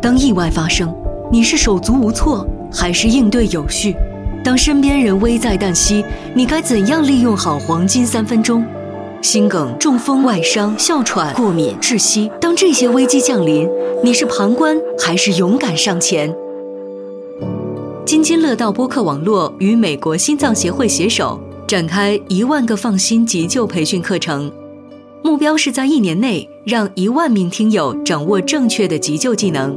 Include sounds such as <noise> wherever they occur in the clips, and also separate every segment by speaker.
Speaker 1: 当意外发生，你是手足无措，还是应对有序？当身边人危在旦夕，你该怎样利用好黄金三分钟？心梗、中风、外伤、哮喘、过敏、窒息，当这些危机降临，你是旁观还是勇敢上前？津津乐道播客网络与美国心脏协会携手展开一万个放心急救培训课程，目标是在一年内让一万名听友掌握正确的急救技能，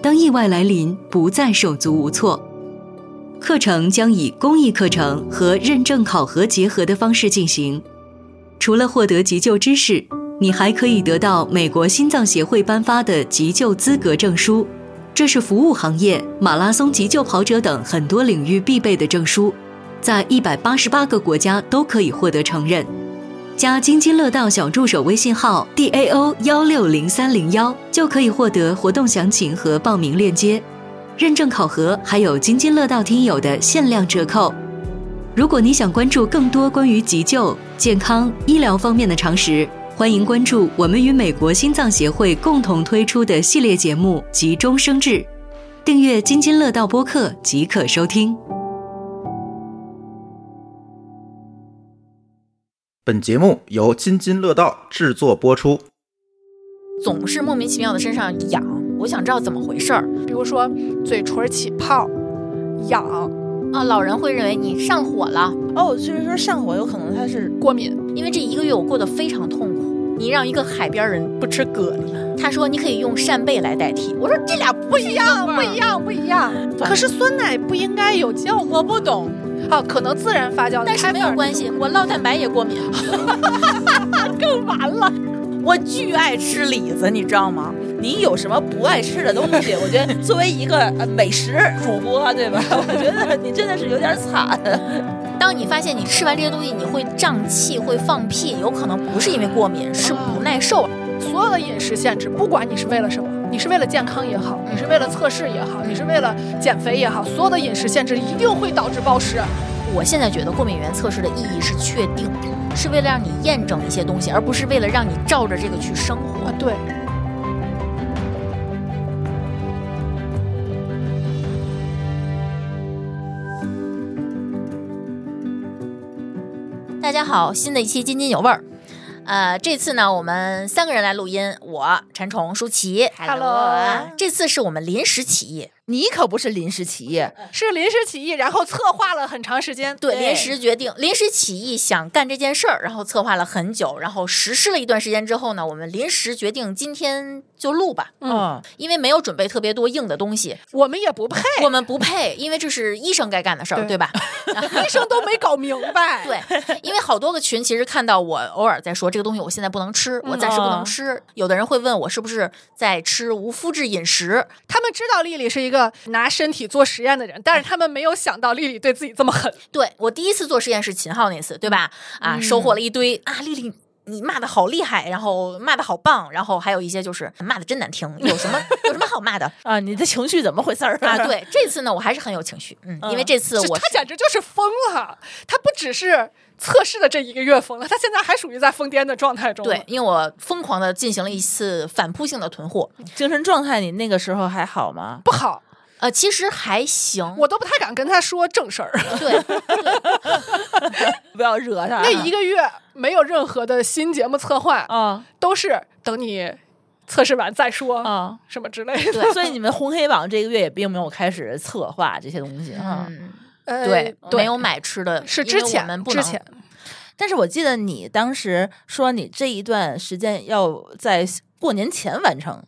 Speaker 1: 当意外来临不再手足无措。课程将以公益课程和认证考核结合的方式进行。除了获得急救知识，你还可以得到美国心脏协会颁发的急救资格证书。这是服务行业、马拉松急救跑者等很多领域必备的证书，在一百八十八个国家都可以获得承认。加津津乐道小助手微信号 d a o 幺六零三零幺就可以获得活动详情和报名链接。认证考核还有津津乐道听友的限量折扣。如果你想关注更多关于急救、健康、医疗方面的常识，欢迎关注我们与美国心脏协会共同推出的系列节目《急中生智》，订阅津津乐道播客即可收听。
Speaker 2: 本节目由津津乐道制作播出。
Speaker 3: 总是莫名其妙的身上痒，我想知道怎么回事儿
Speaker 4: 比如说嘴唇起泡、痒、
Speaker 3: 啊。老人会认为你上火了，
Speaker 5: 哦，就是说上火有可能它是
Speaker 4: 过敏，
Speaker 3: 因为这一个月我过得非常痛苦。
Speaker 5: 你让一个海边人不吃蛤蜊，
Speaker 3: 他说你可以用扇贝来代替，我说这俩不一样
Speaker 4: 不
Speaker 3: 样。
Speaker 4: 一样，不一样。
Speaker 5: 对
Speaker 4: 可是酸奶不应该有酵母，我不懂啊，可能自然发酵，
Speaker 3: 但是没有关系，我酪蛋白也过敏。
Speaker 5: <laughs> 更完了。我巨爱吃李子，你知道吗？你有什么不爱吃的东西？我觉得作为一个呃美食主播，对吧？ <laughs> 我觉得你真的是有点惨。
Speaker 3: 当你发现你吃完这些东西你会胀气、会放屁，有可能不是因为过敏，是不耐受。
Speaker 4: 所有的饮食限制，不管你是为了什么，你是为了健康也好，
Speaker 3: 嗯
Speaker 4: 你是为了测试也好，你是为了减肥也好，所有的饮食限制一定会导致暴食。啊
Speaker 3: 我现在觉得过敏原测试的意义是确定，是为了让你验证一些东西，而不是为了让你照着这个去生活。
Speaker 4: 啊，对，
Speaker 3: 大家好，新的一期津津有味儿。呃，这次呢，我们三个人来录音，我陈虫、舒淇
Speaker 4: Hello
Speaker 3: 啊这次是我们临时起意，
Speaker 5: 你可不是临时起意，
Speaker 4: 是临时起意，然后策划了很长时间。
Speaker 3: 嗯对，
Speaker 5: 对
Speaker 3: 临时决定，临时起意想干这件事儿，然后策划了很久，然后实施了一段时间之后呢，我们临时决定今天就录吧，
Speaker 5: 嗯，
Speaker 3: 因为没有准备特别多硬的东西，
Speaker 4: 啊我们也不配，
Speaker 3: 我们不配，因为这是医生该干的事儿，
Speaker 4: 对
Speaker 3: 对吧？
Speaker 4: <laughs> 医生都没搞明白。
Speaker 3: 对，因为好多个群其实看到我偶尔在说这个东西，我现在不能吃，
Speaker 5: 嗯
Speaker 3: 我暂时不
Speaker 5: 哦
Speaker 3: 能吃。有的人会问我是不是在吃无麸质饮食，
Speaker 4: 他们知道丽丽是一个拿身体做实验的人，但是他们没有想到丽丽对自己这么狠。
Speaker 3: 对我第一次做实验是秦昊那次，对吧？啊，收
Speaker 5: 嗯
Speaker 3: 获了一堆啊，丽丽。你骂的好厉害，然后骂的好棒，然后还有一些就是骂的真难听，有
Speaker 5: <laughs>
Speaker 3: 什么有什么好骂的
Speaker 5: 啊，你的情绪怎么回事儿
Speaker 3: 啊？，
Speaker 5: <laughs>
Speaker 3: 对，这次呢，我还是很有情绪，嗯， <laughs> 因为
Speaker 5: 嗯
Speaker 3: 这次
Speaker 4: 这
Speaker 3: 我
Speaker 4: 他简直就是疯了，他不只是测试的这一个月疯了，他现在还属于在疯癫的状态中。
Speaker 3: 对，，因为我疯狂的进行了一次反扑性的囤货，
Speaker 5: 精神状态你那个时候还好吗？
Speaker 4: 不好，
Speaker 3: 呃，其实还行，
Speaker 4: 我都不太敢跟他说正事儿。
Speaker 3: 对，
Speaker 5: 不要惹他啊。
Speaker 4: <laughs> 那一个月没有任何的新节目策划，
Speaker 3: 嗯
Speaker 5: 啊
Speaker 4: 都是等你测试完再说、
Speaker 3: 嗯
Speaker 4: <laughs>
Speaker 5: 啊，
Speaker 4: 什么之类的。
Speaker 3: 对
Speaker 5: 所以你们红黑榜这个月也并没有开始策划这些东西啊。
Speaker 3: 嗯，
Speaker 4: 呃
Speaker 3: 对，没有买吃的，
Speaker 4: 是
Speaker 3: 因
Speaker 4: 之
Speaker 3: 为我
Speaker 4: 前
Speaker 3: 们不
Speaker 4: 之
Speaker 3: 能
Speaker 4: 前
Speaker 5: 但是我记得你当时说你这一段时间要在过年前完成，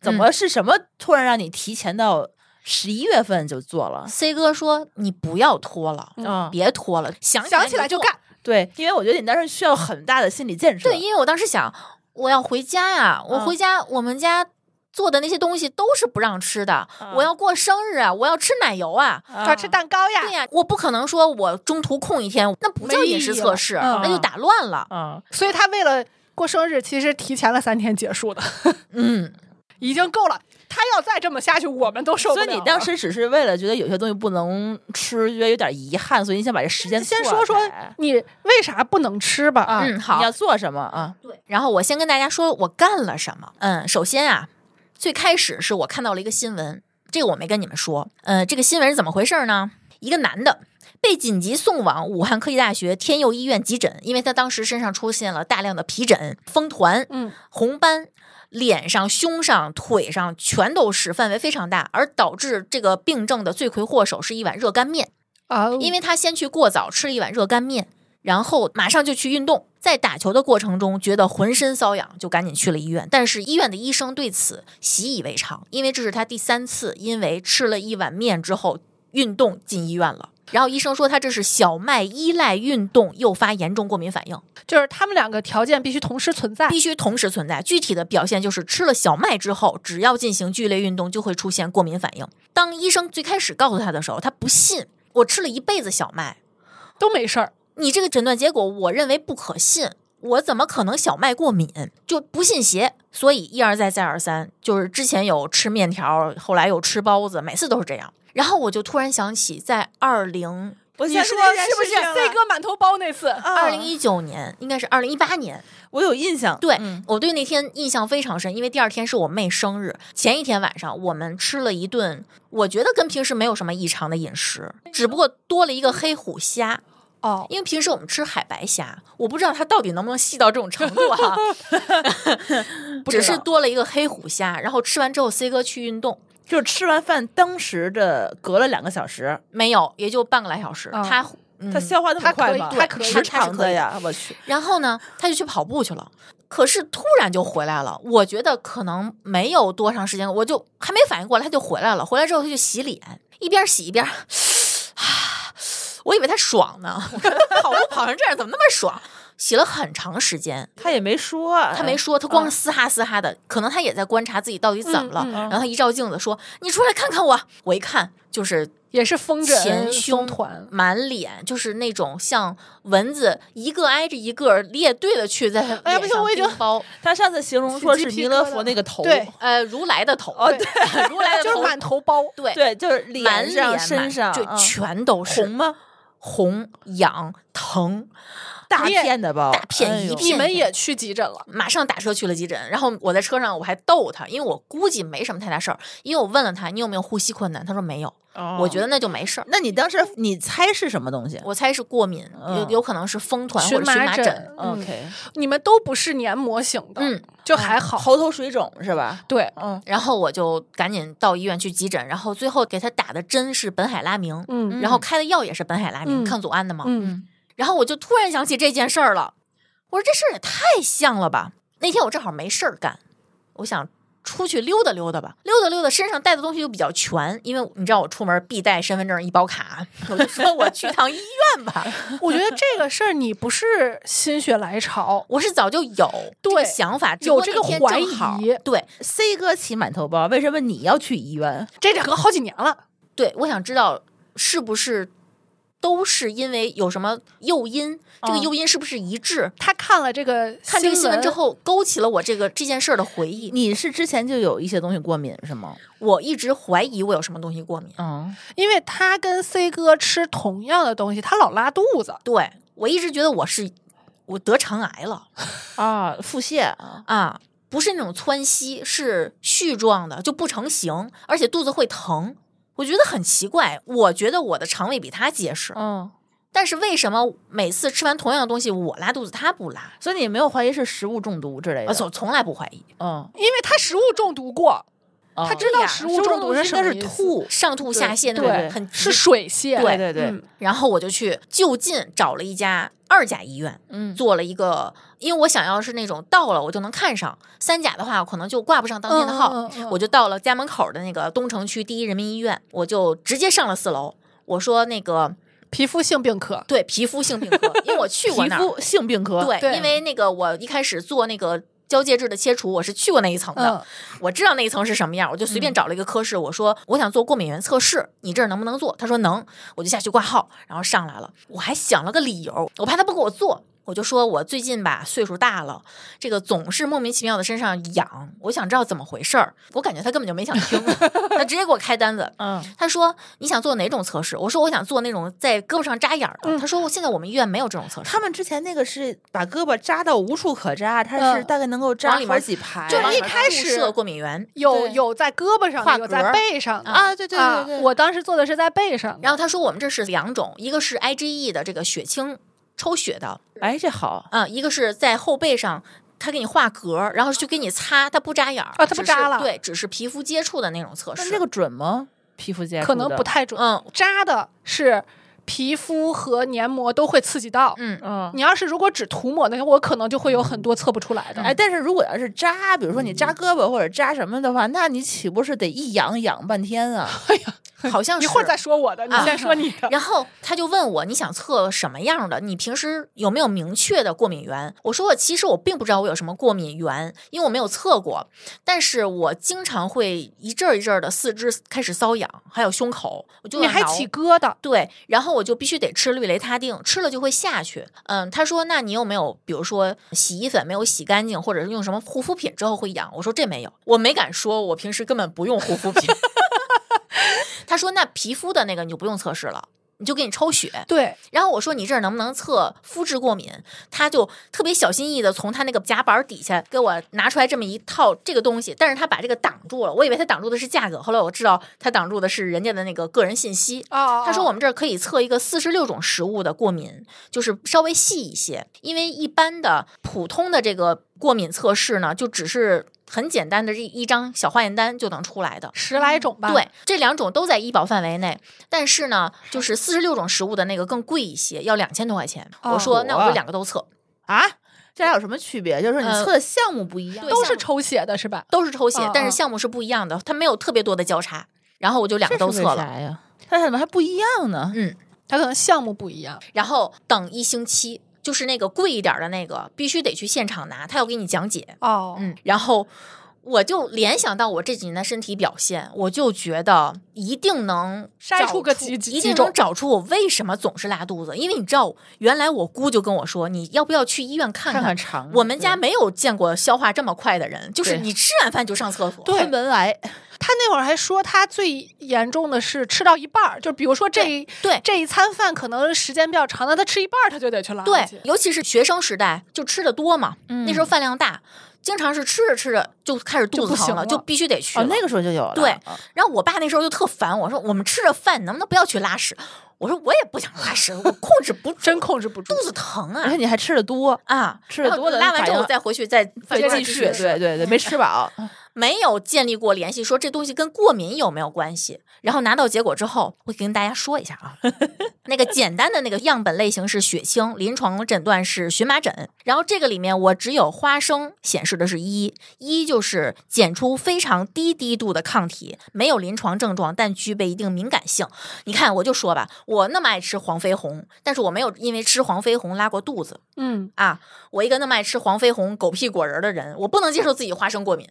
Speaker 5: 怎
Speaker 4: 嗯
Speaker 5: 么是什么突然让你提前到十一月份就做了？
Speaker 3: C 哥说你不要拖了，
Speaker 5: 啊、
Speaker 3: 别拖了，想
Speaker 4: 嗯想
Speaker 3: 起
Speaker 4: 起
Speaker 3: 来
Speaker 4: 来就
Speaker 3: 做。
Speaker 4: 干，
Speaker 5: 对，因为我觉得你当时需要很大的心理建设。
Speaker 3: 对，因为我当时想我要回家呀、我
Speaker 5: 嗯
Speaker 3: 回家、我们家做的那些东西都是不让吃的，我要过生日啊，我要吃奶油啊。
Speaker 5: 啊
Speaker 4: 嗯要、吃蛋糕呀
Speaker 3: 对。呀、我不可能说我中途空一天，那不叫
Speaker 4: 没意
Speaker 3: 饮食
Speaker 4: 义
Speaker 3: 测
Speaker 4: 了
Speaker 3: 试，
Speaker 5: 嗯
Speaker 3: 那就
Speaker 5: 嗯
Speaker 3: 打乱了。
Speaker 5: 啊，
Speaker 4: 所以他为了过生日，其实提前了三天结束的，
Speaker 3: 嗯，
Speaker 4: <laughs> 已经够了。他要再这么下去，我们都受不
Speaker 5: 所
Speaker 4: 了了。
Speaker 5: 以你当时只是为了觉得有些东西不能吃，觉得有点遗憾，所以你想把这时间
Speaker 4: 先
Speaker 5: 错
Speaker 4: 说说
Speaker 5: 开
Speaker 4: 你为啥不能吃吧？
Speaker 5: 啊，
Speaker 3: 嗯好
Speaker 5: 你要做什么啊？
Speaker 3: 然后我先跟大家说我干了什么。嗯，首先啊，最开始是我看到了一个新闻，这个我没跟你们说。呃，这个新闻是怎么回事呢？一个男的被紧急送往武汉科技大学天佑医院急诊，因为他当时身上出现了大量的皮疹、风团、
Speaker 4: 嗯
Speaker 3: 红斑。脸上、胸上、腿上全都是，范围非常大，而导致这个病症的罪魁祸首是一碗热干面。
Speaker 4: 啊，
Speaker 3: 因为他先去过早吃了一碗热干面，然后马上就去运动，在打球的过程中觉得浑身瘙痒，就赶紧去了医院。但是医院的医生对此习以为常，因为这是他第三次因为吃了一碗面之后运动进医院了。然后医生说他这是小麦依赖运动诱发严重过敏反应，
Speaker 4: 就是他们两个条件必须同时存在。
Speaker 3: 必须同时存在。具体的表现就是吃了小麦之后，只要进行剧烈运动就会出现过敏反应。当医生最开始告诉他的时候，他不信，我吃了一辈子小麦，
Speaker 4: 都没事儿，
Speaker 3: 你这个诊断结果，我认为不可信。我怎么可能小麦过敏？就不信邪，所以一而再，再而三，就是之前有吃面条，后来有吃包子，每次都是这样。然后我就突然想起，在二零
Speaker 5: 我
Speaker 4: 你
Speaker 5: 想
Speaker 4: 说
Speaker 5: 起那件
Speaker 4: 是不
Speaker 5: 事
Speaker 4: 是
Speaker 5: 情了
Speaker 4: ？C 哥满头包那次，
Speaker 5: 啊
Speaker 3: 二零一九年，应该是二零一八年，
Speaker 5: 我有印象，
Speaker 3: 对、
Speaker 5: 嗯
Speaker 3: 我对那天印象非常深，因为第二天是我妹生日，前一天晚上我们吃了一顿，我觉得跟平时没有什么异常的饮食，只不过多了一个黑虎虾。
Speaker 4: 哦，
Speaker 3: 因为平时我们吃海白虾，我不知道它到底能不能细到这种程度哈、
Speaker 4: <laughs> 不知
Speaker 3: 只
Speaker 4: 道
Speaker 3: 是多了一个黑虎虾。然后吃完之后，C 哥去运动，
Speaker 5: 就是吃完饭当时的隔了两个小时，
Speaker 3: 没有，也就半个来小时。
Speaker 4: 哦
Speaker 3: 他、嗯
Speaker 5: 他消化那么
Speaker 4: 他
Speaker 5: 快
Speaker 4: 可以
Speaker 5: 吗？
Speaker 4: 他可以
Speaker 5: 时
Speaker 3: 他是
Speaker 5: 长
Speaker 3: 可
Speaker 5: 的
Speaker 3: 以
Speaker 5: 呀，我去，
Speaker 3: 然后呢，他就去跑步去了。可是突然就回来了，我觉得可能没有多长时间，我就还没反应过来，他就回来了。回来之后他就洗脸，一边洗一边，啊，我以为他爽呢， <laughs> 跑步跑成这样怎么那么爽？洗了很长时间，
Speaker 5: 他也没说，啊
Speaker 3: 他没说，他
Speaker 5: 嗯
Speaker 3: 光是嘶哈嘶哈的，可能他也在观察自己到底怎么了。
Speaker 4: 嗯嗯
Speaker 3: 然后他一照镜子说：“你出来看看我。”我一看就是
Speaker 4: 也是风
Speaker 3: 前
Speaker 4: 筝、
Speaker 3: 胸
Speaker 4: 风团，
Speaker 3: 满脸就是那种像蚊子一个挨着一个列队的去在他
Speaker 5: 哎呀
Speaker 3: 脸
Speaker 5: 不行
Speaker 3: 上
Speaker 5: 我已经
Speaker 3: 叮包，
Speaker 5: 他上次形容说是
Speaker 4: 起鸡皮
Speaker 5: 弥勒
Speaker 4: 疙瘩
Speaker 5: 佛那个头，
Speaker 4: 对
Speaker 3: 呃，如来的头，
Speaker 5: 哦对，
Speaker 3: <laughs> 如来
Speaker 5: <laughs>
Speaker 3: 的
Speaker 4: 就是
Speaker 3: 头，
Speaker 4: 满头包。
Speaker 3: 对，
Speaker 5: 对，就是
Speaker 3: 满
Speaker 5: 脸
Speaker 3: 脸
Speaker 5: 上、
Speaker 3: 满
Speaker 5: 身上
Speaker 3: 就
Speaker 5: 嗯
Speaker 3: 全都是
Speaker 5: 红吗？
Speaker 3: 红、痒、疼，
Speaker 5: 大
Speaker 4: 面
Speaker 5: 片的包，
Speaker 3: 大片
Speaker 5: 哎呦
Speaker 3: 一片
Speaker 4: 你们也去急诊了，
Speaker 3: 马上打车去了急诊，然后我在车上我还逗他，因为我估计没什么太大事儿，因为我问了他你有没有呼吸困难，他说没有，
Speaker 4: 嗯
Speaker 3: 我觉，
Speaker 5: 哦
Speaker 3: 得那就没事儿。
Speaker 5: 那你当时你猜是什么东西
Speaker 3: 我猜是过敏，有
Speaker 5: 嗯
Speaker 3: 有可能是风团或
Speaker 4: 荨
Speaker 3: 者荨麻疹。
Speaker 4: 疹嗯
Speaker 5: ？OK，
Speaker 4: 你们都不是黏膜型的，
Speaker 3: 嗯，
Speaker 4: 就还好。
Speaker 5: 喉头水肿是吧？
Speaker 4: 对，
Speaker 5: 嗯，
Speaker 3: 然后我就赶紧到医院去急诊，然后最后给他打的针是苯海拉明，
Speaker 4: 嗯
Speaker 3: 然后开的药也是苯海拉明，
Speaker 4: 嗯
Speaker 3: 抗组胺的嘛。
Speaker 4: 嗯，
Speaker 3: 然后我就突然想起这件事儿了，我说这事儿也太像了吧！那天我正好没事儿干，我想出去溜达溜达吧，溜达溜达，身上带的东西又比较全，因为你知道我出门必带身份证、医保卡， <laughs> 我就说我去趟医院吧。
Speaker 4: <laughs> 我觉得这个事儿你不是心血来潮，
Speaker 3: 我是早就有这个
Speaker 4: 对
Speaker 3: 想法，只
Speaker 4: 有
Speaker 3: 不过
Speaker 4: 这个
Speaker 3: 那天
Speaker 4: 怀
Speaker 3: 正好
Speaker 4: 疑
Speaker 3: 对
Speaker 5: C 哥起满头包，为什么你要去医院？
Speaker 4: 这两个好几年了。
Speaker 3: 对，我想知道是不是都是因为有什么诱因，这个
Speaker 5: 嗯
Speaker 3: 诱因是不是一致？
Speaker 4: 他看了这个
Speaker 3: 看这个新闻
Speaker 4: 闻
Speaker 3: 之，后，勾起了我这个这件事儿的回忆。
Speaker 5: 你是之前就有一些东西过敏是吗？
Speaker 3: 我一直怀疑我有什么东西过敏，
Speaker 5: 嗯，
Speaker 4: 因为他跟 C 哥吃同样的东西，他老拉肚子。
Speaker 3: 对我一直觉得我是我得肠癌了
Speaker 5: 啊，腹泻啊，
Speaker 3: 啊，不是那种窜稀，是絮状的，就不成形，而且肚子会疼。我觉得很奇怪，我觉得我的肠胃比他结实，
Speaker 5: 嗯，
Speaker 3: 但是为什么每次吃完同样的东西，我拉肚子，他不拉？
Speaker 5: 所以你没有怀疑是食物中毒之
Speaker 3: 我
Speaker 5: 类
Speaker 4: 啊
Speaker 5: 的？
Speaker 3: 从从来不怀疑，
Speaker 5: 嗯，哦
Speaker 4: 因为他食物中毒过，
Speaker 5: 他
Speaker 4: 他知道
Speaker 3: 呀
Speaker 4: 食物中毒是什
Speaker 5: 应
Speaker 4: 么
Speaker 5: 该
Speaker 4: 意
Speaker 5: 是
Speaker 4: 思
Speaker 5: 吐，
Speaker 3: 上吐下泻那种
Speaker 5: 对对
Speaker 3: 很
Speaker 4: 是
Speaker 3: 急
Speaker 4: 水泻。
Speaker 5: 对对对
Speaker 4: 嗯，
Speaker 3: 然后我就去就近找了一家二甲医院，
Speaker 5: 嗯
Speaker 3: 做了一个，因为我想要是那种到了我就能看上，三甲的话我可能就挂不上当天的号，
Speaker 4: 嗯嗯嗯嗯
Speaker 3: 我就到了家门口的那个东城区第一人民医院，我就直接上了四楼，我说那个
Speaker 4: 皮肤性病科，
Speaker 3: 对皮肤性病科，因为我去过
Speaker 4: <laughs>
Speaker 5: 皮
Speaker 3: 那儿，
Speaker 5: 肤性病科，
Speaker 3: 对，
Speaker 4: 对
Speaker 3: 因为那个我一开始做那个。胶介质的切除，我是去过那一层的，
Speaker 4: 嗯，
Speaker 3: 我知道那一层是什么样，我就随便找了一个科室，我说我想做过敏原测试，你这儿能不能做？他说能，我就下去挂号，然后上来了，我还想了个理由，我怕他不给我做，我就说我最近吧岁数大了，这个总是莫名其妙的身上痒，我想知道怎么回事儿。我感觉他根本就没想听，他直接给我开单子。
Speaker 5: 嗯，
Speaker 3: 他说你想做哪种测试？我说我想做那种在胳膊上扎眼儿的。他说我现在我们医院没有这种测试。
Speaker 5: 他们之前那个是把胳膊扎到无处可扎，它是
Speaker 4: 嗯
Speaker 5: 大概能够
Speaker 3: 往
Speaker 5: 扎
Speaker 3: 里面
Speaker 5: 好几排，
Speaker 4: 就
Speaker 3: 往
Speaker 4: 是
Speaker 3: 里
Speaker 4: 一
Speaker 3: 面
Speaker 4: 开
Speaker 3: 注
Speaker 4: 始
Speaker 3: 射过敏源，
Speaker 4: 有
Speaker 5: 对
Speaker 4: 有在胳膊上
Speaker 5: 画
Speaker 4: 的，有在
Speaker 5: 格
Speaker 4: 背上的
Speaker 5: 啊，对对对对，
Speaker 4: 啊！我当时做的是在背上的，
Speaker 3: 然后他说我们这是两种，一个是 IgE 的这个血清抽血的，
Speaker 5: 哎这好，
Speaker 3: 啊、一个是在后背上，他给你画格儿，然后去给你擦，他不扎眼儿
Speaker 4: 啊它不
Speaker 3: 只是
Speaker 4: 扎了
Speaker 3: 对，只是皮肤接触的那种测
Speaker 5: 那
Speaker 3: 试。
Speaker 5: 这个准吗？皮肤接触
Speaker 4: 可能
Speaker 5: 的
Speaker 4: 不，太准。 <laughs>
Speaker 3: 嗯
Speaker 4: 扎的是皮肤和黏膜都会刺激到。
Speaker 3: 嗯，
Speaker 5: 嗯，
Speaker 4: 你要是如果只涂抹那个，我可能就会有很多测不出来的。
Speaker 5: 哎，但是如果要是扎，比如说你
Speaker 4: 嗯
Speaker 5: 扎胳膊或者扎什么的话，那你岂不是得一痒痒半天
Speaker 4: <laughs>
Speaker 5: 啊？
Speaker 3: 好像是
Speaker 4: 一会儿再说我的，你
Speaker 3: 啊
Speaker 4: 先说你的。
Speaker 3: 然后他就问我，你想测什么样的？你平时有没有明确的过敏源？我说我其实我并不知道我有什么过敏源，因为我没有测过。但是我经常会一阵儿一阵儿的四肢开始瘙痒，还有胸口，我就
Speaker 4: 你还
Speaker 3: 挠
Speaker 4: 起疙瘩，
Speaker 3: 对，然后我就必须得吃氯雷他定，吃了就会下去。嗯，他说，那你有没有，比如说洗衣粉没有洗干净，或者是用什么护肤品之后会痒？我说这没有，我没敢说，我平时根本不用护肤品。 <laughs> 他说，那皮肤的那个你就不用测试了。你就给你抽血，
Speaker 4: 对，
Speaker 3: 然后我说你这儿能不能测肤质过敏？他就特别小心翼翼的从他那个夹板底下给我拿出来这么一套这个东西，但是他把这个挡住了，我以为他挡住的是价格，后来我知道他挡住的是人家的那个个人信息。
Speaker 4: 哦，
Speaker 3: 他说我
Speaker 4: 们
Speaker 3: 们这儿可以测一个四十六种食物的过敏，就是稍微细一些，因为一般的普通的这个过敏测试呢，就只是很简单的这一张小化验单就能出来的。
Speaker 4: 十来种吧。
Speaker 3: 嗯对，，这两种都在医保范围内，但是呢，就是四十六种食物的那个更贵一些，要两千多块钱。
Speaker 4: 哦
Speaker 3: 我说那我
Speaker 5: 我
Speaker 3: 就两个都测，
Speaker 5: 啊，这俩有什么区别？就是你
Speaker 3: 呃
Speaker 4: 嗯
Speaker 5: 测的项目不嗯一样，
Speaker 3: 对
Speaker 4: 都是
Speaker 3: 项目
Speaker 4: 抽血的是吧？
Speaker 3: 都是抽血
Speaker 4: 哦，
Speaker 3: 但是
Speaker 4: 哦
Speaker 3: 项目是不一样的，它没有特别多的交叉。然后我就两个
Speaker 5: 这
Speaker 3: 都
Speaker 5: 是为
Speaker 3: 测了，
Speaker 5: 啥呀？它怎么还不一样呢？
Speaker 3: 嗯，
Speaker 4: 它可能项目不一样。
Speaker 3: 然后等一星期，就是那个贵一点儿的那个，必须得去现场拿，他要给你讲解。
Speaker 4: 哦，
Speaker 3: 嗯，然后我就联想到我这几年的身体表现，我就觉得一定能
Speaker 4: 筛
Speaker 3: 找
Speaker 4: 出个几几
Speaker 3: 一
Speaker 4: 几
Speaker 3: 定
Speaker 4: 种
Speaker 3: 能找出我为什么总是拉肚子。因为你知道，原来我姑就跟我说，你要不要去医院看
Speaker 5: 看看肠子，
Speaker 3: 我们家没有见过消化这么快的人，就是
Speaker 5: 对
Speaker 3: 你吃完饭就上厕所。
Speaker 4: 对
Speaker 5: 喷门癌，
Speaker 4: 他那会儿还说，他最严重的是吃到一半儿，就比如说这一
Speaker 3: 对
Speaker 4: 这一餐饭可能时间比较长的，他吃一半儿他就得去拉
Speaker 3: 对
Speaker 4: 啊去，嗯
Speaker 3: 尤其是学生时代，就吃的多嘛，那时候饭量大，经常是吃着吃着就开始肚
Speaker 4: 就
Speaker 3: 子
Speaker 4: 不
Speaker 3: 疼
Speaker 4: 行
Speaker 3: 了，
Speaker 4: 了
Speaker 3: 就必须得去
Speaker 5: 哦，
Speaker 3: 了
Speaker 5: 那个时候就有了，
Speaker 3: 对
Speaker 5: 啊
Speaker 3: 然后我爸那时候就特烦我说：“我们吃着饭能不能不要去拉屎？”我说：“我也不想拉屎，我控制不住，
Speaker 4: <laughs> 真控制不住哎
Speaker 3: 肚。子疼
Speaker 5: 而且
Speaker 3: 啊
Speaker 5: 你还吃的
Speaker 3: <laughs>
Speaker 5: 多，
Speaker 3: 啊！”
Speaker 5: 吃得
Speaker 3: 然后
Speaker 5: 多的
Speaker 3: 拉完之
Speaker 5: 反
Speaker 3: 后
Speaker 5: 应
Speaker 3: 我再回去再
Speaker 4: 再
Speaker 3: 接着
Speaker 4: 继
Speaker 3: 吃
Speaker 4: 续
Speaker 5: 对对对，没吃 <laughs> 饱，
Speaker 3: 没有建立过联系，说这东西跟过敏有没有关系。然后拿到结果之后，我跟大家说一下啊，那个简单的那个样本类型是血清，临床诊断是荨麻疹。然后这个里面我只有花生显示的是一，一就是检出非常低低度的抗体，没有临床症状，但具备一定敏感性。你看，我就说吧，我那么爱吃黄飞鸿，但是我没有因为吃黄飞鸿拉过肚子。
Speaker 4: 嗯，
Speaker 3: 啊，我一个那么爱吃黄飞鸿、狗屁果仁儿的人，我不能接受自己花生过敏。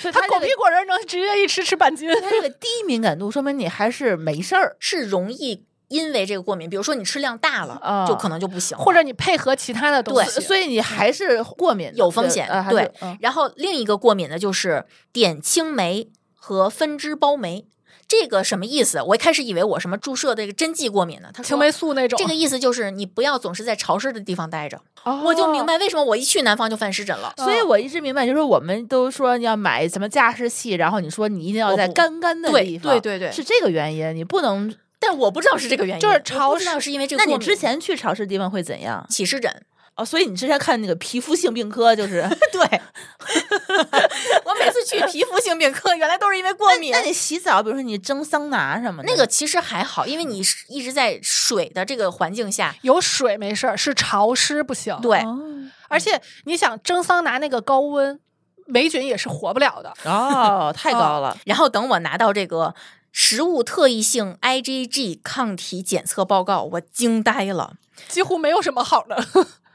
Speaker 5: 所以
Speaker 4: 他
Speaker 5: 它
Speaker 4: 狗
Speaker 5: 这
Speaker 4: 屁
Speaker 5: 个
Speaker 4: 果仁能直接一吃吃半斤。
Speaker 5: 它这个低敏感度，说明你还是没事儿。
Speaker 3: 是容易因为这个过敏，比如说你吃量大了，
Speaker 5: 啊
Speaker 3: 就可能就不行了，
Speaker 4: 或者你配合其他的东
Speaker 3: 对
Speaker 4: 西，
Speaker 5: 所以你还是过敏的，
Speaker 3: 有风险。
Speaker 5: 呃还是
Speaker 3: 对，
Speaker 5: 嗯
Speaker 3: 然后另一个过敏的就是碘青霉和分支孢酶。这个什么意思？我一开始以为我什么注射的这个针剂过敏呢，他说
Speaker 4: 青霉素那种。
Speaker 3: 这个意思就是你不要总是在潮湿的地方待着，
Speaker 5: 哦
Speaker 3: 我就明白为什么我一去南方就犯湿疹了。
Speaker 5: 所以我一直明白，就是我们都说要买什么加湿器，然后你说你一定要
Speaker 3: 我
Speaker 5: 在
Speaker 3: 不
Speaker 5: 干干的
Speaker 3: 对
Speaker 5: 地
Speaker 3: 对
Speaker 5: 方，
Speaker 3: 对对
Speaker 5: 是这个原因，你不能。
Speaker 3: 但我不知道是这个原因，
Speaker 4: 就是
Speaker 3: 我不
Speaker 4: 潮
Speaker 3: 知道
Speaker 4: 湿
Speaker 3: 是因为这个
Speaker 5: 那
Speaker 3: 过敏。
Speaker 5: 你之前去潮湿地方会怎样？
Speaker 3: 起湿疹，
Speaker 5: 哦，所以你之前看那个皮肤性病科就是
Speaker 3: <laughs>
Speaker 5: 对。
Speaker 3: 我每次去皮肤性病科，原来都是因为过敏。
Speaker 5: 那你洗澡，比如说你蒸桑拿什么的，
Speaker 3: 那个其实还好，因为你是一直在水的这个环境下，
Speaker 4: 有水没事儿，是潮湿不行。，
Speaker 3: 对，
Speaker 4: 而
Speaker 3: 嗯
Speaker 4: 且你想蒸桑拿那个高温，霉菌也是活不了的。
Speaker 5: 哦，太
Speaker 3: <laughs>
Speaker 5: 高了。
Speaker 3: 然后等我拿到这个食物特异性 IgG 抗体检测报告，我惊呆了。
Speaker 4: 几乎没有什么好的。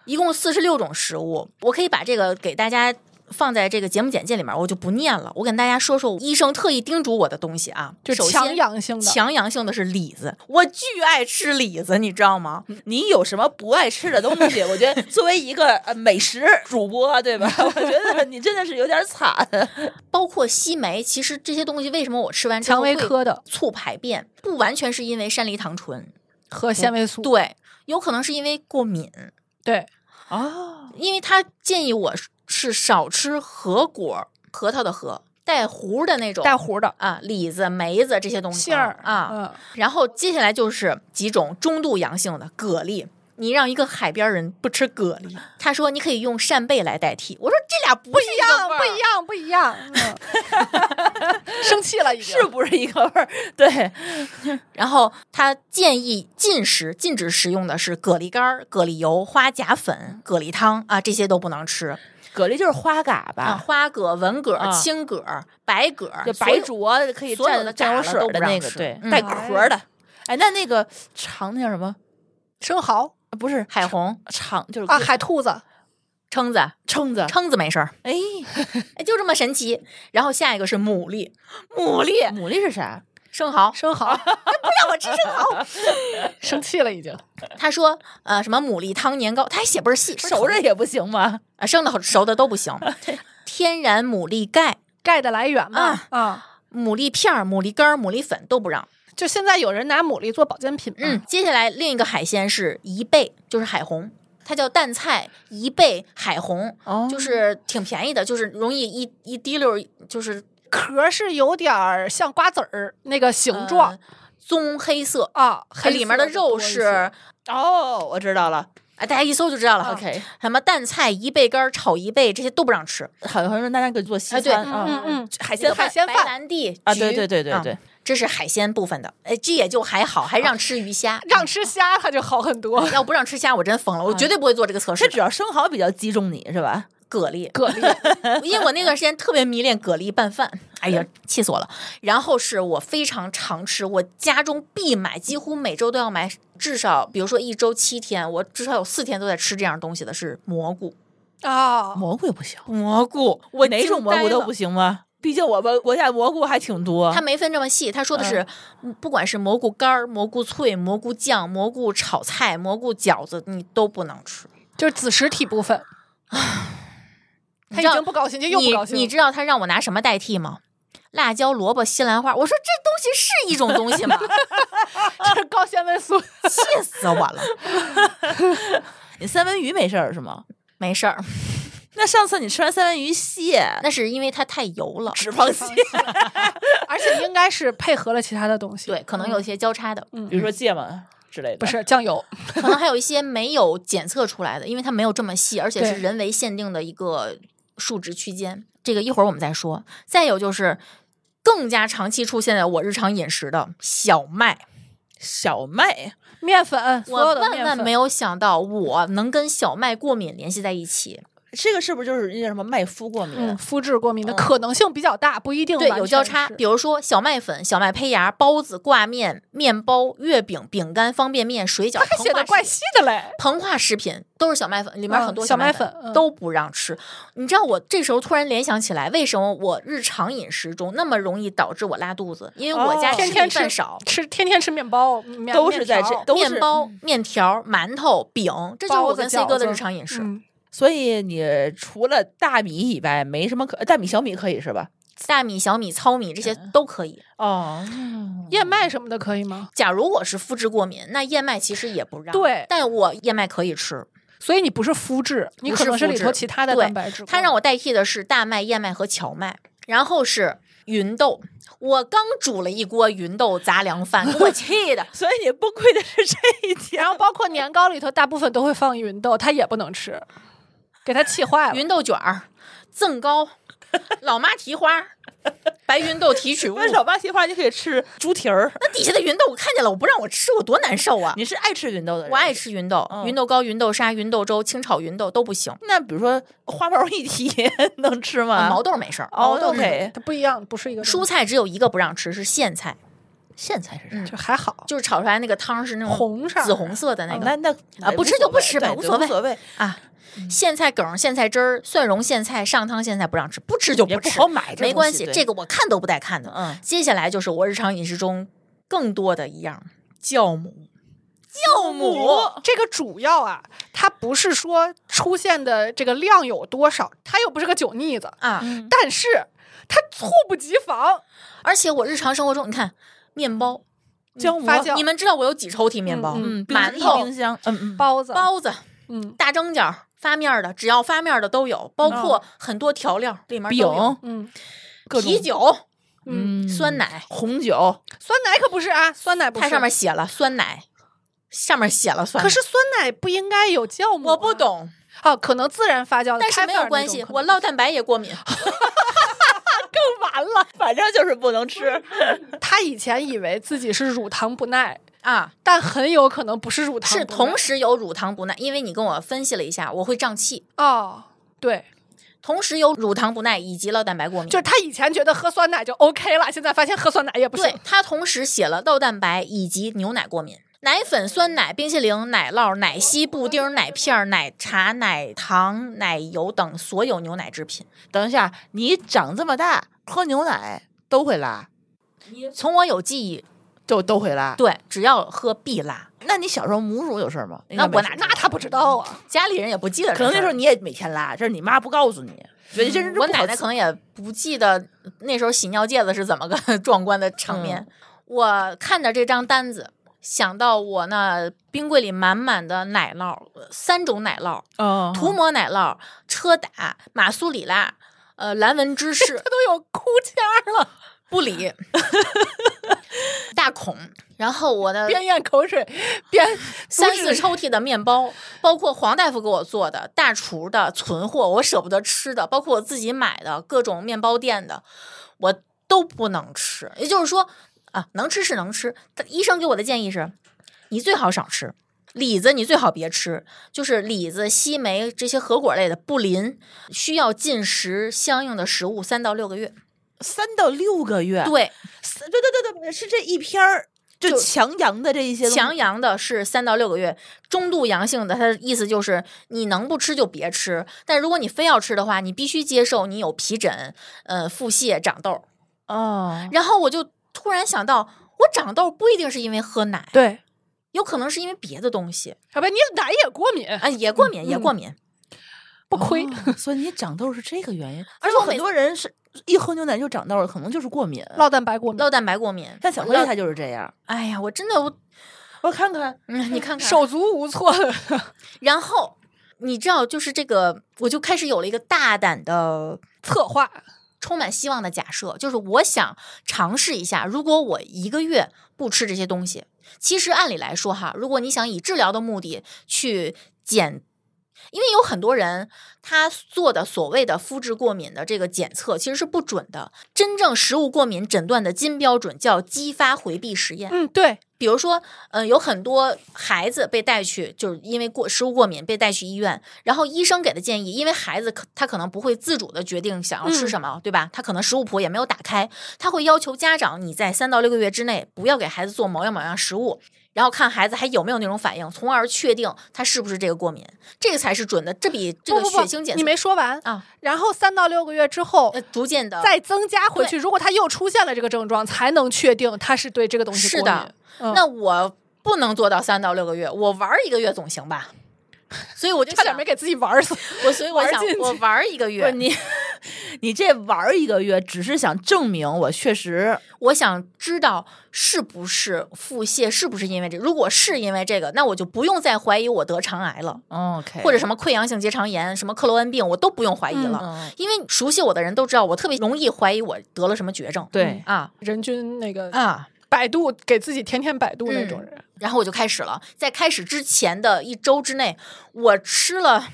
Speaker 3: 一共四十六种食物，我可以把这个给大家放在这个节目简介里面，我就不念了。我跟大家说说医生特意叮嘱我的东西啊，
Speaker 4: 就
Speaker 3: 首
Speaker 4: 强
Speaker 3: 先
Speaker 4: 阳性的，
Speaker 3: 强阳性的是李子，
Speaker 5: 我巨爱吃李子，你知道吗？
Speaker 3: 嗯
Speaker 5: 你有什么不爱吃的东西？ <laughs> 我觉得作为一个呃美食主播，对吧？ <laughs> 我觉得你真的是有点惨。
Speaker 3: <laughs> 包括西梅，其实这些东西为什么我吃完之后
Speaker 4: 蔷薇
Speaker 3: 会
Speaker 4: 科的
Speaker 3: 促排便，不完全是因为山梨糖醇，
Speaker 4: 和纤维素，
Speaker 3: 对，有可能是因为过敏，
Speaker 4: 对，
Speaker 5: 哦，
Speaker 3: 因为他建议我是少吃核果，核桃的核，带核的那种，
Speaker 4: 带核的
Speaker 3: 啊，李子、梅子这些东西
Speaker 4: 杏儿
Speaker 3: 啊。
Speaker 4: 嗯
Speaker 3: 然后接下来就是几种中度阳性的蛤蜊。你让一个海边人不吃蛤蜊，他说你可以用扇贝来代替。我说这俩不是一个味
Speaker 4: 不
Speaker 3: 儿
Speaker 5: 啊
Speaker 4: 一样，不一
Speaker 3: <laughs>
Speaker 4: 样，嗯，生气了已经
Speaker 5: 是。不是一个味儿？对，
Speaker 3: 然后他建议禁食，禁止食用的是蛤蜊干儿、蛤蜊油、花甲粉、蛤蜊汤啊，这些都不能吃
Speaker 5: 蛤蜊就是花蛤
Speaker 3: 啊。
Speaker 5: 吧，
Speaker 3: 花蛤、文蛤、
Speaker 5: 啊
Speaker 3: 青蛤、白蛤，
Speaker 5: 就
Speaker 3: 所
Speaker 5: 白
Speaker 3: 有
Speaker 5: 灼可以
Speaker 3: 所有
Speaker 5: 蘸
Speaker 3: 的
Speaker 5: 蘸
Speaker 3: 炸
Speaker 5: 油
Speaker 3: 了
Speaker 5: 水
Speaker 3: 都
Speaker 5: 儿
Speaker 3: 不
Speaker 5: 的
Speaker 3: 让
Speaker 5: 那个，
Speaker 3: 吃
Speaker 5: 对，
Speaker 3: 嗯
Speaker 5: 带壳的。哎，那那个长那叫什么？
Speaker 4: 生蚝
Speaker 5: 不是
Speaker 3: 海虹、
Speaker 5: 长，就是
Speaker 4: 啊，海兔子，
Speaker 3: 蛏子、
Speaker 5: 蛏子。
Speaker 3: 蛏子没事儿，
Speaker 5: 哎，
Speaker 3: 哎，就这么神奇。然后下一个是牡蛎，牡蛎、
Speaker 5: 牡蛎是啥？
Speaker 3: 生
Speaker 5: 哎
Speaker 3: 蚝，
Speaker 4: 生蚝，
Speaker 3: 啊让我吃生蚝。
Speaker 4: 生气了已经。
Speaker 3: 他说，呃，什么牡蛎汤年糕，他还写倍儿细，
Speaker 5: 熟着也不行吗？
Speaker 3: 啊，生的好熟的都不行。天然牡蛎钙、
Speaker 4: 钙的来源嘛
Speaker 3: 啊，
Speaker 4: 啊，
Speaker 3: 牡蛎片儿、牡蛎干儿、牡蛎粉都不让。
Speaker 4: 就现在有人拿牡蛎做保健品嘛，
Speaker 3: 嗯，接下来另一个海鲜是贻贝，就是海虹，它叫淡菜贻贝海虹，
Speaker 5: 哦
Speaker 3: 就是挺便宜的，就是容易一一滴溜儿，就是
Speaker 4: 壳是有点儿像瓜子儿那个形
Speaker 3: 呃
Speaker 4: 状
Speaker 3: 棕黑色，
Speaker 4: 啊，
Speaker 3: 它
Speaker 4: 黑
Speaker 3: 里面的
Speaker 4: 色
Speaker 3: 肉
Speaker 4: 多一些
Speaker 3: 是啊，
Speaker 5: 哦，我知道了。
Speaker 3: 大家一搜就知道了。
Speaker 5: OK，
Speaker 3: 什么淡菜贻贝干儿、炒贻贝这些都不让吃，
Speaker 5: 好像是大家可以做西
Speaker 3: 哎对
Speaker 5: 餐
Speaker 3: 嗯
Speaker 5: 啊
Speaker 4: 嗯嗯，
Speaker 5: 海
Speaker 3: 那
Speaker 5: 鲜
Speaker 3: 个
Speaker 5: 饭
Speaker 4: 海鲜
Speaker 3: 白
Speaker 4: 饭
Speaker 3: 兰地
Speaker 5: 啊，
Speaker 3: 橘
Speaker 5: 对对对对
Speaker 3: 啊
Speaker 5: 对，
Speaker 3: 这是海鲜部分的，哎，这也就还好，还让吃鱼虾，
Speaker 4: 哦让吃虾它就好很多。
Speaker 3: 要不让吃虾，我真疯了，我绝对不会做这个测试
Speaker 5: 这
Speaker 3: 的。
Speaker 5: 只要生蚝比较击中你是吧？
Speaker 3: 蛤蜊，
Speaker 4: 蛤蜊，
Speaker 3: 因为我那段时间特别迷恋蛤蜊拌饭，哎呀，气死我了。然后是我非常常吃，我家中必买，几乎每周都要买，至少比如说一周七天，我至少有四天都在吃这样东西的是蘑菇。
Speaker 4: 啊，
Speaker 5: 蘑菇也不行，
Speaker 3: 蘑菇，我
Speaker 5: 哪种蘑菇都不
Speaker 3: 行。
Speaker 5: 行吗？毕竟我们国家蘑菇还挺多。
Speaker 3: 他没分这么细，他说的是，嗯不管是蘑菇干儿、蘑菇脆、蘑菇酱、蘑菇炒菜、蘑菇饺子，你都不能吃。
Speaker 4: 就是子实体部分。他
Speaker 3: 你
Speaker 4: 已
Speaker 3: 知道
Speaker 4: 经不高兴，就又不
Speaker 3: 你
Speaker 4: 高兴了。
Speaker 3: 你知道他让我拿什么代替吗？辣椒、萝卜、西兰花。我说这东西是一种东西吗？ <laughs>
Speaker 4: 这是高纤维素，
Speaker 3: 气死我了！
Speaker 5: <laughs> 你三文鱼没事儿是吗？
Speaker 3: 没事儿，
Speaker 5: 那上次你吃完三文鱼蟹，
Speaker 3: 那是因为它太油了，
Speaker 5: 脂肪蟹，
Speaker 4: <laughs> 而且应该是配合了其他的东西。嗯
Speaker 3: 对，可能有一些交叉的，
Speaker 5: 比如说芥末之类的，
Speaker 4: 不是酱油，
Speaker 3: 可能还有一些没有检测出来的，因为它没有这么细，而且是
Speaker 4: 对
Speaker 3: 人为限定的一个数值区间。这个一会儿我们再说。再有就是更加长期出现在我日常饮食的小麦，
Speaker 5: 小麦。
Speaker 4: 面粉，所
Speaker 3: 我
Speaker 4: 有的
Speaker 3: 万
Speaker 4: 面
Speaker 3: 万没
Speaker 4: 粉。
Speaker 3: 有想到我能跟小麦过敏联系在一起。
Speaker 5: 这个是不是就是那叫什么麦麸过敏？
Speaker 4: 嗯，肤质过敏的可能性比较大，不一定
Speaker 3: 对，
Speaker 4: 完
Speaker 3: 有交
Speaker 4: 全
Speaker 3: 叉，
Speaker 4: 是
Speaker 3: 比如说小麦粉、小麦胚芽、包子、挂面、面包、月饼、饼干、方便面、水饺，
Speaker 4: 他
Speaker 3: 膨
Speaker 4: 写
Speaker 3: 化
Speaker 4: 的怪
Speaker 3: 食
Speaker 4: 细的嘞。
Speaker 3: 膨化食品都是小麦粉，里面
Speaker 4: 嗯
Speaker 3: 很多
Speaker 4: 小
Speaker 3: 麦
Speaker 4: 麦
Speaker 3: 粉,、
Speaker 4: 粉嗯
Speaker 3: 都不让吃。你知道我这时候突然联想起来，为什么我日常饮食中那么容易导致我拉肚子？因为我家吃
Speaker 5: 哦
Speaker 4: 天天
Speaker 3: 米饭
Speaker 4: 吃
Speaker 3: 少，
Speaker 4: 吃天天吃面包，面
Speaker 5: 都是在这
Speaker 4: 面条
Speaker 5: 都是
Speaker 3: 面包、面条、馒头、饼，这就是
Speaker 4: 嗯包
Speaker 3: 我
Speaker 4: 子
Speaker 3: 跟 C 哥的
Speaker 4: 饺
Speaker 3: 日
Speaker 4: 子
Speaker 3: 常饮食。
Speaker 4: 嗯
Speaker 5: 所以你除了大米以外，没什么可大米、小米可以是吧？
Speaker 3: 大米、小米、糙米这些
Speaker 4: 嗯
Speaker 3: 都可以。
Speaker 5: 哦，
Speaker 4: 燕麦什么的可以吗？
Speaker 3: 假如我是肤质过敏，那燕麦其实也不让。
Speaker 4: 对
Speaker 3: 但我燕麦可以吃。
Speaker 4: 所以你不是肤质，你
Speaker 3: 不
Speaker 4: 可
Speaker 3: 是
Speaker 4: 能是
Speaker 3: 肤
Speaker 4: 里
Speaker 3: 质
Speaker 4: 头其他的
Speaker 3: 对
Speaker 4: 蛋白质过敏。
Speaker 3: 它让我代替的是大麦、燕麦和荞麦，然后是芸豆。我刚煮了一锅芸豆杂粮饭，给我气的。
Speaker 5: <laughs> 所以你崩溃的是这一点。
Speaker 4: 然后包括年糕里头，大部分都会放芸豆，他也不能吃，给他气坏了。
Speaker 3: 芸豆卷儿、赠糕、老妈蹄花、白芸豆提取物。
Speaker 5: 问老爸媳妇儿，你可以吃猪蹄儿。
Speaker 3: 那底下的芸豆我看见了，我不让我吃，我多难受啊！
Speaker 5: <laughs> 你是爱吃芸豆的人？
Speaker 3: 我爱。吃芸豆，
Speaker 5: 嗯
Speaker 3: 芸豆糕、芸豆沙、芸豆粥、清炒芸豆都不行。
Speaker 5: 那比如说花毛一体 <laughs> 能吃吗？
Speaker 3: 啊毛豆没事儿，
Speaker 5: 哦
Speaker 3: 毛豆
Speaker 5: ，OK，
Speaker 4: 它不一样，不是一个东
Speaker 3: 蔬
Speaker 4: 西
Speaker 3: 菜只有一个不让吃，是苋菜。
Speaker 5: 苋菜是啥？
Speaker 3: 嗯
Speaker 4: 就还好，
Speaker 3: 就是炒出来那个汤是那种
Speaker 4: 红色儿
Speaker 3: 紫红色的那
Speaker 5: 哦
Speaker 3: 个。
Speaker 5: 那那
Speaker 3: 啊不吃就不吃吧
Speaker 5: 无
Speaker 3: 无
Speaker 5: 所
Speaker 3: 所
Speaker 5: 谓对
Speaker 3: 谓
Speaker 5: 对无谓，
Speaker 3: 啊，
Speaker 5: 嗯
Speaker 3: 苋菜梗、苋菜汁儿、蒜蓉苋菜、上汤苋菜不让吃，不吃就
Speaker 5: 也
Speaker 3: 不
Speaker 5: 不
Speaker 3: 吃，
Speaker 5: 好买这
Speaker 3: 没
Speaker 5: 东
Speaker 3: 关
Speaker 5: 西
Speaker 3: 系
Speaker 5: 对，
Speaker 3: 这个我看都不带看的。
Speaker 5: 嗯，
Speaker 3: 接下来就是我日常饮食中更多的一样酵母，酵母
Speaker 4: 这个主要啊，它不是说出现的这个量有多少，它又不是个酒腻子，
Speaker 3: 啊，
Speaker 5: 嗯
Speaker 4: 但是它猝不及防，
Speaker 3: 而且我日常生活中，你看面包，
Speaker 4: 酵
Speaker 5: 啊
Speaker 4: 母发酵
Speaker 3: 你们知道我有几抽屉面包，
Speaker 4: 嗯
Speaker 5: 冰
Speaker 3: 馒
Speaker 5: 一
Speaker 3: 头
Speaker 5: 冰、箱，嗯嗯，
Speaker 4: 包子，
Speaker 3: 包子、
Speaker 4: 嗯
Speaker 3: 大蒸饺、发面儿的，只要发面儿的都有，包括很多调料里面都
Speaker 5: 嗯饼
Speaker 3: 有，
Speaker 4: 嗯
Speaker 5: 各种
Speaker 3: 啤酒、
Speaker 4: 嗯，
Speaker 3: 酸奶，<laughs>
Speaker 5: 红酒，
Speaker 4: 酸奶可不是啊，酸奶不是，
Speaker 3: 它上面写了酸奶，上面写了酸奶，
Speaker 4: 可是酸奶不应该有酵母、
Speaker 3: 我不，懂，
Speaker 4: 啊，可能自然发酵的，
Speaker 3: 但是
Speaker 4: 开
Speaker 3: 没有
Speaker 4: 放那
Speaker 3: 关
Speaker 4: 种
Speaker 3: 系，
Speaker 4: 可能
Speaker 3: 我酪蛋白也过敏。
Speaker 5: 完了，反正就是不能吃。
Speaker 4: 他以前以为自己是乳糖不耐，
Speaker 3: 啊，
Speaker 4: 但很有可能不是乳糖不耐，
Speaker 3: 是同时有乳糖不耐，因为你跟我分析了一下，我会胀气，
Speaker 4: 哦，对，
Speaker 3: 同时有乳糖不耐以及酪蛋白过敏。
Speaker 4: 就是他以前觉得喝酸奶就 OK 了，现在发现喝酸奶也不
Speaker 3: 对
Speaker 4: 行，
Speaker 3: 它同时写了酪蛋白以及牛奶过敏。奶粉、酸奶、冰淇淋、奶酪、奶昔、布丁、奶片儿、奶茶、奶糖、奶油等所有牛奶制品。
Speaker 5: <laughs> 等一下，你长这么大喝牛奶都会拉，
Speaker 3: 从我有记忆，
Speaker 5: 就都会拉。
Speaker 3: 对，只要喝必拉。
Speaker 5: 那你小时候母乳有事儿吗？
Speaker 3: 那我哪知
Speaker 5: 应该没事儿
Speaker 3: 道
Speaker 4: 那他不知道啊，
Speaker 3: 家里人也不记得这
Speaker 5: 可
Speaker 3: 事儿，嗯
Speaker 5: 能那时候你也每天拉，这是你妈不告诉你。觉得这人
Speaker 3: 我奶奶可能也不记得那时候洗尿戒子是怎么个 <laughs> 壮观的场面。我看着这张单子，想到我那冰柜里满满的奶酪，呃三种奶酪：
Speaker 5: 能
Speaker 4: 哦
Speaker 3: 涂抹奶酪、车打、马苏里拉、呃蓝纹芝士 <laughs>
Speaker 4: 他都有哭腔了，
Speaker 3: 不理 <laughs> 大孔。然后我的
Speaker 4: 边咽口水边
Speaker 3: <laughs> 三
Speaker 4: 阻
Speaker 3: 四
Speaker 4: 止
Speaker 3: 抽屉的面包，包括黄大夫给我做的、大厨的存货，我舍不得吃的，包括我自己买的各种面包店的，我都不能吃。也就是说啊，能吃是能吃，但医生给我的建议是，你最好少吃。李子你最好别吃，就是李子、西梅这些核果类的不临，需要进食相应的食物三到六个月。
Speaker 5: 三到六个月，
Speaker 3: 对，
Speaker 5: 三，对对对对，是这一篇儿就
Speaker 3: 就
Speaker 5: 强阳的这一些东西
Speaker 3: 强阳的是三到六个月，中度阳性的，它的意思就是你能不吃就别吃，但如果你非要吃的话，你必须接受你有皮疹、呃腹泻、长痘。
Speaker 5: 哦，
Speaker 3: 然后我就突然想到，我长痘不一定是因为喝奶，
Speaker 4: 对，
Speaker 3: 有可能是因为别的东西
Speaker 4: 小白你奶也过敏，
Speaker 3: 啊，也过敏，也过
Speaker 5: 嗯
Speaker 3: 敏。
Speaker 4: 不亏，
Speaker 5: 哦所以你长痘是这个原因，
Speaker 3: <laughs> 而且
Speaker 5: 而且
Speaker 3: 我
Speaker 5: 很
Speaker 3: 每
Speaker 5: 多人是一喝牛奶就长痘了，可能就是过敏。
Speaker 4: 酪蛋白过敏，
Speaker 3: 酪蛋白过敏，
Speaker 5: 像小黑
Speaker 3: 酪
Speaker 5: 他就是这样，
Speaker 3: 哎呀，我真的我，
Speaker 5: 我看看，
Speaker 3: 嗯，你看看，
Speaker 4: 手足无措的，
Speaker 3: 然后你知道，就是这个，我就开始有了一个大胆的 <laughs>
Speaker 4: 策划
Speaker 3: 充满希望的假设，就是我想尝试一下，如果我一个月不吃这些东西，其实按理来说哈，如果你想以治疗的目的去减，因为有很多人他做的所谓的肤质过敏的这个检测其实是不准的，真正食物过敏诊断的金标准叫激发回避实验。
Speaker 4: 嗯，对，
Speaker 3: 比如说，呃，有很多孩子被带去，就是因为过食物过敏被带去医院，然后医生给的建议，因为孩子可他可能不会自主的决定想要吃什么，对吧？他可能食物谱也没有打开，他会要求家长你在三到六个月之内不要给孩子做某样某样食物，然后看孩子还有没有那种反应，从而确定他是不是这个过敏，这个才是准的。这比这个
Speaker 4: 不不
Speaker 3: 血
Speaker 4: 不
Speaker 3: 清检测
Speaker 4: 你没说完
Speaker 3: 啊，
Speaker 4: 然后三到六个月之后
Speaker 3: 呃，逐渐的
Speaker 4: 再增加回去，
Speaker 3: 对
Speaker 4: 如果他又出现了这个症状，才能确定他是对这个东西
Speaker 3: 是
Speaker 4: 过敏
Speaker 3: 的。
Speaker 4: 嗯
Speaker 3: 那我不能做到三到六个月，我玩儿一个月总行吧？所以我就
Speaker 4: 差点
Speaker 3: 想
Speaker 4: 没给自己玩死。
Speaker 3: 我所以我
Speaker 4: 玩
Speaker 3: 想
Speaker 4: 进去
Speaker 3: 我玩儿一个
Speaker 5: 不是
Speaker 3: 月， <laughs>
Speaker 5: 你，你这玩儿一个月，只是想证明我确实
Speaker 3: 我想知道是不是腹泻，是不是因为这个如果是因为这个，那我就不用再怀疑我得肠癌了，
Speaker 5: OK，
Speaker 3: 或者什么溃疡性结肠炎、什么克罗恩病，我都不用怀疑了。
Speaker 5: 哎嗯
Speaker 3: 因为熟悉我的人都知道，我特别容易怀疑我得了什么绝症。
Speaker 5: 对
Speaker 3: 啊
Speaker 4: 人均那个
Speaker 3: 啊！
Speaker 4: 百度给自己天天百度那种
Speaker 5: 嗯
Speaker 4: 人，
Speaker 3: 然后我就开始了，在开始之前的一周之内，我吃了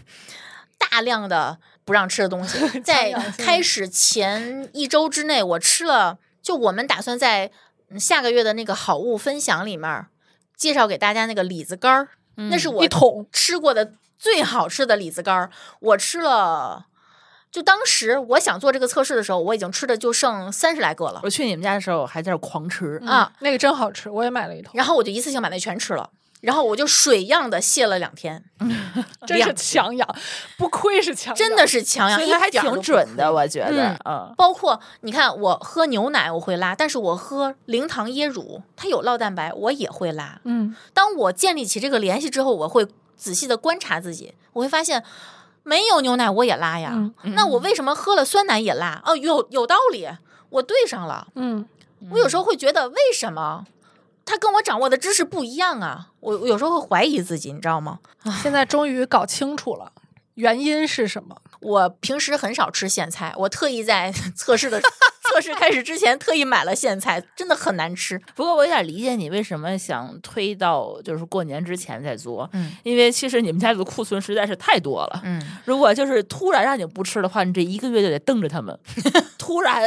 Speaker 3: 大量的不让吃的东西。在开始前一周之内，我吃了，就我们打算在嗯下个月的那个好物分享里面儿介绍给大家那个李子干儿，那是我
Speaker 4: 嗯一桶
Speaker 3: 吃过的最好吃的李子干儿，我吃了就当时我想做这个测试的时候，我已经吃的就剩三十来个了
Speaker 5: 我去你们家的时候还在那儿狂吃，
Speaker 3: 啊，
Speaker 4: 那个真好吃，我也买了一桶，
Speaker 3: 然后我就一次性把那全吃了，然后我就水样的泻了两天，
Speaker 4: 真是强养，不愧是强养，
Speaker 3: 真的是强呀，
Speaker 5: 所以它还
Speaker 3: 一点儿都
Speaker 5: 挺
Speaker 3: 不
Speaker 5: 准
Speaker 3: 亏
Speaker 5: 的，我觉得，嗯，
Speaker 3: 包括你看，我喝牛奶我会拉，但是我喝零糖椰乳，它有酪蛋白，我也会拉。
Speaker 4: 嗯，
Speaker 3: 当我建立起这个联系之后，我会仔细的观察自己，我会发现没有牛奶我也拉呀，
Speaker 4: 嗯
Speaker 3: 那我为什么喝了酸奶也拉？哦，有有道理，我对上了。
Speaker 4: 嗯，
Speaker 3: 我有时候会觉得为什么？他跟我掌握的知识不一样啊！我我有时候会怀疑自己，你知道吗？
Speaker 4: 现在终于搞清楚了原因是什么。
Speaker 3: 我平时很少吃苋菜，我特意在 <laughs> 测试的测试开始之前特意买了苋菜，真的很难吃。
Speaker 5: 嗯不过我有点理解你为什么想推到就是过年之前再做，
Speaker 3: 嗯
Speaker 5: 因为其实你们家的库存实在是太多了。
Speaker 3: 嗯，
Speaker 5: 如果就是突然让你不吃的话，你这一个月就得瞪着他们。突然，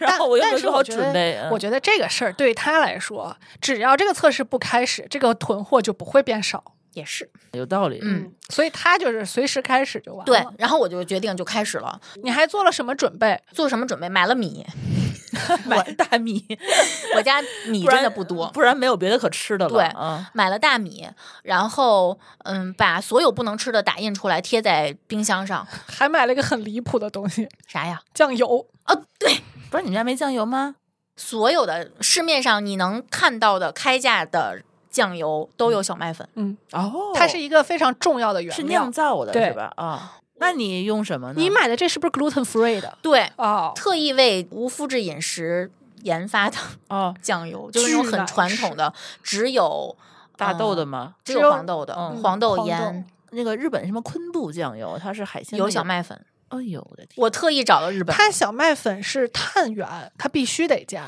Speaker 5: 然后我又
Speaker 4: 但
Speaker 5: 没有
Speaker 4: 是
Speaker 5: 做
Speaker 4: 我
Speaker 5: 好
Speaker 4: 觉
Speaker 5: 准
Speaker 4: 得
Speaker 5: 备。嗯
Speaker 4: 我觉得这个事儿对他来说，只要这个测试不开始，这个囤货就不会变少。
Speaker 3: 也是。
Speaker 5: 有道理。
Speaker 3: 嗯
Speaker 4: 所以他就是随时开始就完
Speaker 3: 对
Speaker 4: 了。，
Speaker 3: 然后我就决定就开始了，
Speaker 4: 对，你还做了什么准备？
Speaker 3: 做什么准备？买了米，
Speaker 5: <laughs> 买大米，
Speaker 3: 我家 <laughs> 米
Speaker 5: <laughs> 不然
Speaker 3: 真的不多，
Speaker 5: 不然没有别的可吃的了。
Speaker 3: 对
Speaker 5: 嗯，
Speaker 3: 买了大米，然后嗯，把所有不能吃的打印出来贴在冰箱上。
Speaker 4: 还买了一个很离谱的东西，
Speaker 3: 啥呀？
Speaker 4: 酱油。
Speaker 3: 哦，对，
Speaker 5: 不是你们家没酱油吗？
Speaker 3: 所有的市面上你能看到的开价的酱油都有小麦粉，
Speaker 4: 嗯，
Speaker 5: 哦
Speaker 4: 它是一个非常重要的原料。
Speaker 5: 是酿造的，
Speaker 4: 对
Speaker 5: 是吧？啊，那你用什么呢？
Speaker 4: 你买的这是不是 gluten free 的？
Speaker 3: 对，
Speaker 4: 哦，
Speaker 3: 特意为无麸质饮食研发的
Speaker 5: 哦
Speaker 3: 酱油，就是那种
Speaker 4: 巨
Speaker 3: 很
Speaker 4: 难
Speaker 3: 传统的，只有
Speaker 5: 大豆的
Speaker 3: 嗯
Speaker 5: 吗？
Speaker 3: 只
Speaker 4: 只
Speaker 3: 有
Speaker 4: 有
Speaker 3: 黄豆的，
Speaker 5: 嗯
Speaker 3: 黄豆
Speaker 4: 黄
Speaker 3: 盐
Speaker 5: 那个日本什么昆布酱油，它是海鲜
Speaker 3: 有
Speaker 5: 那
Speaker 3: 小
Speaker 5: 个。
Speaker 3: 麦粉。
Speaker 5: 哎呦我的天！
Speaker 3: 我特意找了日本，
Speaker 4: 它小麦粉是碳源，它必须得加，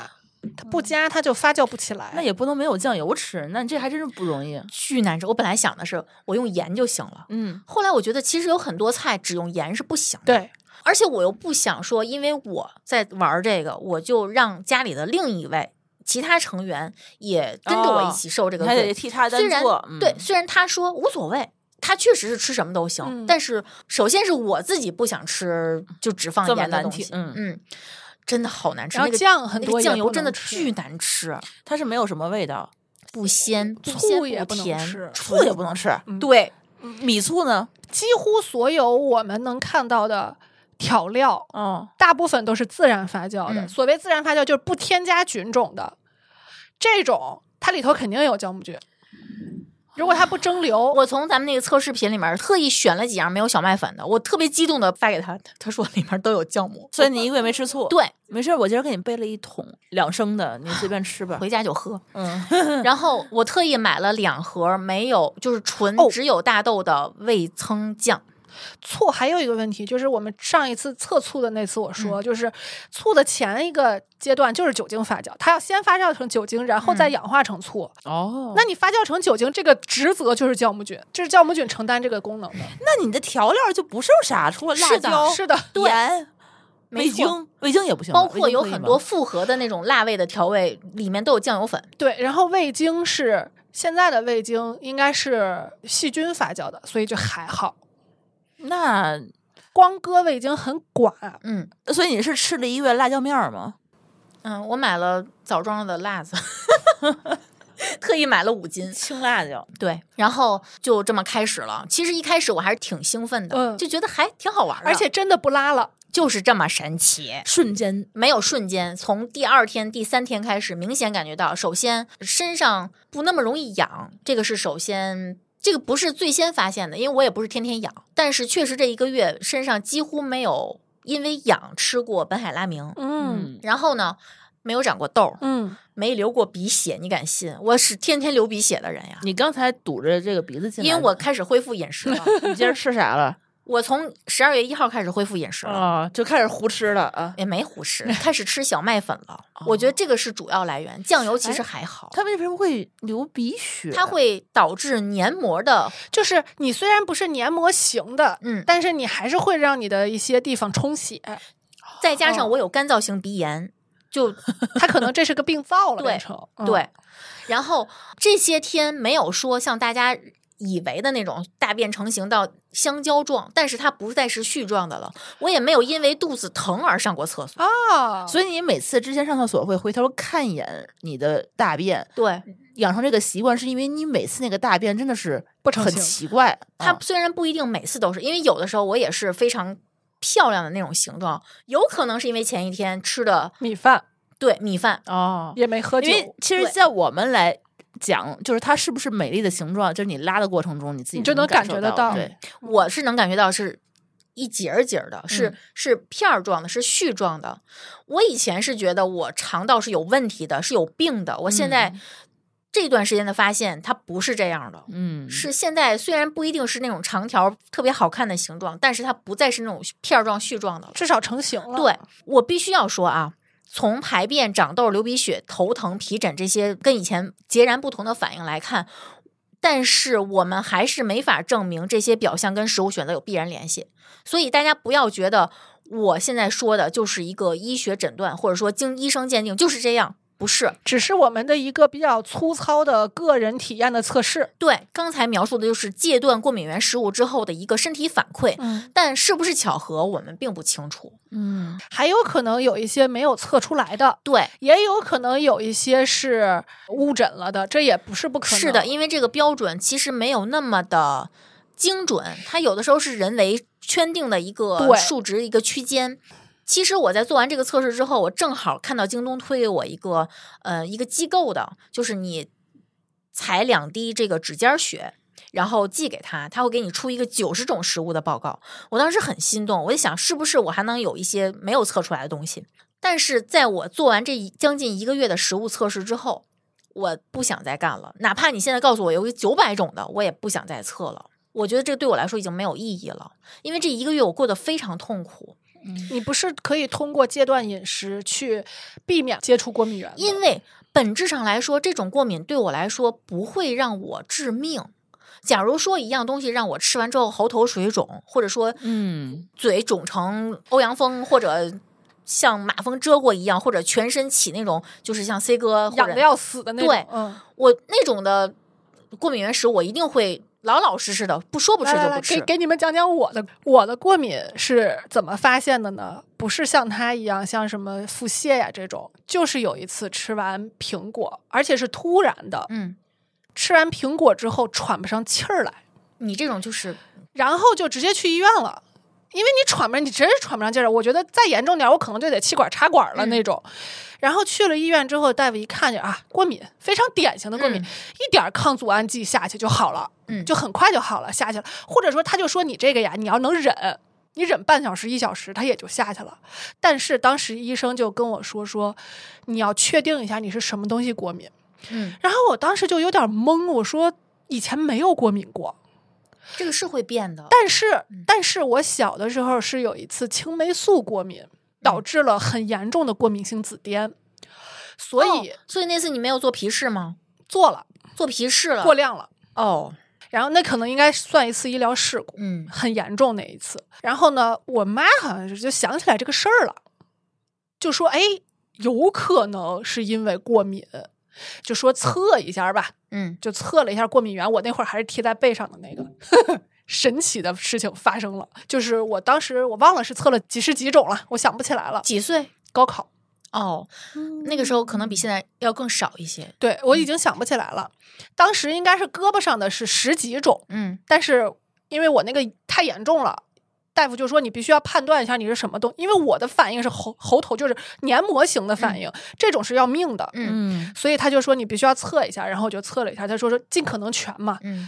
Speaker 4: 它不加它就发酵不起来。
Speaker 5: 那也不能没有酱油吃，那你这还真是不容易。
Speaker 3: 巨难吃。我本来想的是我用盐就行了，
Speaker 5: 嗯，
Speaker 3: 后来我觉得其实有很多菜只用盐是不行的，
Speaker 4: 对，
Speaker 3: 而且我又不想说，因为我在玩这个，我就让家里的另一位其他成员也跟着我一起受这个
Speaker 5: 还
Speaker 3: 罪。
Speaker 5: 得替他
Speaker 3: 虽
Speaker 5: 单
Speaker 3: 然、
Speaker 5: 做。嗯
Speaker 3: 对，，虽然他说无所谓。他确实是吃什么都行，
Speaker 4: 嗯
Speaker 3: 但是首先是我自己不想吃，就只放
Speaker 5: 这么
Speaker 3: 盐的
Speaker 5: 难
Speaker 3: 东
Speaker 5: 听
Speaker 3: 西。
Speaker 5: 嗯
Speaker 3: 真的好难吃。
Speaker 4: 然后
Speaker 3: 那个
Speaker 4: 酱很
Speaker 3: 那个
Speaker 4: 多也
Speaker 3: 酱油
Speaker 4: 不
Speaker 3: 真的
Speaker 4: 能吃
Speaker 3: 巨难吃，
Speaker 5: 它是没有什么味道，
Speaker 3: 不鲜，不鲜
Speaker 4: 醋也
Speaker 3: 不
Speaker 4: 不能
Speaker 3: 甜，
Speaker 4: 吃
Speaker 5: 醋也不能吃。
Speaker 3: 对，
Speaker 5: 米醋呢？
Speaker 4: 几乎所有我们能看到的调料，
Speaker 5: 哦，
Speaker 4: 大部分都是自然发酵的。
Speaker 3: 嗯
Speaker 4: 所谓自然发酵，就是不添加菌种的，这种它里头肯定有酵母菌。如果它不蒸馏，
Speaker 5: 哦
Speaker 3: 我从咱们那个测试品里面特意选了几样没有小麦粉的，我特别激动的发给他，他说里面都有酵母，
Speaker 5: 所以你一个月没吃醋？，
Speaker 3: 对，
Speaker 5: 没事儿，我今儿给你备了一桶两升的，你随便吃吧。
Speaker 3: 回家就喝。
Speaker 5: 嗯，
Speaker 3: 然后我特意买了两盒没有，就是纯
Speaker 4: 哦
Speaker 3: 只有大豆的味噌酱，
Speaker 4: 醋还有一个问题，就是我们上一次测醋的那次我
Speaker 5: 嗯
Speaker 4: 说，就是醋的前一个阶段就是酒精发酵，它要先发酵成酒精，然后
Speaker 5: 嗯
Speaker 4: 再氧化成醋。
Speaker 5: 哦那
Speaker 4: 那你发酵成酒精这个职责就是酵母菌，这是酵母菌承担这个功能的。
Speaker 5: 那你的调料就不剩啥，除了辣
Speaker 3: 是的
Speaker 5: 椒、
Speaker 4: 是的，
Speaker 5: 盐、
Speaker 3: 没
Speaker 5: 味
Speaker 3: 错
Speaker 5: 精，味精也不行吧，
Speaker 3: 包括
Speaker 5: 味精
Speaker 3: 有
Speaker 5: 可以
Speaker 3: 很
Speaker 5: 吗
Speaker 3: 多复合的那种辣味的调味，里面都有酱油粉。
Speaker 4: 对。然后味精是现在的味精应该是细菌发酵的，所以就还好。
Speaker 5: 那
Speaker 4: 光搁味精很寡，
Speaker 3: 嗯
Speaker 5: 所以你是吃了一月辣椒面儿吗？
Speaker 3: 嗯，我买了枣庄的辣子， <laughs> 特意买了五斤。
Speaker 5: 青辣椒，
Speaker 3: 对，然后就这么开始了。其实一开始我还是挺兴奋的，
Speaker 4: 嗯
Speaker 3: 就觉得还挺好玩儿的，
Speaker 4: 而且真的不拉了。
Speaker 3: 就是这么神奇。
Speaker 5: 瞬间
Speaker 3: 没有瞬间，从第二天、第三天开始，明显感觉到，首先身上不那么容易痒，这个是首先，这个不是最先发现的，因为我也不是天天痒，但是确实这一个月身上几乎没有因为痒吃过本海拉明，
Speaker 4: 嗯
Speaker 3: 然后呢，没有长过痘儿，
Speaker 4: 嗯，
Speaker 3: 没流过鼻血，你敢信？我是天天流鼻血的人呀，
Speaker 5: 你刚才堵着这个鼻子进来，
Speaker 3: 因为我开始恢复饮食了， <laughs>
Speaker 5: 你今儿吃啥 <laughs> 了？
Speaker 3: 我从十二月一号开始恢复饮食了。 <laughs>
Speaker 5: 啊，就开始胡吃了啊！
Speaker 3: 也没胡吃，开始吃小麦粉了。我觉得这个是主要来源，酱油其实
Speaker 5: 哎
Speaker 3: 还好。
Speaker 5: 他为什么会流鼻血？
Speaker 3: 它会导致黏膜的，
Speaker 4: 就是你虽然不是黏膜型的，
Speaker 3: 嗯，
Speaker 4: 但是你还是会让你的一些地方充血，
Speaker 3: 再加上我有干燥性鼻炎，就
Speaker 4: 它可能这是个病灶了，
Speaker 3: 对
Speaker 4: 变成、嗯
Speaker 3: 对。然后这些天没有说像大家以为的那种大便成型到香蕉状，但是它不再是絮状的了。我也没有因为肚子疼而上过厕所。
Speaker 4: 哦，
Speaker 5: 啊所以你每次之前上厕所会回头看一眼你的大便，
Speaker 3: 对，
Speaker 5: 养成这个习惯，是因为你每次那个大便真的是
Speaker 4: 不成
Speaker 5: 很
Speaker 4: 形
Speaker 5: 奇怪，
Speaker 3: 它
Speaker 5: 啊
Speaker 3: 虽然不一定每次都是，因为有的时候我也是非常漂亮的那种形状，有可能是因为前一天吃的
Speaker 4: 米饭
Speaker 3: 对米饭，
Speaker 5: 哦，
Speaker 4: 也没喝
Speaker 5: 因
Speaker 4: 酒，
Speaker 5: 为其实，
Speaker 3: 对
Speaker 5: 在我们来讲，就是它是不是美丽的形状，就是你拉的过程中你自己
Speaker 4: 你就能
Speaker 5: 能
Speaker 4: 感觉
Speaker 5: 受
Speaker 4: 得
Speaker 5: 到，
Speaker 4: 到
Speaker 5: 对，
Speaker 3: 我是能感觉到是一节儿节儿的，是、
Speaker 5: 嗯
Speaker 3: 是片儿状的，是絮状的。我以前是觉得我肠道是有问题的，是有病的。我
Speaker 5: 嗯
Speaker 3: 现在这段时间的发现，它不是这样的。
Speaker 5: 嗯，
Speaker 3: 是现在虽然不一定是那种长条特别好看的形状，但是它不再是那种片儿状絮状的了。
Speaker 4: 至少成型了。
Speaker 3: 对我必须要说啊，从排便、长痘、流鼻血、头疼、皮疹这些跟以前截然不同的反应来看，但是我们还是没法证明这些表象跟食物选择有必然联系。所以大家不要觉得我现在说的就是一个医学诊断，或者说经医生鉴定就是这样，不是。
Speaker 4: 只是我们的一个比较粗糙的个人体验的测试。
Speaker 3: 对，刚才描述的就是戒断过敏源食物之后的一个身体反馈，
Speaker 4: 嗯，
Speaker 3: 但是不是巧合，我们并不清楚。
Speaker 5: 嗯
Speaker 4: 还有可能有一些没有测出来的，
Speaker 3: 对，
Speaker 4: 也有可能有一些是误诊了的，这也不是不可能。
Speaker 3: 是的，，因为这个标准其实没有那么的精准，它有的时候是人为圈定的一个
Speaker 4: 对
Speaker 3: 数值一个区间。其实我在做完这个测试之后，我正好看到京东推给我一个呃一个机构的，就是你采两滴这个指尖血。然后寄给他，他会给你出一个九十种食物的报告。我当时很心动，我就想是不是我还能有一些没有测出来的东西。但是在我做完这一将近一个月的食物测试之后，我不想再干了。哪怕你现在告诉我有九百种的，我也不想再测了。我觉得这对我来说已经没有意义了，因为这一个月我过得非常痛苦，
Speaker 4: 你不是可以通过戒断饮食去避免接触过敏源的？
Speaker 3: 因为本质上来说，这种过敏对我来说不会让我致命。假如说一样东西让我吃完之后喉头水肿，或者说
Speaker 5: 嗯，
Speaker 3: 嘴肿成欧阳锋，或者像马蜂蛰过一样，或者全身起那种就是像 C 哥或
Speaker 4: 痒
Speaker 3: 者
Speaker 4: 的要死的那种。
Speaker 3: 对
Speaker 4: 嗯，
Speaker 3: 我那种的过敏原食，我一定会老老实实的，不说不吃
Speaker 4: 来来
Speaker 3: 就
Speaker 4: 来
Speaker 3: 不吃。
Speaker 4: 给给你们讲讲我的我的过敏是怎么发现的呢？不是像他一样，像什么腹泻呀、这种，就是有一次吃完苹果，而且是突然的，
Speaker 3: 嗯，
Speaker 4: 吃完苹果之后喘不上气儿来，
Speaker 3: 你这种就是
Speaker 4: 然后就直接去医院了。因为你喘不上，你真是喘不上劲儿。我觉得再严重点儿，我可能就得气管插管
Speaker 3: 嗯
Speaker 4: 了那种。然后去了医院之后，大夫一看就啊，过敏，非常典型的过敏，
Speaker 3: 嗯
Speaker 4: 一点儿抗组胺剂下去就好了，
Speaker 3: 嗯
Speaker 4: 就很快就好了，下去了。或者说他就说你这个呀，你要能忍，你忍半小时一小时，它也就下去了。但是当时医生就跟我说说，你要确定一下你是什么东西过敏。
Speaker 3: 嗯，
Speaker 4: 然后我当时就有点懵，我说以前没有过敏过，
Speaker 3: 这个是会变的。
Speaker 4: 但是
Speaker 3: 嗯，
Speaker 4: 但是我小的时候是有一次青霉素过敏，导致了很严重的过敏性紫癜，所以
Speaker 3: 哦所以那次你没有做皮试吗？
Speaker 4: 做了
Speaker 3: 做皮试了。
Speaker 4: 过量了，
Speaker 3: 哦，
Speaker 4: 然后那可能应该算一次医疗事故，
Speaker 3: 嗯
Speaker 4: 很严重那一次。然后呢，我妈好像是就想起来这个事儿了，就说：“哎，有可能是因为过敏，就说测一下吧。”
Speaker 3: 嗯，
Speaker 4: 就测了一下过敏源，我那会儿还是贴在背上的那个。 <laughs> 神奇的事情发生了，就是我当时我忘了是测了几十几种了，我想不起来了。
Speaker 3: 几岁？
Speaker 4: 高考，
Speaker 3: 哦，
Speaker 4: 嗯
Speaker 3: 那个时候可能比现在要更少一些。
Speaker 4: 对我已经想不起来了。当时应该是胳膊上的是十几种，
Speaker 3: 嗯
Speaker 4: 但是因为我那个太严重了。大夫就说你必须要判断一下你是什么东，因为我的反应是喉喉头就是黏膜型的反应，这种是要命的，
Speaker 3: 嗯
Speaker 5: 嗯
Speaker 4: 所以他就说你必须要测一下，然后我就测了一下，他说说尽可能全嘛，
Speaker 3: 嗯，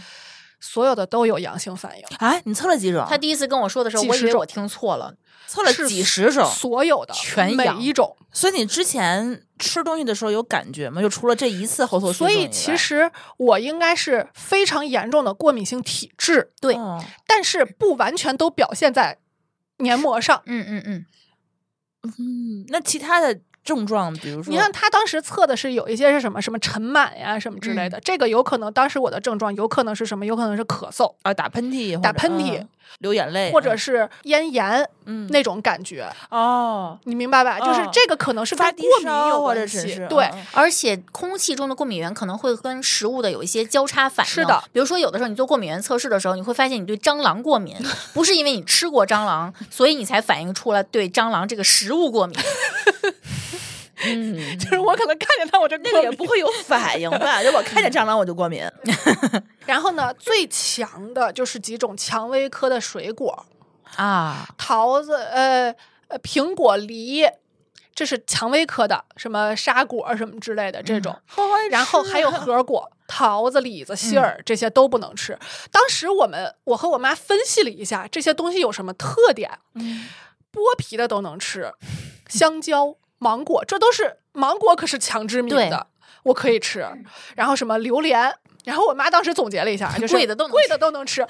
Speaker 4: 所有的都有阳性反应，
Speaker 5: 哎，你测了几种？
Speaker 3: 他第一次跟我说的时候，
Speaker 4: 几
Speaker 3: 我
Speaker 4: 十
Speaker 3: 以为
Speaker 4: 种
Speaker 3: 我听错了。
Speaker 5: 测了几十种，
Speaker 4: 所有的
Speaker 5: 全
Speaker 4: 每
Speaker 5: 阳
Speaker 4: 一种。
Speaker 5: 所以你之前吃东西的时候有感觉吗？就除了这一次后头，
Speaker 4: 所以其实我应该是非常严重的过敏性体质，
Speaker 3: 对
Speaker 5: 哦
Speaker 4: 但是不完全都表现在黏膜上。
Speaker 3: 嗯嗯嗯，
Speaker 5: 嗯，那其他的症状，比如说，
Speaker 4: 你看他当时测的是有一些是什么什么尘螨呀什么之
Speaker 5: 嗯
Speaker 4: 类的，这个有可能当时我的症状有可能是什么，有可能是咳嗽，
Speaker 5: 啊，打喷嚏，
Speaker 4: 打
Speaker 5: 或者
Speaker 4: 喷嚏
Speaker 5: 嗯流眼泪，
Speaker 4: 或者是咽炎
Speaker 5: 嗯
Speaker 4: 那种感觉，
Speaker 5: 哦，
Speaker 4: 你明白吧？就是
Speaker 5: 嗯
Speaker 4: 这个可能是
Speaker 5: 发
Speaker 4: 跟
Speaker 5: 低
Speaker 4: 过敏
Speaker 5: 烧
Speaker 4: 有
Speaker 5: 或者
Speaker 4: 关
Speaker 5: 只
Speaker 4: 系
Speaker 5: 是，
Speaker 4: 对，
Speaker 5: 嗯
Speaker 3: 而且空气中的过敏原可能会跟食物的有一些交叉反应。
Speaker 4: 是的，
Speaker 3: 比如说有的时候你做过敏原测试的时候，你会发现你对蟑螂过
Speaker 4: <laughs>
Speaker 3: 敏，不是因为你吃过蟑螂，所以你才反映出来对蟑螂这个食物过敏。
Speaker 5: 嗯，
Speaker 4: 就是我可能看见他我就
Speaker 5: 那
Speaker 4: 过
Speaker 5: 个也
Speaker 4: 敏
Speaker 5: 不会有反应吧？就我看
Speaker 4: 嗯
Speaker 5: 见蟑螂我就过敏，
Speaker 4: 然后呢，最强的就是几种蔷薇科的水果，
Speaker 3: 啊，
Speaker 4: 桃子、呃、呃苹果、梨，这是蔷薇科的，什么沙果什么之类的这种。
Speaker 5: 嗯
Speaker 4: 然后还有核果、桃子、李子、杏儿，这些都不能吃。当时我们我和我妈分析了一下，这些东西有什么特点？剥皮的都能吃，香蕉、芒果，这都是芒果可是强致敏
Speaker 3: 对
Speaker 4: 的，我可以吃。然后什么榴莲，然后我妈当时总结了一下，就是
Speaker 3: 贵的都能
Speaker 4: 贵的都能吃。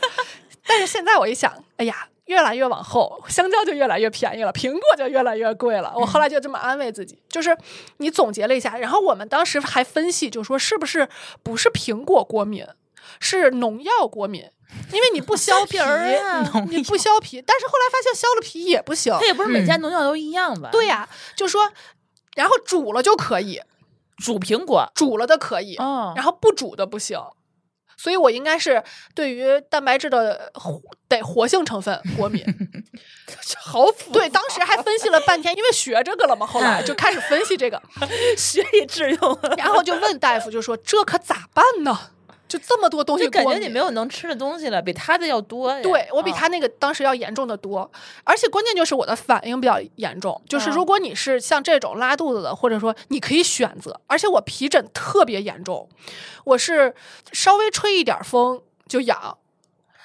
Speaker 4: 但是现在我一想，哎呀，越来越往后，香蕉就越来越便宜了，苹果就越来越贵了。我后来就这么安慰自己，就是你总结了一下，然后我们当时还分析，就说是不是不是苹果过敏，是农药过敏。因为你不削皮嗯
Speaker 5: 儿啊
Speaker 4: 你不削皮，但是后来发现削了皮也不行
Speaker 5: 它，也不是每家农药都一样吧？
Speaker 4: 对呀、就说，然后煮了就可以，
Speaker 5: 煮苹果，
Speaker 4: 煮了的可以，
Speaker 5: 哦，
Speaker 4: 然后不煮的不行。所以我应该是对于蛋白质的活得活性成分过敏。
Speaker 5: <laughs> 好复
Speaker 4: 对，当时还分析了半天，因为学这个了嘛，后来就开始分析
Speaker 5: <laughs>
Speaker 4: 这个，
Speaker 5: 学以致用，
Speaker 4: 然后就问大夫，就说这可咋办呢？就这么多东西
Speaker 5: 就
Speaker 4: 过
Speaker 5: 感
Speaker 4: 敏，
Speaker 5: 觉你没有能吃的东西了，比他的要多呀。
Speaker 4: 对我比
Speaker 5: 嗯
Speaker 4: 他那个当时要严重的多，而且关键就是我的反应比较严重，就是
Speaker 5: 嗯
Speaker 4: 如果你是像这种拉肚子的，或者说你可以选择，而且我皮疹特别严重，我是稍微吹一点儿风就痒，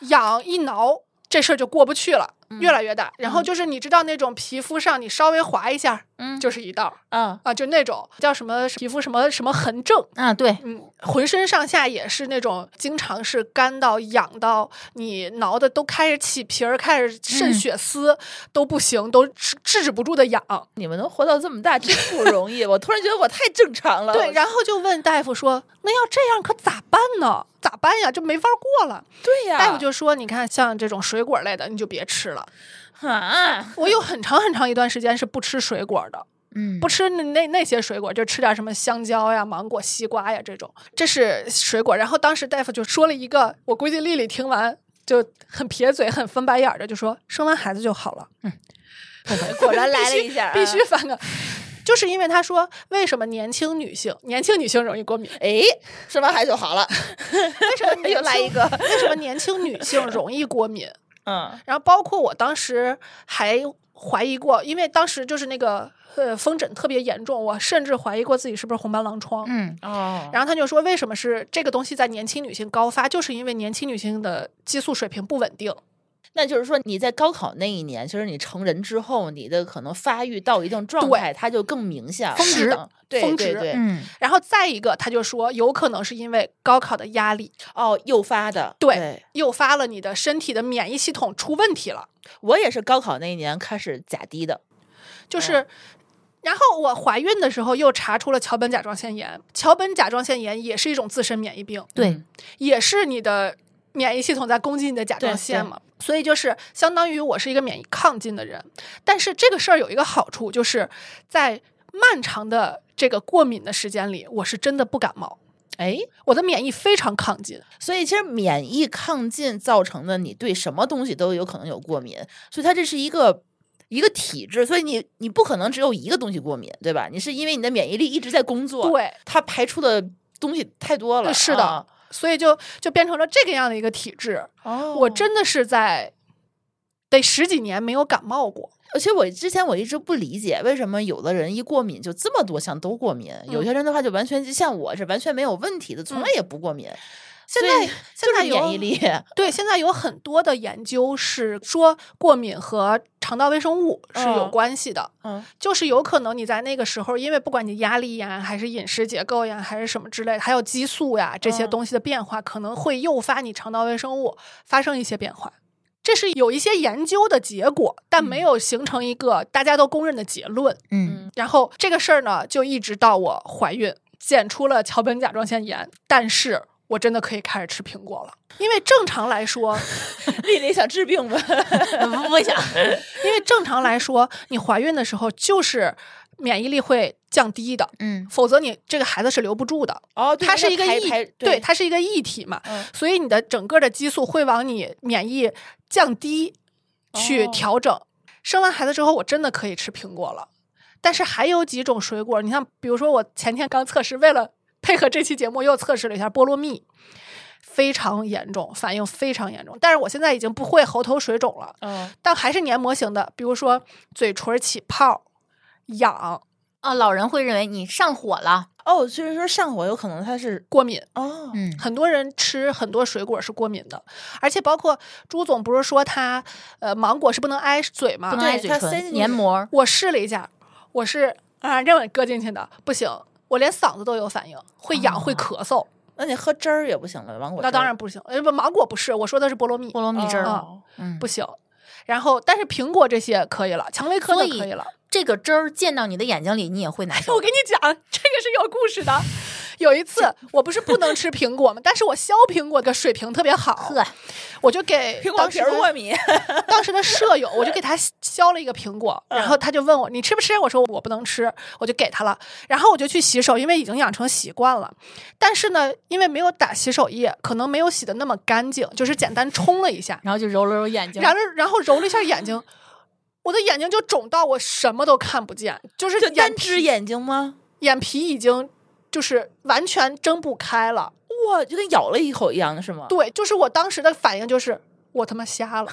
Speaker 4: 痒一挠这事儿就过不去了，越来越大。然后就是你知道那种皮肤上你稍微划一下，
Speaker 3: 嗯
Speaker 4: 就是一道儿
Speaker 5: 嗯，
Speaker 4: 啊，就那种叫什么皮肤什么什么痕症，
Speaker 3: 啊，
Speaker 4: <laughs>
Speaker 3: 对，
Speaker 4: 嗯，浑身上下也是那种，经常是干到痒到你挠的都开始起皮儿，开始渗血丝、都不行，都制制止不住的痒。
Speaker 5: 你们能活到这么大真
Speaker 4: <laughs>
Speaker 5: 不容易，我突然觉得我太正常了。
Speaker 4: 对，然后就问大夫说：“那要这样可咋办呢？啊咋办呀？这没法过了。
Speaker 5: 对呀，
Speaker 4: 大夫就说：“你看，像这种水果类的，你就别吃了。
Speaker 5: 啊，
Speaker 4: 我有很长很长一段时间是不吃水果的，
Speaker 3: 嗯，
Speaker 4: 不吃那那那些水果，就吃点什么香蕉呀、芒果、西瓜呀这种，这是水果。然后当时大夫就说了一个，我估计丽丽听完就很撇嘴、很翻白眼儿的，就说生完孩子就好了。
Speaker 5: 嗯 <laughs> 果然来了一下，嗯
Speaker 4: 必须。翻个，就是因为他说为什么年轻女性年轻女性容易过敏，
Speaker 5: 哎，生完孩子就好了。
Speaker 4: 为什么年
Speaker 5: 又来
Speaker 4: 轻
Speaker 5: 一
Speaker 4: <laughs>
Speaker 5: 个
Speaker 4: 为什么年轻女性容易过敏？
Speaker 5: 嗯，
Speaker 4: 然后包括我当时还怀疑过，因为当时就是那个呃风疹特别严重，我甚至怀疑过自己是不是红斑狼疮。
Speaker 3: 嗯，
Speaker 5: 哦，
Speaker 4: 然后他就说，为什么是这个东西在年轻女性高发，就是因为年轻女性的激素水平不稳定。
Speaker 5: 那就是说你在高考那一年，其实你成人之后，你的可能发育到一定状态，它就更明显了，
Speaker 3: 峰值
Speaker 5: 是的对
Speaker 4: 峰
Speaker 5: 对
Speaker 4: 值
Speaker 5: 对，
Speaker 3: 嗯，
Speaker 4: 然后再一个，他就说，有可能是因为高考的压力
Speaker 5: 哦，诱发的，
Speaker 4: 对诱发了你的身体的免疫系统出问题了，
Speaker 5: 我也是高考那一年开始假低的，
Speaker 3: 嗯
Speaker 4: 就是。然后我怀孕的时候又查出了桥本甲状腺炎，桥本甲状腺炎也是一种自身免疫病，
Speaker 3: 对，
Speaker 5: 嗯
Speaker 4: 也是你的免疫系统在攻击你的甲状
Speaker 5: 对
Speaker 4: 腺
Speaker 5: 对
Speaker 4: 嘛。所以就是相当于我是一个免疫亢进的人，但是这个事儿有一个好处，就是在漫长的这个过敏的时间里，我是真的不感冒，
Speaker 5: 哎，
Speaker 4: 我的免疫非常亢进。
Speaker 5: 所以其实免疫亢进造成的，你对什么东西都有可能有过敏，所以它这是一个一个体质，所以你你不可能只有一个东西过敏，对吧？你是因为你的免疫力一直在工作，，
Speaker 4: 对，呃
Speaker 5: 它排出的东西太多了，
Speaker 4: 是的
Speaker 5: 啊
Speaker 4: 所以就就变成了这个样的一个体质。
Speaker 5: 哦
Speaker 4: 我真的是在得十几年没有感冒过。
Speaker 5: 而且我之前我一直不理解，为什么有的人一过敏就这么多项都过敏，
Speaker 4: 嗯
Speaker 5: 有些人的话就完全就像我是完全没有问题的，从来也不过敏。
Speaker 4: 现
Speaker 5: 所
Speaker 4: 在
Speaker 5: 以
Speaker 4: 现在
Speaker 5: 就是
Speaker 4: 有
Speaker 5: 免
Speaker 4: <laughs>
Speaker 5: 疫力，
Speaker 4: 对，现在有很多的研究是说过敏和肠道微生物是有
Speaker 5: 嗯
Speaker 4: 关系的。
Speaker 5: 嗯，
Speaker 4: 就是有可能你在那个时候，因为不管你压力呀，还是饮食结构呀，还是什么之类的，还有激素呀这些
Speaker 5: 嗯
Speaker 4: 东西的变化，可能会诱发你肠道微生物发生一些变化。这是有一些研究的结果，但没有形成一个大家都公认的结论。
Speaker 5: 嗯
Speaker 4: 然后这个事儿呢，就一直到我怀孕检出了桥本甲状腺炎，但是我真的可以开始吃苹果了。因为正常来说，
Speaker 5: 丽丽想治
Speaker 4: <laughs>
Speaker 5: 病吧？
Speaker 3: <laughs> 不想，
Speaker 4: 因为正常来说，你怀孕的时候就是免疫力会降低的，
Speaker 3: 嗯
Speaker 4: 否则你这个孩子是留不住的。
Speaker 5: 哦，对
Speaker 4: 它是一个
Speaker 5: 排
Speaker 4: 异
Speaker 5: 排，
Speaker 4: 对，它是一个异体嘛，
Speaker 5: 嗯
Speaker 4: 所以你的整个的激素会往你免疫降低去
Speaker 5: 哦
Speaker 4: 调整。生完孩子之后，我真的可以吃苹果了，但是还有几种水果，你像比如说我前天刚测试，为了配合这期节目又测试了一下菠萝蜜。非常严重，反应非常严重。但是我现在已经不会喉头水肿了，
Speaker 5: 嗯，
Speaker 4: 但还是黏膜型的，比如说嘴唇起泡、痒、
Speaker 3: 啊，老人会认为你上火了，
Speaker 5: 哦，就是说上火有可能它是
Speaker 4: 过敏。
Speaker 5: 哦，
Speaker 3: 嗯
Speaker 4: 很多人吃很多水果是过敏的，而且包括朱总不是说他呃芒果是不能挨嘴吗？
Speaker 3: 不能
Speaker 5: 对
Speaker 3: 挨嘴
Speaker 5: 它塞进
Speaker 3: 唇，
Speaker 5: 去
Speaker 3: 黏膜，
Speaker 4: 我试了一下，我是啊这么搁进去的，不行，我连嗓子都有反应，会痒、
Speaker 3: 啊
Speaker 4: 会咳嗽，
Speaker 5: 那你喝汁儿也不行了，芒果
Speaker 4: 那
Speaker 5: 汁儿
Speaker 4: 当然不行。呃，不，芒果不是，我说的是菠萝蜜，
Speaker 3: 菠萝蜜汁儿，
Speaker 5: 哦
Speaker 3: 嗯，
Speaker 4: 不行。然后，但是苹果这些可以了，蔷薇科
Speaker 3: 所
Speaker 4: 的
Speaker 3: 以
Speaker 4: 可以了。 <laughs> 哎
Speaker 3: 这个汁儿溅到你的眼睛里，你也会难受 <laughs>
Speaker 4: 我
Speaker 3: 的。
Speaker 4: 跟你讲，这个是有故事的。有一次，我不是不能吃苹果吗？但是我削苹果的水平特
Speaker 3: <laughs>
Speaker 4: 别好，
Speaker 3: 呵，
Speaker 4: 我就给
Speaker 5: 苹果
Speaker 4: 当
Speaker 5: 皮
Speaker 4: 时
Speaker 5: 儿
Speaker 4: 的
Speaker 5: 过敏，
Speaker 4: <laughs> 当时的舍友，我就给他削了一个苹果，
Speaker 5: 嗯
Speaker 4: 然后他就问我你吃不吃？我说我不能吃，我就给他了。然后我就去洗手，因为已经养成习惯了。但是呢，因为没有打洗手液，可能没有洗的那么干净，就是简单冲了一下，
Speaker 3: 然后就揉了揉眼睛，
Speaker 4: 然后然后揉了一下眼睛，我的眼睛就肿到我什么都看不见，就是
Speaker 5: 就
Speaker 4: 眼
Speaker 5: 单只
Speaker 4: 皮
Speaker 5: 眼睛吗？
Speaker 4: 眼皮已经就是完全睁不开了。
Speaker 5: 哇，就跟咬了一口一样的是吗？
Speaker 4: 对，就是我当时的反应就是我他妈瞎
Speaker 5: <laughs>
Speaker 4: 了，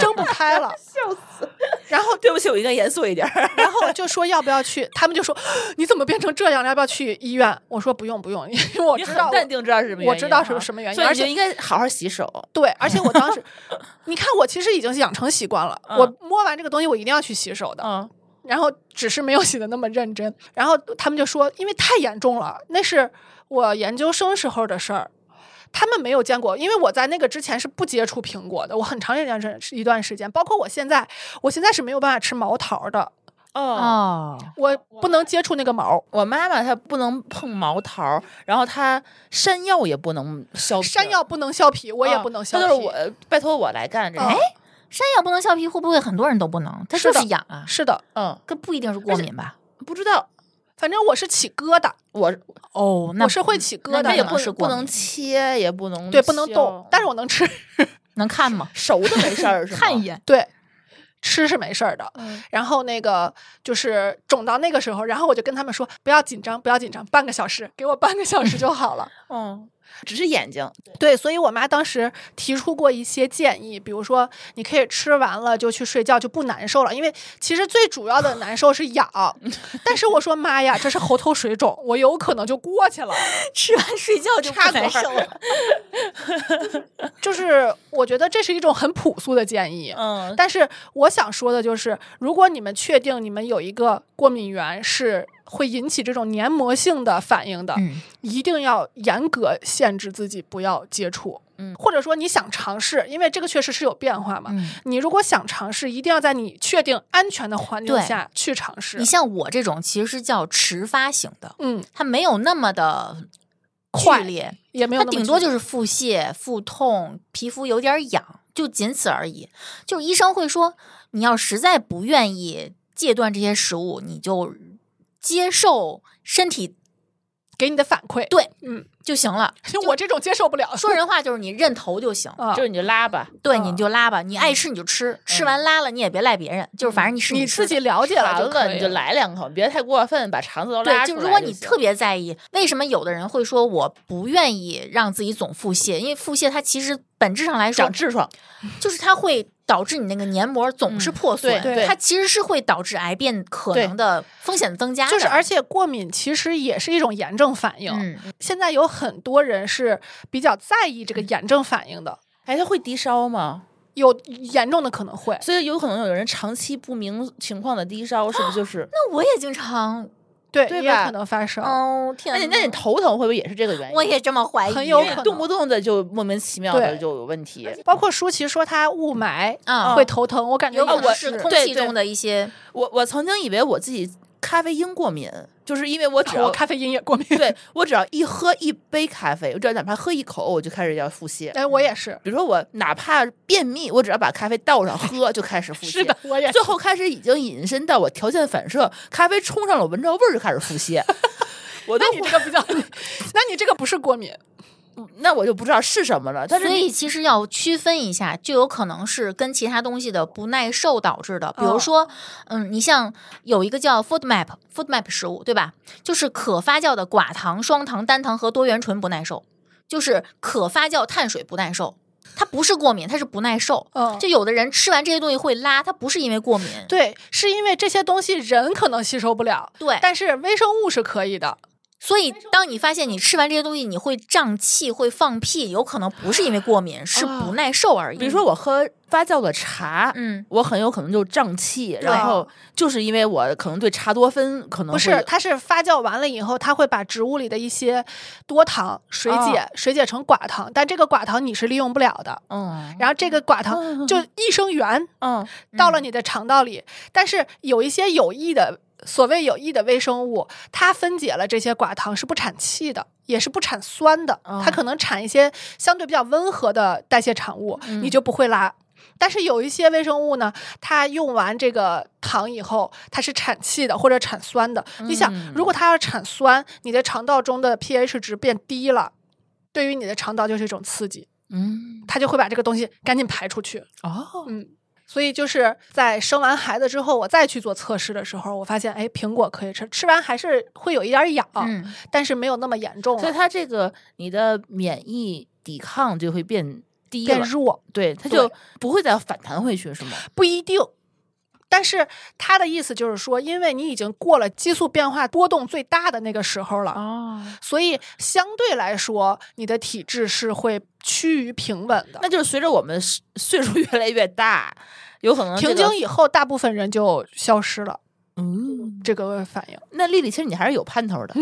Speaker 4: 睁不开了。
Speaker 5: 笑死！
Speaker 4: 然后
Speaker 5: 对不起，我应该严肃一点儿。
Speaker 4: 然后就说要不要去，他们就说你怎么变成这样了？要不要去医院？我说不用不用，因 <laughs> 为我
Speaker 5: 你
Speaker 4: 知
Speaker 5: 很
Speaker 4: 道
Speaker 5: 淡定，知道是什么原因啊
Speaker 4: 我知道是
Speaker 5: 哈
Speaker 4: 什么原因
Speaker 5: 所以
Speaker 4: 而
Speaker 5: 你就
Speaker 4: 且
Speaker 5: 应该好好洗手。
Speaker 4: 对，而且我当时， <laughs> 你看我其实已经养成习惯了，
Speaker 5: 嗯
Speaker 4: 我摸完这个东西我一定要去洗手的，
Speaker 5: 嗯，
Speaker 4: 然后只是没有洗的那么认真。然后他们就说，因为太严重了，那是我研究生时候的事儿。他们没有见过，因为我在那个之前是不接触苹果的，我很长一段时一段时间，包括我现在，我现在是没有办法吃毛桃的，
Speaker 5: 哦，
Speaker 3: 哦，
Speaker 4: 我不能接触那个毛。
Speaker 5: 我妈妈她不能碰毛桃儿，然后她山药也不能削皮儿，
Speaker 4: 山药不能削皮，我也
Speaker 5: 嗯
Speaker 4: 不能削
Speaker 5: 她
Speaker 4: 皮。
Speaker 5: 就是我拜托我来干这个
Speaker 4: 嗯。
Speaker 3: 山药不能削皮，会不会很多人都不能？它
Speaker 4: 是
Speaker 3: 就
Speaker 4: 的
Speaker 3: 是痒啊，
Speaker 4: 是的，
Speaker 5: 嗯，
Speaker 3: 这不一定是过敏吧？
Speaker 5: 不知道
Speaker 4: 反正我是起疙瘩，
Speaker 5: 我
Speaker 3: 哦，那
Speaker 4: 我是会起疙
Speaker 3: 那
Speaker 4: 瘩
Speaker 5: 她
Speaker 3: 那
Speaker 5: 也
Speaker 3: 也
Speaker 4: 的，
Speaker 5: 不
Speaker 3: 不是
Speaker 5: 不
Speaker 3: 过敏
Speaker 5: 能切，也不能
Speaker 4: 对，不能动
Speaker 5: 削，
Speaker 4: 但是我能吃，
Speaker 3: 能看 <laughs> 吗？
Speaker 5: 熟的没
Speaker 3: <laughs>
Speaker 5: 事儿是吗？
Speaker 3: 看一眼，
Speaker 4: 对，吃是没事儿的。
Speaker 5: 嗯，
Speaker 4: 然后那个就是肿到那个时候，然后我就跟他们说不要紧张，不要紧张，半个小时，给我半个小时就好
Speaker 5: <laughs>
Speaker 4: 了。
Speaker 5: 嗯，只是眼睛。
Speaker 4: 对，所以我妈当时提出过一些建议，比如说你可以吃完了就去睡觉，就不难受了。因为其实最主要的难受是 <laughs>
Speaker 5: <laughs>
Speaker 4: 痒，但是我说妈呀，这是喉头水肿，我有可能就过去了。
Speaker 3: 吃完睡觉 <laughs> 就
Speaker 5: 插管儿
Speaker 3: 了。
Speaker 4: 就是我觉得这是一种很朴素的建议。
Speaker 5: 嗯，
Speaker 4: 但是我想说的就是，如果你们确定你们有一个过敏源是会引起这种黏膜性的反应的，
Speaker 3: 嗯，
Speaker 4: 一定要严格限制自己不要接触。
Speaker 5: 嗯
Speaker 4: 或者说你想尝试，因为这个确实是有变化嘛。
Speaker 3: <laughs> 嗯
Speaker 4: 你如果想尝试，一定要在你确定安全的环境
Speaker 3: 对
Speaker 4: 下去尝试
Speaker 3: 你。像我这种其实是叫迟发型的，
Speaker 4: 嗯，
Speaker 3: 它没有那么的
Speaker 4: 快
Speaker 3: 剧烈，
Speaker 4: 也没
Speaker 3: 它
Speaker 4: 有那么
Speaker 3: 顶多
Speaker 4: 剧
Speaker 3: 就
Speaker 4: 烈
Speaker 3: 是腹泻、腹痛、皮肤有点痒，就仅此而已。就医生会说，你要实在不愿意戒断这些食物，你就接受身体
Speaker 4: 给你的反馈。
Speaker 3: 对
Speaker 4: 嗯，
Speaker 3: 就行了。
Speaker 4: 就我这种接受不了。
Speaker 3: 说人话就是你认头就行，
Speaker 4: 啊，
Speaker 5: <laughs> 就是你就拉吧。
Speaker 3: 对，
Speaker 4: 嗯嗯
Speaker 3: 你就拉吧，你爱吃你就吃，吃完拉了你也别赖别人，就是反正你是
Speaker 4: 你
Speaker 3: 吃
Speaker 4: 自己
Speaker 3: 的
Speaker 4: 了解
Speaker 5: 完
Speaker 4: 就可
Speaker 5: 了
Speaker 4: 以
Speaker 5: 你就来两口，别太过分，把肠子都
Speaker 3: 对，
Speaker 5: 拉出
Speaker 3: 就
Speaker 5: 来
Speaker 3: 如果你
Speaker 5: 行
Speaker 3: 特别在意，为什么有的人会说我不愿意让自己总腹泻？因为腹泻它其实本质上来说
Speaker 5: 长，痔疮，
Speaker 3: 就是它会导致你那个黏膜总是
Speaker 5: 嗯
Speaker 3: 破损，
Speaker 5: 对对
Speaker 3: 它其实是会导致癌变可
Speaker 5: 对
Speaker 3: 能的风险增加的。
Speaker 4: 就是，而且过敏其实也是一种炎症反应。
Speaker 3: 嗯，
Speaker 4: 现在有很多人是比较在意这个炎症反应的，
Speaker 5: 哎，它会低烧吗？
Speaker 4: 有严重的可能会。
Speaker 5: 所以有可能有人长期不明情况的低烧，是不是就是
Speaker 3: 那我也经常
Speaker 4: 对，
Speaker 5: 对
Speaker 4: 也有
Speaker 5: 吧
Speaker 4: 可能发烧。
Speaker 3: 哦天
Speaker 5: 那
Speaker 3: 哪，
Speaker 5: 你那你头疼会不会也是这个原因？
Speaker 3: 我也这么怀疑，
Speaker 4: 很有可能
Speaker 5: 动不动的就莫名其妙的
Speaker 4: 对
Speaker 5: 就有问题。
Speaker 4: 包括舒淇说她雾霾
Speaker 3: 啊
Speaker 4: 会头哦疼，我感觉
Speaker 3: 有可
Speaker 4: 也
Speaker 3: 能
Speaker 4: 是
Speaker 3: 是空
Speaker 5: 对
Speaker 3: 气
Speaker 5: 对
Speaker 3: 中的一些
Speaker 5: 我我曾经以为我自己咖啡因过敏，就是因为我只要
Speaker 4: 我咖啡因也过敏。
Speaker 3: <laughs>
Speaker 5: 对我只要一喝一杯咖啡，我只要哪怕喝一口，我就开始要腹泻。
Speaker 4: 哎，我也是，
Speaker 5: 比如说我哪怕便秘，我只要把咖啡倒上喝，就开始腹泻。
Speaker 4: 是的，我也
Speaker 5: 最后开始已经引申到我条件反射，咖啡冲上了，我闻着味儿就开始腹
Speaker 4: <laughs>
Speaker 5: 泻。我都
Speaker 4: 那你这个不叫，那你这个不是过敏，
Speaker 5: 那我就不知道是什么了，但是
Speaker 3: 所
Speaker 5: 你
Speaker 3: 以其实要区分一下，就有可能是跟其他东西的不耐受导致的。比如说，嗯，你像有一个叫 FoodMap，FoodMap 食物，对吧？就是可发酵的寡糖、双糖、单糖和多元醇不耐受，就是可发酵碳水不耐受。它不是过敏，它是不耐受。
Speaker 4: 嗯
Speaker 3: 就有的人吃完这些东西会拉，它不是因为过敏。
Speaker 4: 对，是因为这些东西人可能吸收不了，
Speaker 3: 对
Speaker 4: 但是微生物是可以的。
Speaker 3: 所以当你发现你吃完这些东西你会胀气、会放屁，有可能不是因为过敏，是
Speaker 5: 啊
Speaker 3: 不耐受而已。
Speaker 5: 比如说，我喝发酵的茶，
Speaker 3: 嗯，
Speaker 5: 我很有可能就胀气，然后就是因为我可能对茶多酚可能
Speaker 4: 不
Speaker 5: 会
Speaker 4: 是，它是发酵完了以后，它会把植物里的一些多糖水解、
Speaker 5: 哦
Speaker 4: 水解成寡糖，但这个寡糖你是利用不了的。
Speaker 5: 嗯
Speaker 4: 然后这个寡糖就益生元
Speaker 5: 哦嗯
Speaker 4: 到了你的肠道里，但是有一些有益的所谓有益的微生物，它分解了这些寡糖是不产气的，也是不产酸的，
Speaker 5: 哦
Speaker 4: 它可能产一些相对比较温和的代谢产物，
Speaker 5: 嗯
Speaker 4: 你就不会拉。但是有一些微生物呢，它用完这个糖以后，它是产气的或者产酸的。你想，
Speaker 5: 嗯
Speaker 4: 如果它要产酸，你的肠道中的 pH 值变低了，对于你的肠道就是一种刺激，
Speaker 5: 嗯
Speaker 4: 它就会把这个东西赶紧排出去。
Speaker 5: 哦
Speaker 4: 嗯，所以就是在生完孩子之后，我再去做测试的时候，我发现，哎，苹果可以吃，吃完还是会有一点痒，
Speaker 3: 嗯，
Speaker 4: 但是没有那么严重
Speaker 5: 所以
Speaker 4: 了，
Speaker 5: 它这个你的免疫抵抗就会变低
Speaker 4: 变
Speaker 5: 了
Speaker 4: 弱
Speaker 5: 对，它
Speaker 4: 对
Speaker 5: 就不会再反弹回去，是吗？
Speaker 4: 不一定。但是他的意思就是说，因为你已经过了激素变化波动最大的那个时候了，
Speaker 5: 哦，
Speaker 4: 所以相对来说，你的体质是会趋于平稳的
Speaker 5: 那。就是随着我们是岁数 <laughs> 越来越大，有可能这
Speaker 4: 停
Speaker 5: 个
Speaker 4: 经以后，大部分人就消失了
Speaker 5: 嗯，
Speaker 4: 这个反应，
Speaker 5: 那丽丽其实你还是有盼头 <laughs> 的，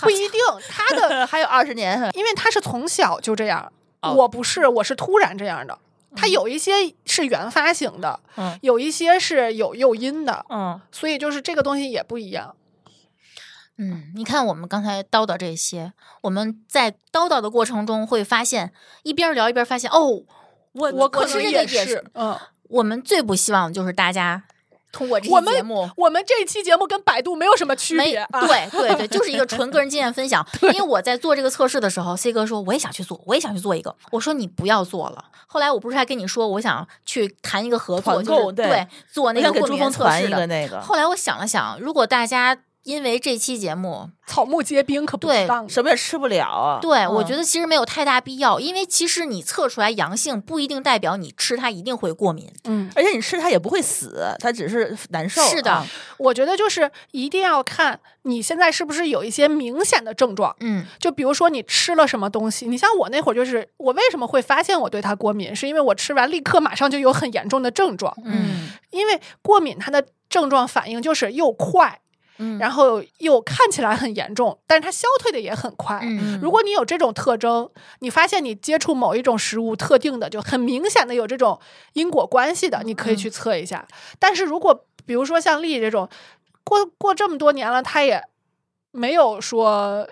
Speaker 4: 不一定。他的
Speaker 5: 呃，还有二十年
Speaker 4: 因为他是从小就这样，
Speaker 5: 哦
Speaker 4: 我不是，我是突然这样的。
Speaker 3: 嗯
Speaker 4: 他有一些是原发型的，
Speaker 5: 嗯
Speaker 4: 有一些是有诱因的，
Speaker 5: 嗯，
Speaker 4: 所以就是这个东西也不一样。
Speaker 3: 嗯，你看我们刚才叨叨这些，我们在叨叨的过程中会发现，一边聊一边发现，哦，我
Speaker 4: 我可
Speaker 3: 吃
Speaker 4: 能
Speaker 3: 这个
Speaker 4: 是，
Speaker 3: 是。
Speaker 4: 嗯，
Speaker 3: 我们最不希望就是大家通过这
Speaker 4: 我
Speaker 3: 期
Speaker 4: 们
Speaker 3: 节目。
Speaker 4: 我们这期节目跟百度没有什么区
Speaker 3: 没
Speaker 4: 别啊。
Speaker 3: 对对对，就是一个纯个人经验分享。因为我在做这个测试的时候，C 哥说我也想去做，我也想去做一个。我说你不要做了。后来我不是还跟你说，我想去谈一个合作，
Speaker 5: 团
Speaker 3: 就是
Speaker 5: 购对
Speaker 3: 对做那
Speaker 5: 我想
Speaker 3: 个
Speaker 5: 给
Speaker 3: 过
Speaker 5: 朱
Speaker 3: 敏原
Speaker 5: 峰
Speaker 3: 测
Speaker 5: 传
Speaker 3: 试
Speaker 5: 一个
Speaker 3: 的。
Speaker 5: 那个
Speaker 3: 后来我想了想，如果大家因为这期节目
Speaker 4: 草木皆兵可不
Speaker 3: 对
Speaker 4: 是当的。
Speaker 5: 什么也吃不了啊。
Speaker 3: 对，我
Speaker 5: 嗯
Speaker 3: 觉得其实没有太大必要，因为其实你测出来阳性不一定代表你吃它一定会过敏。
Speaker 4: 嗯，
Speaker 5: 而且你吃它也不会死，它只是难受。
Speaker 3: 是的
Speaker 5: 啊
Speaker 4: 我觉得就是一定要看你现在是不是有一些明显的症状。
Speaker 3: 嗯
Speaker 4: 就比如说你吃了什么东西，你像我那会儿就是，我为什么会发现我对它过敏，是因为我吃完立刻马上就有很严重的症状，
Speaker 3: 嗯
Speaker 4: 因为过敏它的症状反应就是又快，
Speaker 5: 嗯
Speaker 4: 然后又看起来很严重，但是它消退的也很快。
Speaker 3: 嗯
Speaker 4: 如果你有这种特征，你发现你接触某一种食物特定的，就很明显的有这种因果关系的，你可以
Speaker 3: 嗯
Speaker 4: 去测一下。但是如果比如说像丽丽这种，过过这么多年了，她也没有说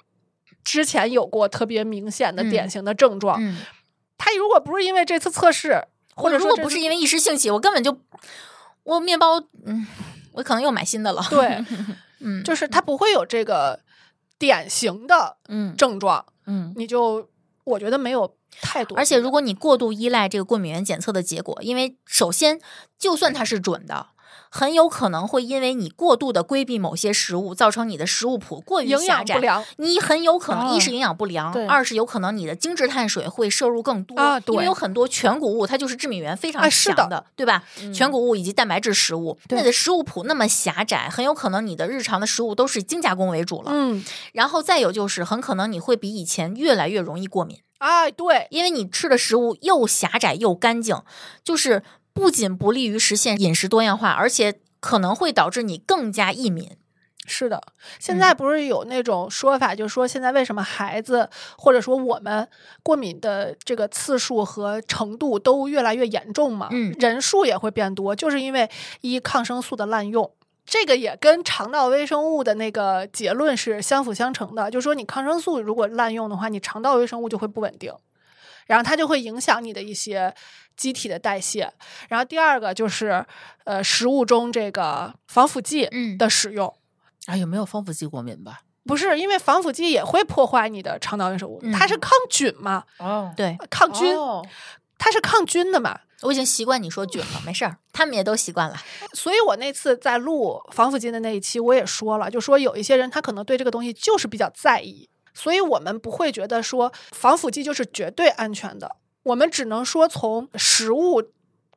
Speaker 4: 之前有过特别明显的
Speaker 3: 嗯
Speaker 4: 典型的症状，
Speaker 3: 嗯，
Speaker 4: 她如果不是因为这次测试，或者
Speaker 3: 如
Speaker 4: 说
Speaker 3: 果
Speaker 4: 这
Speaker 3: 不是
Speaker 4: 次
Speaker 3: 因为一时兴起，我根本就我面包，嗯，我可能又买新的了。 <laughs>
Speaker 4: 对，
Speaker 3: 嗯，
Speaker 4: 就是她不会有这个典型的
Speaker 5: 嗯
Speaker 4: 症状，
Speaker 5: 嗯
Speaker 4: 你就我觉得没有太多必要。
Speaker 3: 而且如果你过度依赖这个过敏原检测的结果，因为首先就算它是准的。很有可能会因为你过度的规避某些食物，造成你的食物谱过于
Speaker 4: 营
Speaker 3: 狭
Speaker 4: 养
Speaker 3: 窄
Speaker 4: 不，良，
Speaker 3: 你很有可能
Speaker 5: 哦
Speaker 3: 一是营养不良，
Speaker 5: 对
Speaker 3: 二是有可能你的精致碳水会摄入更多，
Speaker 4: 啊对
Speaker 3: 因为有很多全谷物它就是致敏原非常
Speaker 4: 啊是
Speaker 3: 强
Speaker 4: 的嗯
Speaker 3: 对吧？全谷物以及蛋白质食物，那
Speaker 4: 对
Speaker 3: 你的食物谱那么狭窄，很有可能你的日常的食物都是精加工为主了。
Speaker 4: 嗯
Speaker 3: 然后再有就是，很可能你会比以前越来越容易过敏，
Speaker 4: 啊，对，
Speaker 3: 因为你吃的食物又狭窄又干净，就是不仅不利于实现饮食多样化，而且可能会导致你更加易敏。
Speaker 4: 是的，现
Speaker 3: 嗯
Speaker 4: 在不是有那种说法，就是说现在为什么孩子或者说我们过敏的这个次数和程度都越来越严重嘛？
Speaker 3: 嗯
Speaker 4: 人数也会变多，就是因为一抗生素的滥用。这个也跟肠道微生物的那个结论是相辅相成的，就是说你抗生素如果滥用的话，你肠道微生物就会不稳定，然后它就会影响你的一些机体的代谢。然后第二个就是，呃，食物中这个防腐剂
Speaker 3: 嗯
Speaker 4: 的使用，
Speaker 5: 啊，有没有防腐剂过敏吧？
Speaker 4: 不是，因为防腐剂也会破坏你的肠道微生物，
Speaker 3: 嗯
Speaker 4: 它是抗菌嘛，
Speaker 5: 哦，
Speaker 3: 对
Speaker 4: 抗菌，它是抗菌的嘛。
Speaker 3: 我已经习惯你说菌了，没事儿，他们也都习惯了。
Speaker 4: 所以我那次在录防腐剂的那一期，我也说了，就说有一些人他可能对这个东西就是比较在意，所以我们不会觉得说防腐剂就是绝对安全的，我们只能说从食物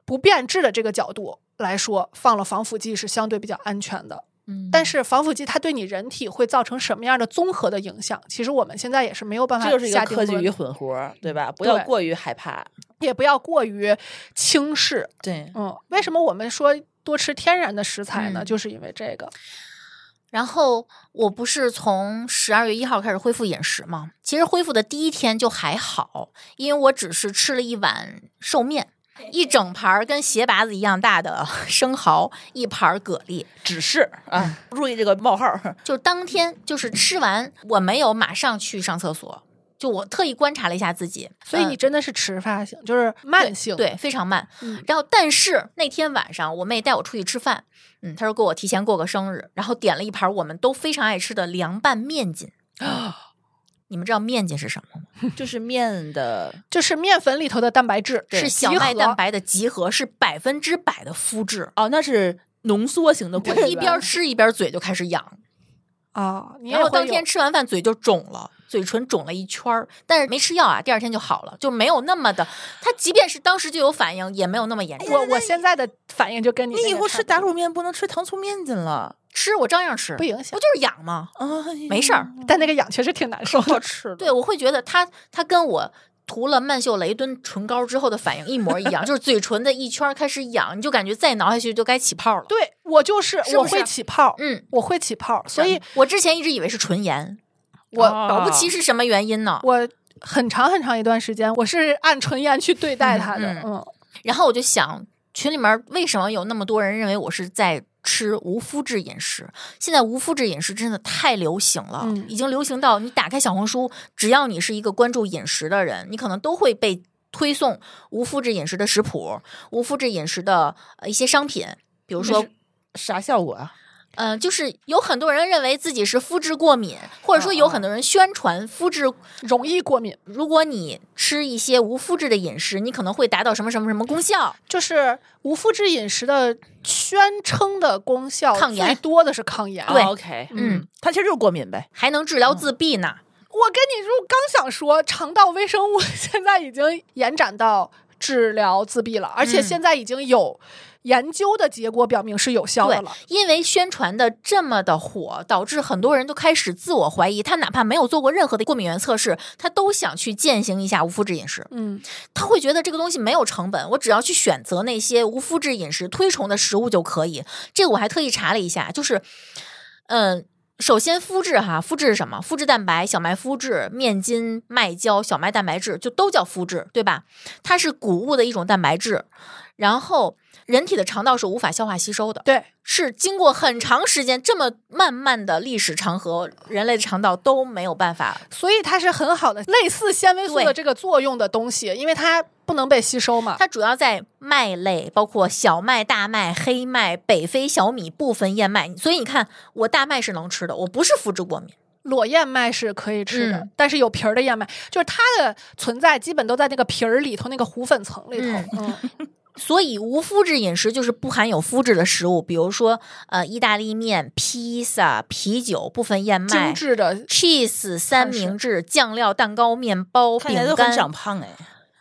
Speaker 4: 不变质的这个角度来说，放了防腐剂是相对比较安全的。
Speaker 3: 嗯，
Speaker 4: 但是防腐剂它对你人体会造成什么样的综合的影响，其实我们现在也是没有办法
Speaker 5: 这就是一个
Speaker 4: 下定
Speaker 5: 科技
Speaker 4: 论
Speaker 5: 与
Speaker 4: 的
Speaker 5: 混合，对吧？不要
Speaker 4: 对
Speaker 5: 过于害怕。
Speaker 4: 也不要过于轻视。
Speaker 5: 对，
Speaker 4: 嗯，为什么我们说多吃天然的食材呢？
Speaker 3: 嗯
Speaker 4: 就是因为这个。
Speaker 3: 然后我不是从十二月一号开始恢复饮食嘛？其实恢复的第一天就还好，因为我只是吃了一碗寿面，一整盘儿跟鞋拔子一样大的 <laughs> 生蚝，一盘儿蛤蜊。
Speaker 5: 只是啊，注意这个冒号儿。
Speaker 3: 就当天就是吃完，我没有马上去上厕所，就我特意观察了一下自己，
Speaker 4: 所以
Speaker 3: 嗯
Speaker 4: 你真的是迟发型，就是慢性。
Speaker 3: 对，非常慢。
Speaker 4: 嗯
Speaker 3: 然后，但是那天晚上我妹带我出去吃饭，嗯，她说给我提前过个生日，然后点了一盘我们都非常爱吃的凉拌面
Speaker 4: <gasps>
Speaker 3: 筋。你们知道面筋是什么吗？
Speaker 5: 就是
Speaker 4: <laughs>
Speaker 5: 面的，
Speaker 4: 就是面粉里头的蛋白质
Speaker 3: 是
Speaker 4: 集
Speaker 3: 小麦
Speaker 4: 合
Speaker 3: 蛋。白的集合，是百分之百的麸
Speaker 4: <laughs>
Speaker 3: 质。
Speaker 5: 哦，那是浓缩型的果
Speaker 3: 我
Speaker 5: 汁
Speaker 3: 一
Speaker 5: 吧
Speaker 3: 边吃一边嘴就开始痒，
Speaker 4: 啊，你
Speaker 3: 然
Speaker 4: 也
Speaker 3: 后
Speaker 4: 会
Speaker 3: 当天
Speaker 4: 有
Speaker 3: 吃完饭嘴就肿了，嘴唇肿了一圈儿，但是没吃药啊，第二天就好了，就没有那么的。他即便是当时就有反应，也没有那么严重。
Speaker 4: 我我现在的反应就跟你
Speaker 5: 你以
Speaker 4: 那个
Speaker 5: 后
Speaker 4: 差
Speaker 5: 吃
Speaker 4: 不多
Speaker 5: 打卤面不能吃糖醋面筋了
Speaker 3: 吃我照样吃，
Speaker 4: 不
Speaker 3: 不
Speaker 4: 影响，嗯
Speaker 3: 就是痒吗？
Speaker 5: 啊，
Speaker 3: 没事儿，
Speaker 4: 但那个痒确实挺难受的。
Speaker 5: 吃
Speaker 3: 对，我会觉得它它跟我涂了曼秀雷敦唇膏之后的反应一模一样，就是嘴唇的一圈儿开始痒，你就感觉再挠下去就该起泡了。
Speaker 4: 对我就是
Speaker 3: 是
Speaker 4: 我
Speaker 3: 不是
Speaker 4: 会起泡，
Speaker 3: 嗯，
Speaker 4: 我会起泡，所以啊
Speaker 3: 我之前一直以为是唇炎，
Speaker 4: 我
Speaker 5: 哦
Speaker 3: 保不齐是什么原因呢？
Speaker 4: 我很长很长一段时间我是按唇炎去对待它的
Speaker 3: 嗯。
Speaker 4: 嗯，
Speaker 3: 然后我就想，群里面为什么有那么多人认为我是在吃无麸质饮食？现在无麸质饮食真的太流行了，
Speaker 4: 嗯
Speaker 3: 已经流行到你打开小红书，只要你是一个关注饮食的人，你可能都会被推送无麸质饮食的食谱、无麸质饮食的呃一些商品，比如说。
Speaker 5: 啥效果啊？
Speaker 3: 嗯、就是有很多人认为自己是肤质过敏，或者说有很多人宣传肤质
Speaker 4: 容易过敏。
Speaker 3: 如果你吃一些无麸质的饮食，你可能会达到什么什么什么功效。
Speaker 4: 就是无麸质饮食的宣称的功效
Speaker 3: 抗炎
Speaker 4: 最多的是抗炎。
Speaker 3: 对
Speaker 5: 哦，OK，
Speaker 3: 嗯，
Speaker 5: 它其实就是过敏呗。
Speaker 3: 还能治疗自闭呢。
Speaker 4: 我跟你说，我刚想说，肠道微生物现在已经延展到治疗自闭了，而且
Speaker 3: 嗯
Speaker 4: 现在已经有研究的结果表明是有效的
Speaker 3: 对
Speaker 4: 了。，
Speaker 3: 因为宣传的这么的火，导致很多人都开始自我怀疑。他哪怕没有做过任何的过敏原测试，他都想去践行一下无麸质饮食。
Speaker 4: 嗯，
Speaker 3: 他会觉得这个东西没有成本，我只要去选择那些无麸质饮食推崇的食物就可以。这个我还特意查了一下，就是，嗯。首先，麸质哈，麸质是什么？麸质蛋白、小麦麸质、面筋、麦胶、小麦蛋白质，就都叫麸质，对吧？它是谷物的一种蛋白质，然后人体的肠道是无法消化吸收的，
Speaker 4: 对，
Speaker 3: 是经过很长时间这么漫漫的历史长河，人类的肠道都没有办法
Speaker 4: 所以它是很好的类似纤维素
Speaker 3: 对
Speaker 4: 的这个作用的东西，因为它不能被吸收嘛。
Speaker 3: 它主要在麦类，包括小麦、大麦、黑麦、北非小米、部分燕麦。所以你看，我大麦是能吃的，我不是麸质过敏。
Speaker 4: 裸燕麦是可以吃的，
Speaker 3: 嗯
Speaker 4: 但是有皮儿的燕麦，就是它的存在基本都在那个皮儿里头那个糊粉层里头。嗯，
Speaker 3: 所以无麸质饮食就是不含有麸质的食物，比如说呃意大利面、披萨、啤酒、部分燕 <laughs> 麦
Speaker 4: 精、致的
Speaker 3: cheese、三明治、酱料、蛋糕、面包、
Speaker 5: 看
Speaker 3: 饼
Speaker 5: 起来都很
Speaker 3: 干，
Speaker 5: 长胖哎。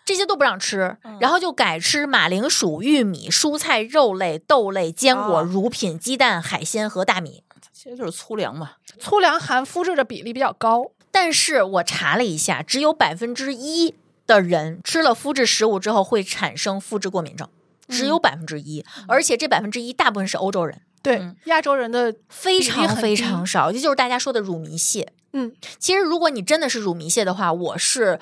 Speaker 3: 这些都不让吃，
Speaker 4: 嗯
Speaker 3: 然后就改吃马铃薯、玉米、蔬菜、肉类、豆类、坚果、
Speaker 5: 哦
Speaker 3: 乳品、鸡蛋、海鲜和大米。
Speaker 5: 其实就是粗粮嘛，
Speaker 4: 粗粮含麸质的比例比较高。
Speaker 3: 但是我查了一下，只有百分之一的人吃了麸质食物
Speaker 4: 嗯
Speaker 3: 之后会产生麸质过敏症，只有百分之一，而且这百分之一大部分是欧洲人。
Speaker 4: 对
Speaker 3: 嗯，
Speaker 4: 亚洲人的
Speaker 3: 非
Speaker 4: 比例
Speaker 3: 常
Speaker 4: 很
Speaker 3: 非
Speaker 4: 低
Speaker 3: 常少，这就是大家说的乳糜泻。
Speaker 4: 嗯，
Speaker 3: 其实如果你真的是乳糜泻的话，我是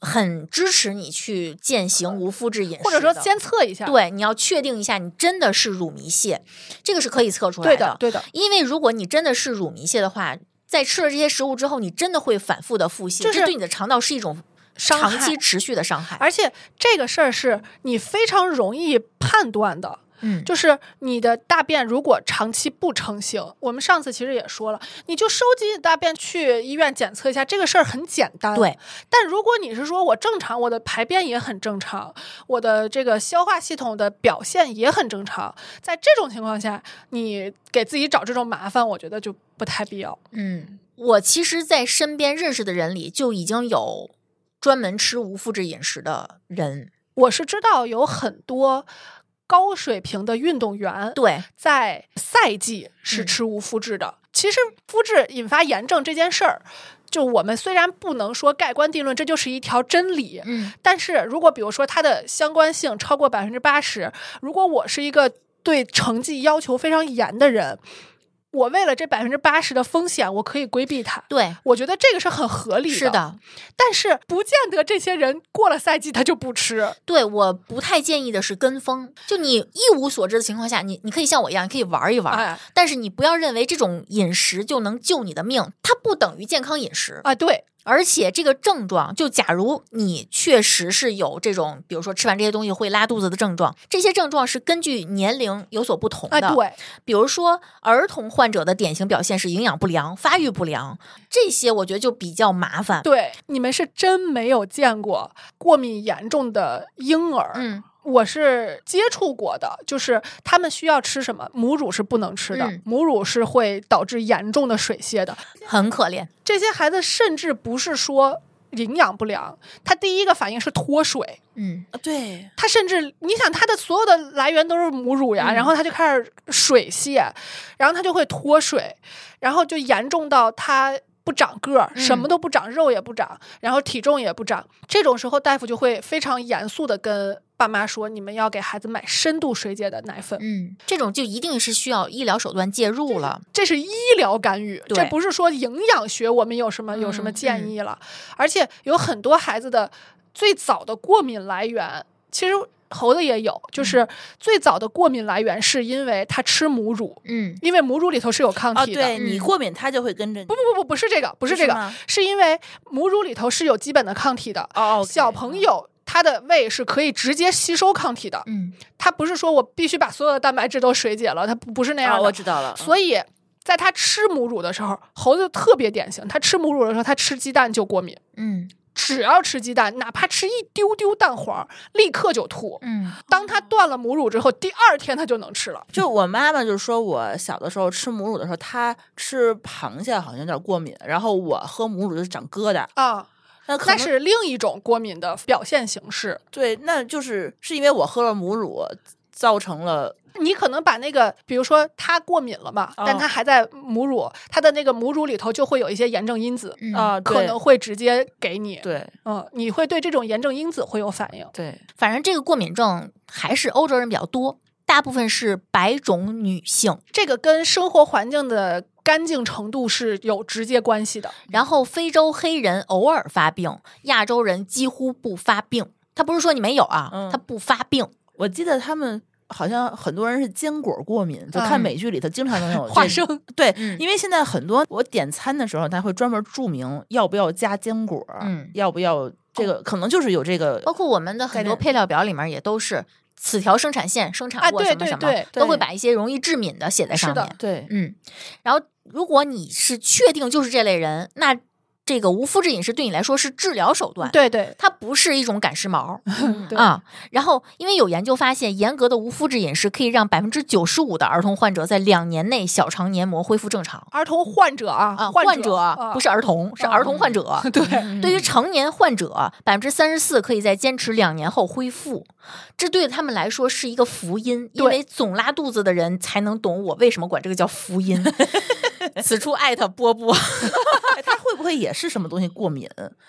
Speaker 3: 很支持你去践行无麸质饮食的，
Speaker 4: 或者说先测一下，
Speaker 3: 对你要确定一下你真的是乳糜泻，这个是可以测出来
Speaker 4: 对的对的，
Speaker 3: 因为如果你真的是乳糜泻的话，在吃了这些食物之后，你真的会反复的腹泻，
Speaker 4: 就是
Speaker 3: 这对你的肠道是一种
Speaker 4: 伤害
Speaker 3: 长期持续的伤害。
Speaker 4: 而且这个事儿是你非常容易判断的。
Speaker 3: 嗯，
Speaker 4: 就是你的大便如果长期不成型，我们上次其实也说了，你就收集你大便去医院检测一下，这个事儿很简单。
Speaker 3: 对，
Speaker 4: 但如果你是说我正常，我的排便也很正常，我的这个消化系统的表现也很正常，在这种情况下，你给自己找这种麻烦，我觉得就不太必要。
Speaker 3: 嗯，我其实，在身边认识的人里，就已经有专门吃无麸质饮食的人。
Speaker 4: 我是知道有很多高水平的运动员，
Speaker 3: 对，嗯
Speaker 4: 在赛季是吃无麸质的。其实麸质引发炎症这件事儿，就我们虽然不能说盖棺定论，这就是一条真理。
Speaker 3: 嗯，
Speaker 4: 但是如果比如说它的相关性超过百分之八十，如果我是一个对成绩要求非常严的人，我为了这百分之八十的风险，我可以规避它。
Speaker 3: 对，
Speaker 4: 我觉得这个是很合理的，
Speaker 3: 是。的，
Speaker 4: 但是不见得这些人过了赛季他就不吃，
Speaker 3: 对，我不太建议的是跟风。就你一无所知的情况下，你你可以像我一样，你可以玩一玩，
Speaker 4: 哎
Speaker 3: 但是你不要认为这种饮食就能救你的命，它不等于健康饮食。
Speaker 4: 啊，对，
Speaker 3: 而且这个症状，就假如你确实是有这种，比如说吃完这些东西会拉肚子的症状，这些症状是根据年龄有所不同
Speaker 4: 啊，
Speaker 3: 的。
Speaker 4: 对，
Speaker 3: 比如说儿童患者的典型表现是营养不良、发育不良，这些我觉得就比较麻烦。
Speaker 4: 对，你们是真没有见过过敏严重的婴儿。
Speaker 3: 嗯，
Speaker 4: 我是接触过的，就是他们需要吃什么，母乳是不能吃的，
Speaker 3: 嗯
Speaker 4: 母乳是会导致严重的水泻的。
Speaker 3: 很可怜。
Speaker 4: 这些孩子甚至不是说营养不良，他第一个反应是脱水，
Speaker 3: 嗯，
Speaker 5: 对，
Speaker 4: 他甚至你想他的所有的来源都是母乳呀，
Speaker 3: 嗯
Speaker 4: 然后他就开始水泻，然后他就会脱水，然后就严重到他不长个儿，
Speaker 3: 嗯
Speaker 4: 什么都不长，肉也不长，然后体重也不长。这种时候，大夫就会非常严肃的跟爸妈说，你们要给孩子买深度水解的奶粉。
Speaker 3: 嗯，这种就一定是需要医疗手段介入了。
Speaker 4: 这是医疗干预，
Speaker 3: 对
Speaker 4: 这不是说营养学我们有什么有
Speaker 5: 嗯
Speaker 4: 什么建议了。而且有很多孩子的最早的过敏来源，其实猴子也有，
Speaker 5: 嗯
Speaker 4: 就是最早的过敏来源是因为他吃母乳，
Speaker 3: 嗯
Speaker 4: 因为母乳里头是有抗
Speaker 5: 啊，
Speaker 4: 体的。
Speaker 5: 对
Speaker 3: 嗯
Speaker 5: 你过敏，它就会跟着你。不
Speaker 4: 不不不，不是这个，不是这
Speaker 5: 不是
Speaker 4: 个
Speaker 5: 吗，
Speaker 4: 是因为母乳里头是有基本的抗体的。
Speaker 5: 哦，OK
Speaker 4: 小朋友他的胃是可以直接吸收抗体的，
Speaker 3: 嗯
Speaker 4: 他不是说我必须把所有的蛋白质都水解了，他不不是那样
Speaker 5: 啊，
Speaker 4: 的。
Speaker 5: 我知道了。
Speaker 4: 所
Speaker 5: 以
Speaker 4: 以在它吃母乳的时候，猴子特别典型，它吃母乳的时候，它吃鸡蛋就过敏。
Speaker 3: 嗯
Speaker 4: 只要吃鸡蛋，哪怕吃一丢丢蛋黄，立刻就吐。
Speaker 3: 嗯
Speaker 4: 当它断了母乳之后，第二天它就能吃了。
Speaker 5: 就我妈妈就说，我小的时候吃母乳的时候，她吃螃蟹好像有点过敏，然后我喝母乳就长疙瘩。
Speaker 4: 啊，
Speaker 5: 那可
Speaker 4: 那
Speaker 5: 能
Speaker 4: 是另一种过敏的表现形式。
Speaker 5: 对，那就是是因为我喝了母乳造成了
Speaker 4: 你可能把那个，比如说它过敏了嘛，但它还在母乳，它的那个母乳里头就会有一些炎症因子，
Speaker 3: 嗯
Speaker 5: 啊，
Speaker 4: 可
Speaker 5: 对
Speaker 4: 能会直接给你。，
Speaker 5: 对
Speaker 4: 嗯，你会对这种炎症因子会有反应。
Speaker 5: 对，
Speaker 3: 反正这个过敏症还是欧洲人比较多，大部分是白种女性，
Speaker 4: 这个跟生活环境的干净程度是有直接关系的。
Speaker 3: 然后非洲黑人偶尔发病，亚洲人几乎不发病。他不是说你没有啊，
Speaker 5: 嗯
Speaker 3: 他不发病，
Speaker 5: 我记得他们好像很多人是坚果过敏，就看
Speaker 4: 嗯
Speaker 5: 美剧里头经常能
Speaker 4: <laughs>
Speaker 3: 哦
Speaker 5: 有
Speaker 4: 花
Speaker 5: 这
Speaker 4: 生
Speaker 5: 对，
Speaker 3: 嗯
Speaker 5: 因为现在很多我点餐的时候，他会专门注明要不要加坚果，
Speaker 3: 嗯
Speaker 5: 要不要这个，可能就是有这个
Speaker 3: 包括我们的很多
Speaker 5: 概念
Speaker 3: 配料表里面也都是此条生产线生产
Speaker 4: 啊
Speaker 3: 过
Speaker 4: 对
Speaker 3: 什么
Speaker 4: 对
Speaker 3: 什么，
Speaker 4: 对
Speaker 3: 都会
Speaker 5: 对
Speaker 3: 把一些容易致敏的写在上
Speaker 4: 是的
Speaker 3: 面。 <laughs>
Speaker 5: 对，
Speaker 3: 嗯，然后如果你是确定就是这类人，那这个无麸质饮食对你来说是治疗手段，
Speaker 4: 对对
Speaker 3: 它不是一种赶时髦。
Speaker 4: 对
Speaker 3: 啊、然后因为有研究发现，严格的无麸质饮食可以让百分之九十五的儿童患者在两年内小肠黏膜恢复正常。
Speaker 4: 儿童患者啊，
Speaker 3: 啊，
Speaker 4: 患
Speaker 3: 患者
Speaker 4: 啊
Speaker 3: 不是儿童，是儿童患者。
Speaker 4: 对，
Speaker 3: 对于成年患者，百分之三十四可以在坚持两年后恢复，这对他们来说是一个福音，因
Speaker 4: 对
Speaker 3: 为总拉肚子的人才能懂我为什么管这个叫福音。此处艾特波波，
Speaker 5: 哎他会不会也是什么东西过敏，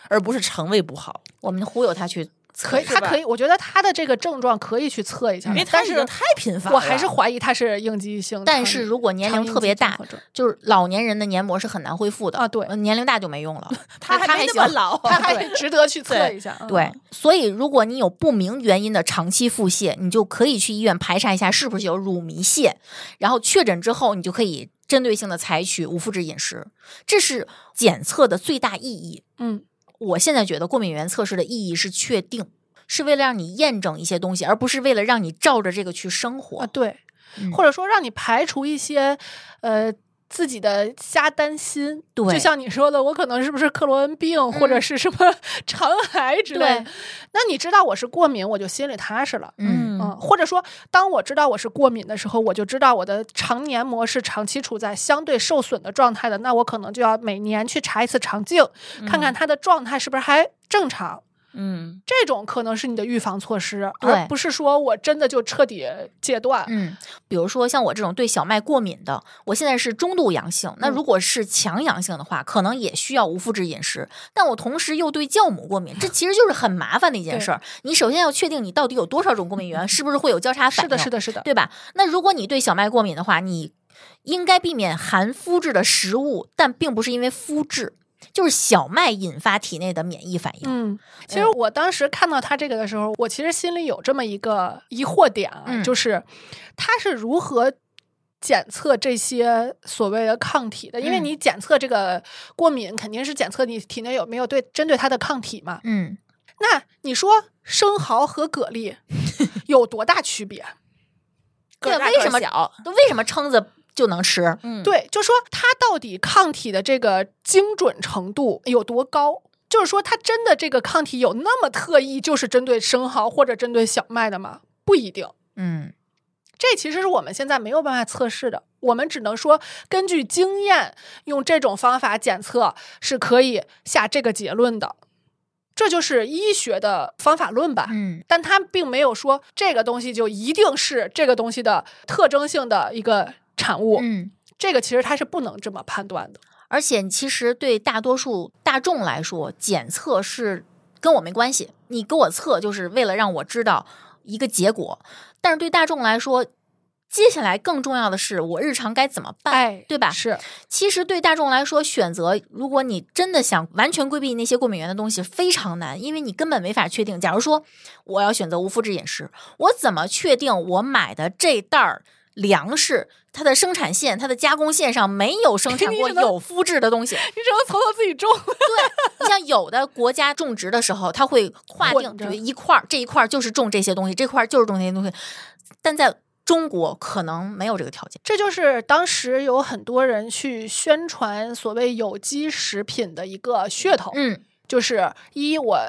Speaker 5: 而不是肠胃不好？
Speaker 3: 我们忽悠他去
Speaker 4: 可
Speaker 5: 测
Speaker 4: 以，他可
Speaker 5: 以，
Speaker 4: 以，我觉得他的这个症状可以去测一下
Speaker 5: 因为，
Speaker 4: 但
Speaker 5: 他已
Speaker 4: 是
Speaker 5: 经太频繁了。
Speaker 4: 我还是怀疑他是应激性肠。
Speaker 3: 但是如果年龄特别大
Speaker 4: 肠应激综合症，
Speaker 3: 就是老年人的黏膜是很难恢复的
Speaker 4: 啊对
Speaker 3: 呃年龄大就没用了。
Speaker 5: 他
Speaker 3: <laughs> 他还
Speaker 5: 没那么
Speaker 3: 行
Speaker 5: 老，
Speaker 4: 他还值得去测一下。嗯
Speaker 3: 对，所以如果你有不明原因的长期腹泻，你就可以去医院排查一下是不是有乳糜泻，然后确诊之后，你就可以针对性的采取无麸质饮食，这是检测的最大意义。
Speaker 4: 嗯，
Speaker 3: 我现在觉得过敏原测试的意义是确定，是为了让你验证一些东西，而不是为了让你照着这个去生
Speaker 4: 啊
Speaker 3: 活。
Speaker 4: 对，
Speaker 3: 嗯
Speaker 4: 或者说让你排除一些呃自己的瞎担心。
Speaker 3: 对嗯
Speaker 4: 就像你说的，我可能是不是克罗恩病、或者是什么 <laughs> 肠癌之类的
Speaker 3: 对，
Speaker 4: 那你知道我是过敏，我就心里踏实了。
Speaker 3: 嗯，
Speaker 4: 嗯，或者说，当我知道我是过敏的时候，我就知道我的肠黏膜是长期处在相对受损的状态的。那我可能就要每年去查一次肠镜，
Speaker 3: 嗯
Speaker 4: 看看它的状态是不是还正常。
Speaker 5: 嗯，
Speaker 4: 这种可能是你的预防措施，
Speaker 3: 对
Speaker 4: 而不是说我真的就彻底戒断。
Speaker 3: 嗯，比如说像我这种对小麦过敏的，我现在是中度阳性。那
Speaker 4: 嗯
Speaker 3: 如果是强阳性的话，可能也需要无麸质饮食。但我同时又对酵母过敏，这其实就是很麻烦的一件事儿。你首先要确定你到底有多少种过敏源，是不是会有交叉反
Speaker 4: 是
Speaker 3: 应？
Speaker 4: 的，是，的，是的，
Speaker 3: 对吧？那如果你对小麦过敏的话，你应该避免含麸质的食物，但并不是因为麸质，就是小麦引发体内的免疫反应。
Speaker 4: 嗯，其实我当时看到他这个的时候，我其实心里有这么一个疑惑点啊，
Speaker 3: 嗯
Speaker 4: 就是他是如何检测这些所谓的抗体的？因为
Speaker 3: 嗯
Speaker 4: 你检测这个过敏，肯定是检测你体内有没有对针对它的抗体嘛。
Speaker 3: 嗯，
Speaker 4: 那你说生蚝和蛤 <laughs> 蜊有多大区别？
Speaker 5: 个儿
Speaker 3: 对，
Speaker 5: 大
Speaker 3: 为什
Speaker 5: 个
Speaker 3: 么
Speaker 5: 儿小？
Speaker 3: 为什么蛏子就能吃？
Speaker 5: 嗯，
Speaker 4: 对，就说它到底抗体的这个精准程度有多高？就是说，它真的这个抗体有那么特异，就是针对生蚝或者针对小麦的吗？不一定。
Speaker 3: 嗯
Speaker 4: 这其实是我们现在没有办法测试的，我们只能说根据经验，用这种方法检测是可以下这个结论的。这就是医学的方法论吧。
Speaker 3: 嗯。
Speaker 4: 但它并没有说这个东西就一定是这个东西的特征性的一个产物，
Speaker 3: 嗯
Speaker 4: 这个其实它是不能这么判断的。
Speaker 3: 而且其实对大多数大众来说，检测是跟我没关系，你给我测就是为了让我知道一个结果。但是对大众来说，接下来更重要的是我日常该怎么办，
Speaker 4: 哎，
Speaker 3: 啊对吧？
Speaker 4: 是，
Speaker 3: 其实对大众来说，选择如果你真的想完全规避那些过敏源的东西非常难，因为你根本没法确定。假如说我要选择无麸质饮食，我怎么确定我买的这袋儿粮食它的生产线、它的加工线上没有生产
Speaker 4: 你
Speaker 3: 过
Speaker 4: 只能
Speaker 3: 有麸质的东西？
Speaker 4: 你只能从头自己种。
Speaker 3: 你像有的国家种植的时候，它会划定
Speaker 4: 混着
Speaker 3: 对一块儿，这一块儿就是种这些东西，这块儿就是种这些东西，但在中国可能没有这个条件。
Speaker 4: 这就是当时有很多人去宣传所谓有机食品的一个噱头。
Speaker 3: 嗯
Speaker 4: 哦就是一我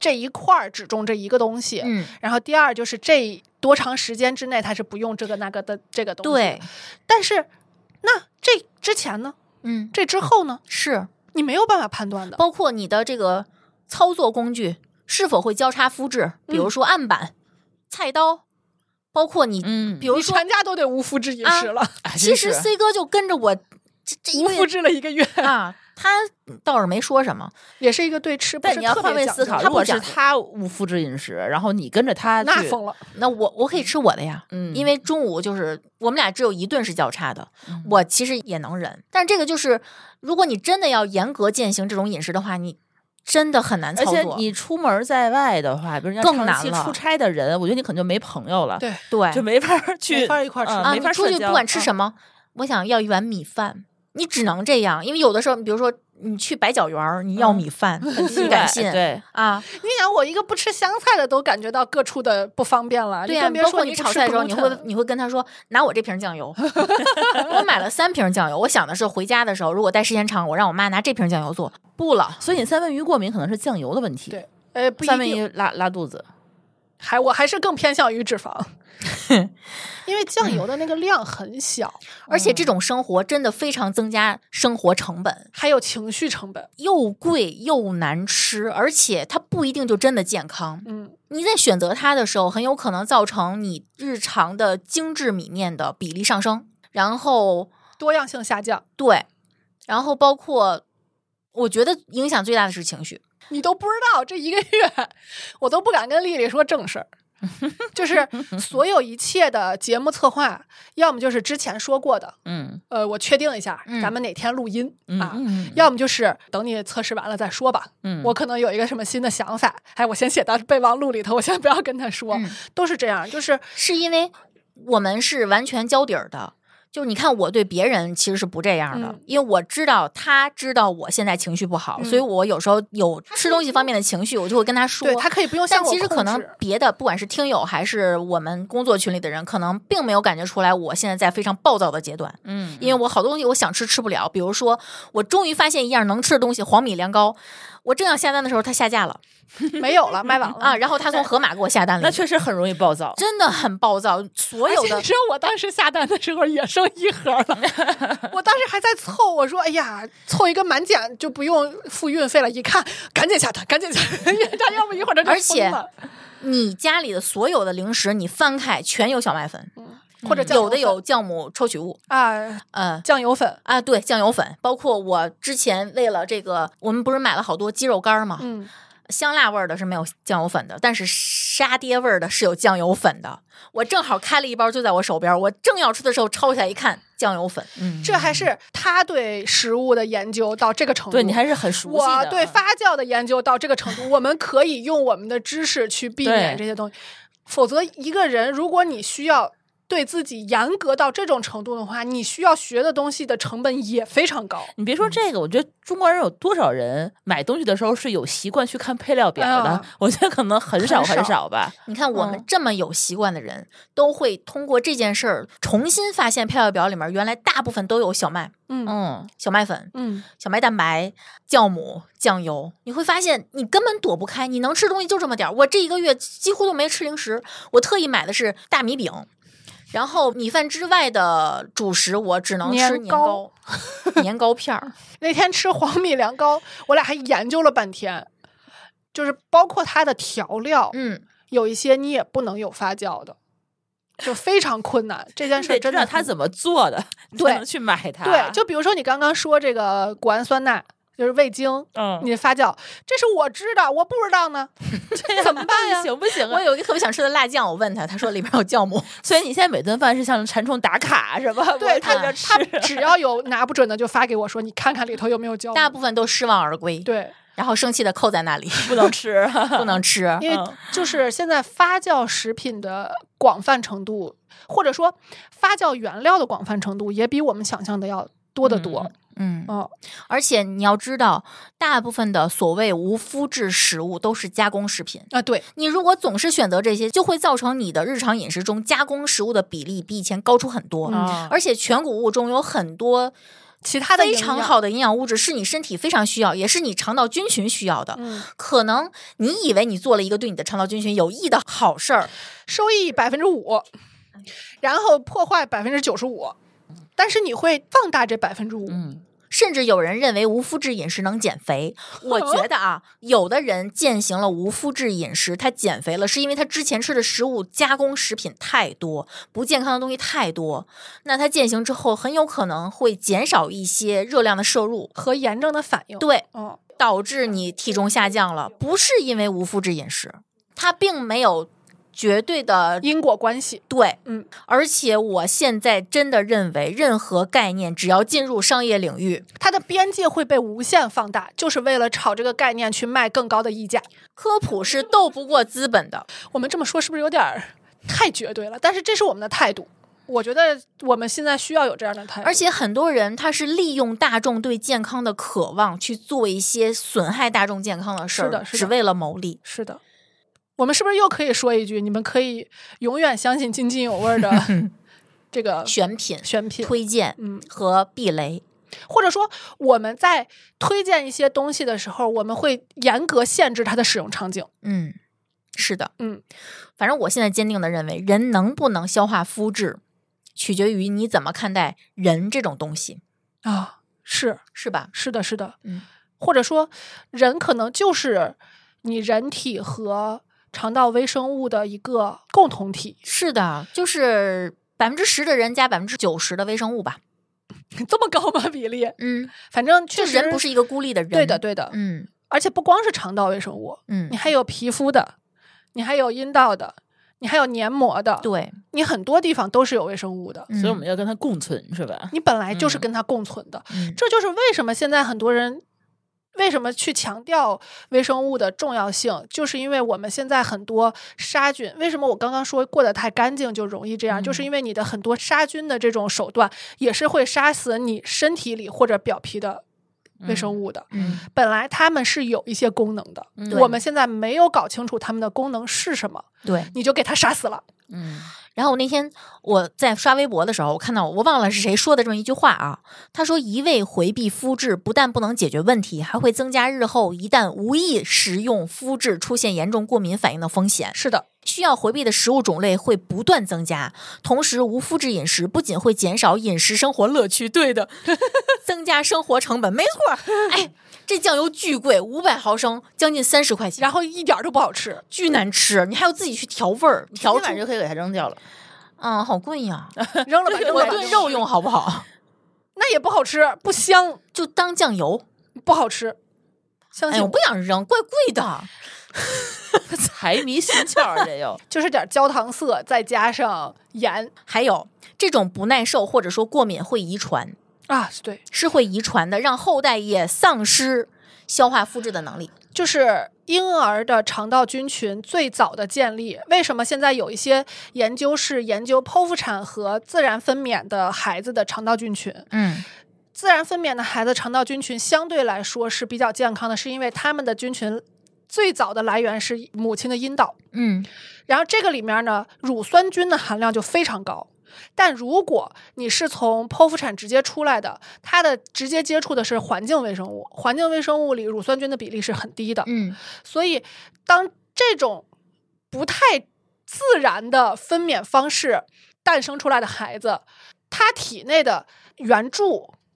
Speaker 4: 这一块儿只种这一个东西，
Speaker 3: 嗯，
Speaker 4: 然后第二就是这多长时间之内它是不用这个那个的这个东西。
Speaker 3: 对，，
Speaker 4: 但是那这之前呢？
Speaker 3: 嗯
Speaker 4: 这之后呢？
Speaker 3: 是，
Speaker 4: 你没有办法判断的。
Speaker 3: 包括你的这个操作工具是否会交叉肤质，比
Speaker 4: 嗯
Speaker 3: 如说案板、菜刀，包括你，
Speaker 5: 嗯哎
Speaker 3: 比如
Speaker 4: 你
Speaker 3: 说，
Speaker 4: 全家都得无麸质饮食了，
Speaker 3: 其实 C 哥就跟着我这这一
Speaker 4: 无
Speaker 3: 个
Speaker 4: 麸质了一个月，
Speaker 3: 啊，他倒是没说什么，
Speaker 4: 也是一个对吃不
Speaker 5: 但
Speaker 4: 是
Speaker 5: 你要
Speaker 4: 特
Speaker 5: 换
Speaker 4: 别
Speaker 5: 位
Speaker 4: 讲
Speaker 5: 思
Speaker 4: 究
Speaker 5: 考，
Speaker 4: 的
Speaker 5: 如
Speaker 4: 人。
Speaker 5: 果是他无麸质饮食，然后你跟着他
Speaker 4: 那
Speaker 5: 去，
Speaker 4: 疯了，
Speaker 3: 那我我可以吃我的呀，
Speaker 5: 嗯，
Speaker 3: 因为中午就是我们俩只有一顿是交叉的，
Speaker 5: 嗯
Speaker 3: 我其实也能忍。但这个就是，如果你真的要严格践行这种饮食的话，你真的很难操
Speaker 5: 而且
Speaker 3: 作。
Speaker 5: 你出门在外的话，比如你要
Speaker 3: 更
Speaker 5: 长
Speaker 3: 难
Speaker 5: 期
Speaker 3: 了
Speaker 5: 出差的人，我觉得你可能就没朋友了，
Speaker 4: 对
Speaker 3: 对
Speaker 5: 就没法儿去
Speaker 4: 没法儿一块儿吃
Speaker 5: 嗯
Speaker 4: 饭
Speaker 3: 啊，
Speaker 5: 没
Speaker 3: 你
Speaker 5: 法儿
Speaker 3: 出
Speaker 5: 社
Speaker 3: 去
Speaker 5: 交
Speaker 3: 不管吃
Speaker 5: 嗯
Speaker 3: 什么，我想要一碗米饭，你只能这样，因为有的时候，比如说你去白饺园儿，你要米饭，很
Speaker 5: 嗯对
Speaker 3: 不敢信
Speaker 5: 对，
Speaker 3: 啊。
Speaker 4: 你想我一个不吃香菜的都感觉到各处的不方便了，
Speaker 3: 对
Speaker 4: 你
Speaker 3: 呀、
Speaker 4: 更
Speaker 3: 你
Speaker 4: 别
Speaker 3: 包
Speaker 4: 说
Speaker 3: 括你
Speaker 4: 不
Speaker 3: 炒
Speaker 4: 吃
Speaker 3: 菜的时候，
Speaker 4: gluten
Speaker 3: 你会你会跟他说拿我这瓶酱
Speaker 5: <laughs>
Speaker 3: 油，我买了三瓶酱油，我想的是回家的时候，如果待时间长，我让我妈拿这瓶酱油做，不了，
Speaker 5: 所以你三文鱼过敏可能是酱油的问题，
Speaker 4: 对，呃，不一
Speaker 5: 三文
Speaker 4: 定。
Speaker 5: 鱼拉拉肚子，
Speaker 4: 还我还是更偏向于脂肪，
Speaker 3: <laughs>
Speaker 4: 因为酱油的那个量很小，
Speaker 3: 而且这种生活真的非常增加生活成本，
Speaker 4: 还有情绪成本。
Speaker 3: 又贵又难吃，而且它不一定就真的健康。
Speaker 4: 嗯，
Speaker 3: 你在选择它的时候，很有可能造成你日常的精致米面的比例上升，然后
Speaker 4: 多样性下降。
Speaker 3: 对，然后包括我觉得影响最大的是情绪。
Speaker 4: 你都不知道这一个月，我都不敢跟丽丽说正事儿。就是所有一切的节目策划，要么就是之前说过的，
Speaker 5: 嗯
Speaker 4: 呃，我确定一下，
Speaker 3: 嗯
Speaker 4: 咱们哪天录音、
Speaker 5: 嗯
Speaker 4: 啊？
Speaker 5: 嗯
Speaker 4: 要么就是等你测试完了再说吧。
Speaker 5: 嗯
Speaker 4: 我可能有一个什么新的想法，哎，我先写到备忘录里头，我先不要跟他说，
Speaker 3: 嗯
Speaker 4: 都是这样，就是
Speaker 3: 是因为我们是完全交底儿的。就是你看，我对别人其实是不这样的，
Speaker 4: 嗯
Speaker 3: 因为我知道他知道我现在情绪不好，
Speaker 4: 嗯
Speaker 3: 所以我有时候有吃东西方面的情绪，我就会跟他说。
Speaker 4: 对他可以不用向
Speaker 3: 但
Speaker 4: 我
Speaker 3: 其实可
Speaker 4: 控
Speaker 3: 能
Speaker 4: 制
Speaker 3: 别的，不管是听友还是我们工作群里的人，可能并没有感觉出来我现在在非常暴躁的阶段，
Speaker 5: 嗯
Speaker 3: 因为我好多东西我想吃吃不了。比如说，我终于发现一样能吃的东西——黄米凉糕，我正要下单的时候，它下架了
Speaker 4: 没有了，卖完了
Speaker 3: 啊，然后他从盒马给我下单了
Speaker 5: 那
Speaker 3: 一个，
Speaker 5: 确实很容易暴躁。
Speaker 3: 真的很暴躁，所有的
Speaker 4: 你知道我当时下单的时候也剩一盒了，我当时还在凑，我说哎呀，凑一个满减就不用付运费了，一看赶紧下单，赶紧下单， <laughs> 他要不一会儿他就
Speaker 3: 而且
Speaker 4: 疯了
Speaker 3: 你家里的所有的零食，你翻开全有小麦粉，
Speaker 4: 或者嗯酱
Speaker 3: 有
Speaker 4: 油
Speaker 3: 的
Speaker 4: 粉
Speaker 3: 有酵母抽取物，
Speaker 4: 啊
Speaker 3: 嗯、
Speaker 4: 酱油粉，
Speaker 3: 啊，对，酱油粉，包括我之前为了这个，我们不是买了好多鸡肉干儿嘛，
Speaker 4: 嗯，
Speaker 3: 香辣味儿的是没有酱油粉的，但是沙爹味儿的是有酱油粉的。我正好开了一包就在我手边儿，我正要吃的时候抄起来一看，酱油粉，
Speaker 5: 嗯，
Speaker 4: 这还是他对食物的研究到这个程度，
Speaker 5: <laughs> 对你还是很熟悉
Speaker 4: 我
Speaker 5: 的。啊嗯
Speaker 4: 对发酵的研究到这个程度，我们可以用我们的知识去避免
Speaker 5: 对
Speaker 4: 这些东西。否则，一个人如果你需要对自己严格到这种程度的话，你需要学的东西的成本也非常高。
Speaker 5: 你别说这个，我觉得中国人有多少人买东西的时候是有习惯去看配料表的？
Speaker 4: 啊
Speaker 5: 我觉得可能很少
Speaker 4: 很
Speaker 5: 很
Speaker 4: 少
Speaker 5: 少吧。
Speaker 3: 你看我们
Speaker 4: 嗯
Speaker 3: 这么有习惯的人，都会通过这件事儿重新发现配料表里面原来大部分都有小麦、
Speaker 4: 嗯
Speaker 5: 嗯，
Speaker 3: 小麦粉、
Speaker 4: 嗯，
Speaker 3: 小麦蛋白、酵母、酱油，你会发现你根本躲不开，你能吃东西就这么点儿。我这一个月几乎都没吃零食，我特意买的是大米饼，然后米饭之外的主食我只能吃
Speaker 4: 年
Speaker 3: 年
Speaker 4: 糕
Speaker 3: 糕、年糕 <laughs> 片
Speaker 4: <laughs>
Speaker 3: 儿。
Speaker 4: 那天吃黄米凉糕，我俩还研究了半天，就是包括它的调料，
Speaker 3: 嗯，
Speaker 4: 有一些你也不能有发酵的，就非常困难。这件
Speaker 5: 你
Speaker 4: 事儿
Speaker 5: 得知
Speaker 4: 真
Speaker 5: 道
Speaker 4: 的
Speaker 5: 他
Speaker 4: 很
Speaker 5: 怎么做的，你才
Speaker 4: 对
Speaker 5: 能去买它。
Speaker 4: 对，就比如说你刚刚说这个谷氨酸钠，就是味精，
Speaker 5: 嗯，
Speaker 4: 你发酵，这是我知道，我不知道
Speaker 5: <laughs>
Speaker 4: 呢，怎么办呀？
Speaker 5: 行不行
Speaker 3: 我
Speaker 5: 啊？
Speaker 3: 有一个特别想吃的辣酱，我问他，他说里面有酵
Speaker 4: <laughs>
Speaker 3: 母。
Speaker 5: 所以你现在每顿饭是像馋虫打卡是吧？
Speaker 4: 对
Speaker 5: 我
Speaker 4: 他
Speaker 5: 在这
Speaker 4: 他
Speaker 5: 吃
Speaker 4: 只要有拿不准的就发给我说，你看看里头有没有胶。
Speaker 3: 大部分都失望而归，
Speaker 4: 对，
Speaker 3: 然后生气的扣在
Speaker 4: <laughs>
Speaker 3: 那里，
Speaker 5: 不能吃，
Speaker 3: 不啊能吃。
Speaker 4: 因为
Speaker 5: 嗯
Speaker 4: 就是现在发酵食品的广泛程度，或者说发酵原料的广泛程度，也比我们想象的要多得多。
Speaker 3: 嗯，
Speaker 4: 哦，
Speaker 3: 而且你要知道，大部分的所谓无麸质食物都是加工食品。
Speaker 4: 啊，对，
Speaker 3: 你如果总是选择这些，就会造成你的日常饮食中加工食物的比例比以前高出很多。
Speaker 4: 嗯
Speaker 5: 啊
Speaker 3: 而且全谷物中有很多
Speaker 4: 其他的
Speaker 3: 非
Speaker 4: 营
Speaker 3: 常
Speaker 4: 养
Speaker 3: 好，的营养物质，是你身体非常需要，也是你肠道菌群需要的。
Speaker 4: 嗯，
Speaker 3: 可能你以为你做了一个对你的肠道菌群有益的好事儿，
Speaker 4: 收益百分之五，然后破坏百分之九十五，但是你会放大这百分之五。
Speaker 5: <laughs> 嗯，
Speaker 3: 甚至有人认为无麸质饮食能减肥。我觉得啊，有的人践行了无麸质饮食，他减肥了，是因为他之前吃的食物加工食品太多，不健康的东西太多。那他践行之后，很有可能会减少一些热量的摄入，
Speaker 4: 和炎症的反应。，
Speaker 3: 对，
Speaker 4: 嗯，
Speaker 3: 导致你体重下降了，不是因为无麸质饮食，它并没有绝对的
Speaker 4: 因果关系。
Speaker 3: 对，
Speaker 4: 嗯，
Speaker 3: 而且我现在真的认为，任何概念只要进入商业领域，
Speaker 4: 它的边界会被无限放大，就是为了炒这个概念去卖更高的溢价。
Speaker 3: 科普是斗不过资本的。
Speaker 4: 我们这么说是不是有点儿太绝对了？但是这是我们的态度。我觉得我们现在需要有这样的态度，
Speaker 3: 而且很多人他是利用大众对健康的渴望去做一些损害大众健康的事儿，
Speaker 4: 是的是的
Speaker 3: 只为了牟利。
Speaker 4: 是的，我们是不是又可以说一句：你们可以永远相信津津有味
Speaker 3: <laughs>
Speaker 4: 儿的这个
Speaker 3: 选品、
Speaker 4: 选品，
Speaker 3: 推荐
Speaker 4: 嗯，
Speaker 3: 和避雷，
Speaker 4: 或者说我们在推荐一些东西的时候，我们会严格限制它的使用场景。
Speaker 3: 嗯，是的，
Speaker 4: 嗯，
Speaker 3: 反正我现在坚定的认为，人能不能消化肤质，取决于你怎么看待人这种东西，
Speaker 4: 啊，是
Speaker 3: 是吧？
Speaker 4: 是的，是的，
Speaker 3: 嗯，
Speaker 4: 或者说人可能就是你人体和肠道微生物的一个共同体。 <laughs>
Speaker 3: 是的，就是百分之十的人加百分之九十的微生物吧。
Speaker 4: 这么高吗？比例？
Speaker 3: 嗯，
Speaker 4: 反正确
Speaker 3: 就
Speaker 4: 实
Speaker 3: 人不是一个孤立的人，
Speaker 4: 对的，，对的，
Speaker 3: 嗯
Speaker 4: 而且不光是肠道微生物，
Speaker 3: 嗯
Speaker 4: <laughs> 你，还有皮肤的，你还有阴道的，你还有黏膜的，
Speaker 3: 对，嗯
Speaker 4: 你很多地方都是有微生物的。
Speaker 5: 所以我们要跟它共存，是吧？
Speaker 4: 你本来就是
Speaker 5: 嗯
Speaker 4: 跟它共存的，
Speaker 3: 嗯
Speaker 4: 这就是为什么现在很多人为什么去强调微生物的重要性，就是因为我们现在很多杀菌，为什么我刚刚说过得太干净就容易这样，就是因为你的很多杀菌的这种手段也是会杀死你身体里或者表皮的微生物的。
Speaker 3: 嗯
Speaker 4: 本来它们是有一些功能的，
Speaker 5: 嗯
Speaker 4: 我们现在没有搞清楚它们的功能是什么，
Speaker 3: 对。
Speaker 4: 你就给它杀死了。
Speaker 5: 嗯，
Speaker 3: 然后我那天我在刷微博的时候，我看到我忘了是谁说的这么一句话啊，他说一味回避肤质，不但不能解决问题，还会增加日后一旦无意食用肤质出现严重过敏反应的风险。
Speaker 4: 是的，
Speaker 3: 需要回避的食物种类会不断增加，同时无麸质饮食不仅会减少饮食生活乐趣，对的， <laughs> 增加生活成本，没错儿。哎，这酱油巨贵，五百毫升将近三十块钱，
Speaker 4: 然后一点儿都不好吃。
Speaker 3: 巨难吃，你还要自己去调味儿，调
Speaker 5: 条
Speaker 3: 出
Speaker 5: 晚就可以给它扔掉了。
Speaker 3: 嗯，好贵呀！
Speaker 4: 扔 <laughs> 了吧，
Speaker 3: <laughs>
Speaker 4: 扔
Speaker 3: 我
Speaker 4: 了吧，
Speaker 3: 炖肉用好不好？
Speaker 4: 那也不好吃，不香，
Speaker 3: <laughs> 就当酱油。
Speaker 4: 不好吃。相
Speaker 3: 哎，
Speaker 4: 信
Speaker 3: 我
Speaker 4: 我
Speaker 3: 不想扔，怪贵的。
Speaker 5: <laughs> 财迷心窍儿，这又
Speaker 4: 就是点儿焦糖色，再加上盐
Speaker 3: 还有这种不耐受或者说过敏会遗传，
Speaker 4: 啊，是对，
Speaker 3: 是会遗传的，让后代也丧失消化肤质的能力。
Speaker 4: 就是婴儿的肠道菌群最早的建立。为什么现在有一些研究是研究剖腹产和自然分娩的孩子的肠道菌群？
Speaker 3: 嗯
Speaker 4: 自然分娩的孩子肠道菌群相对来说是比较健康的，是因为他们的菌群最早的来源是母亲的阴道。
Speaker 3: 嗯
Speaker 4: 然后这个里面呢，乳酸菌的含量就非常高。但如果你是从剖腹产直接出来的，它的直接接触的是环境微生物，环境微生物里乳酸菌的比例是很低的。
Speaker 3: 嗯
Speaker 4: 所以，当这种不太自然的分娩方式诞生出来的孩子，他体内的原著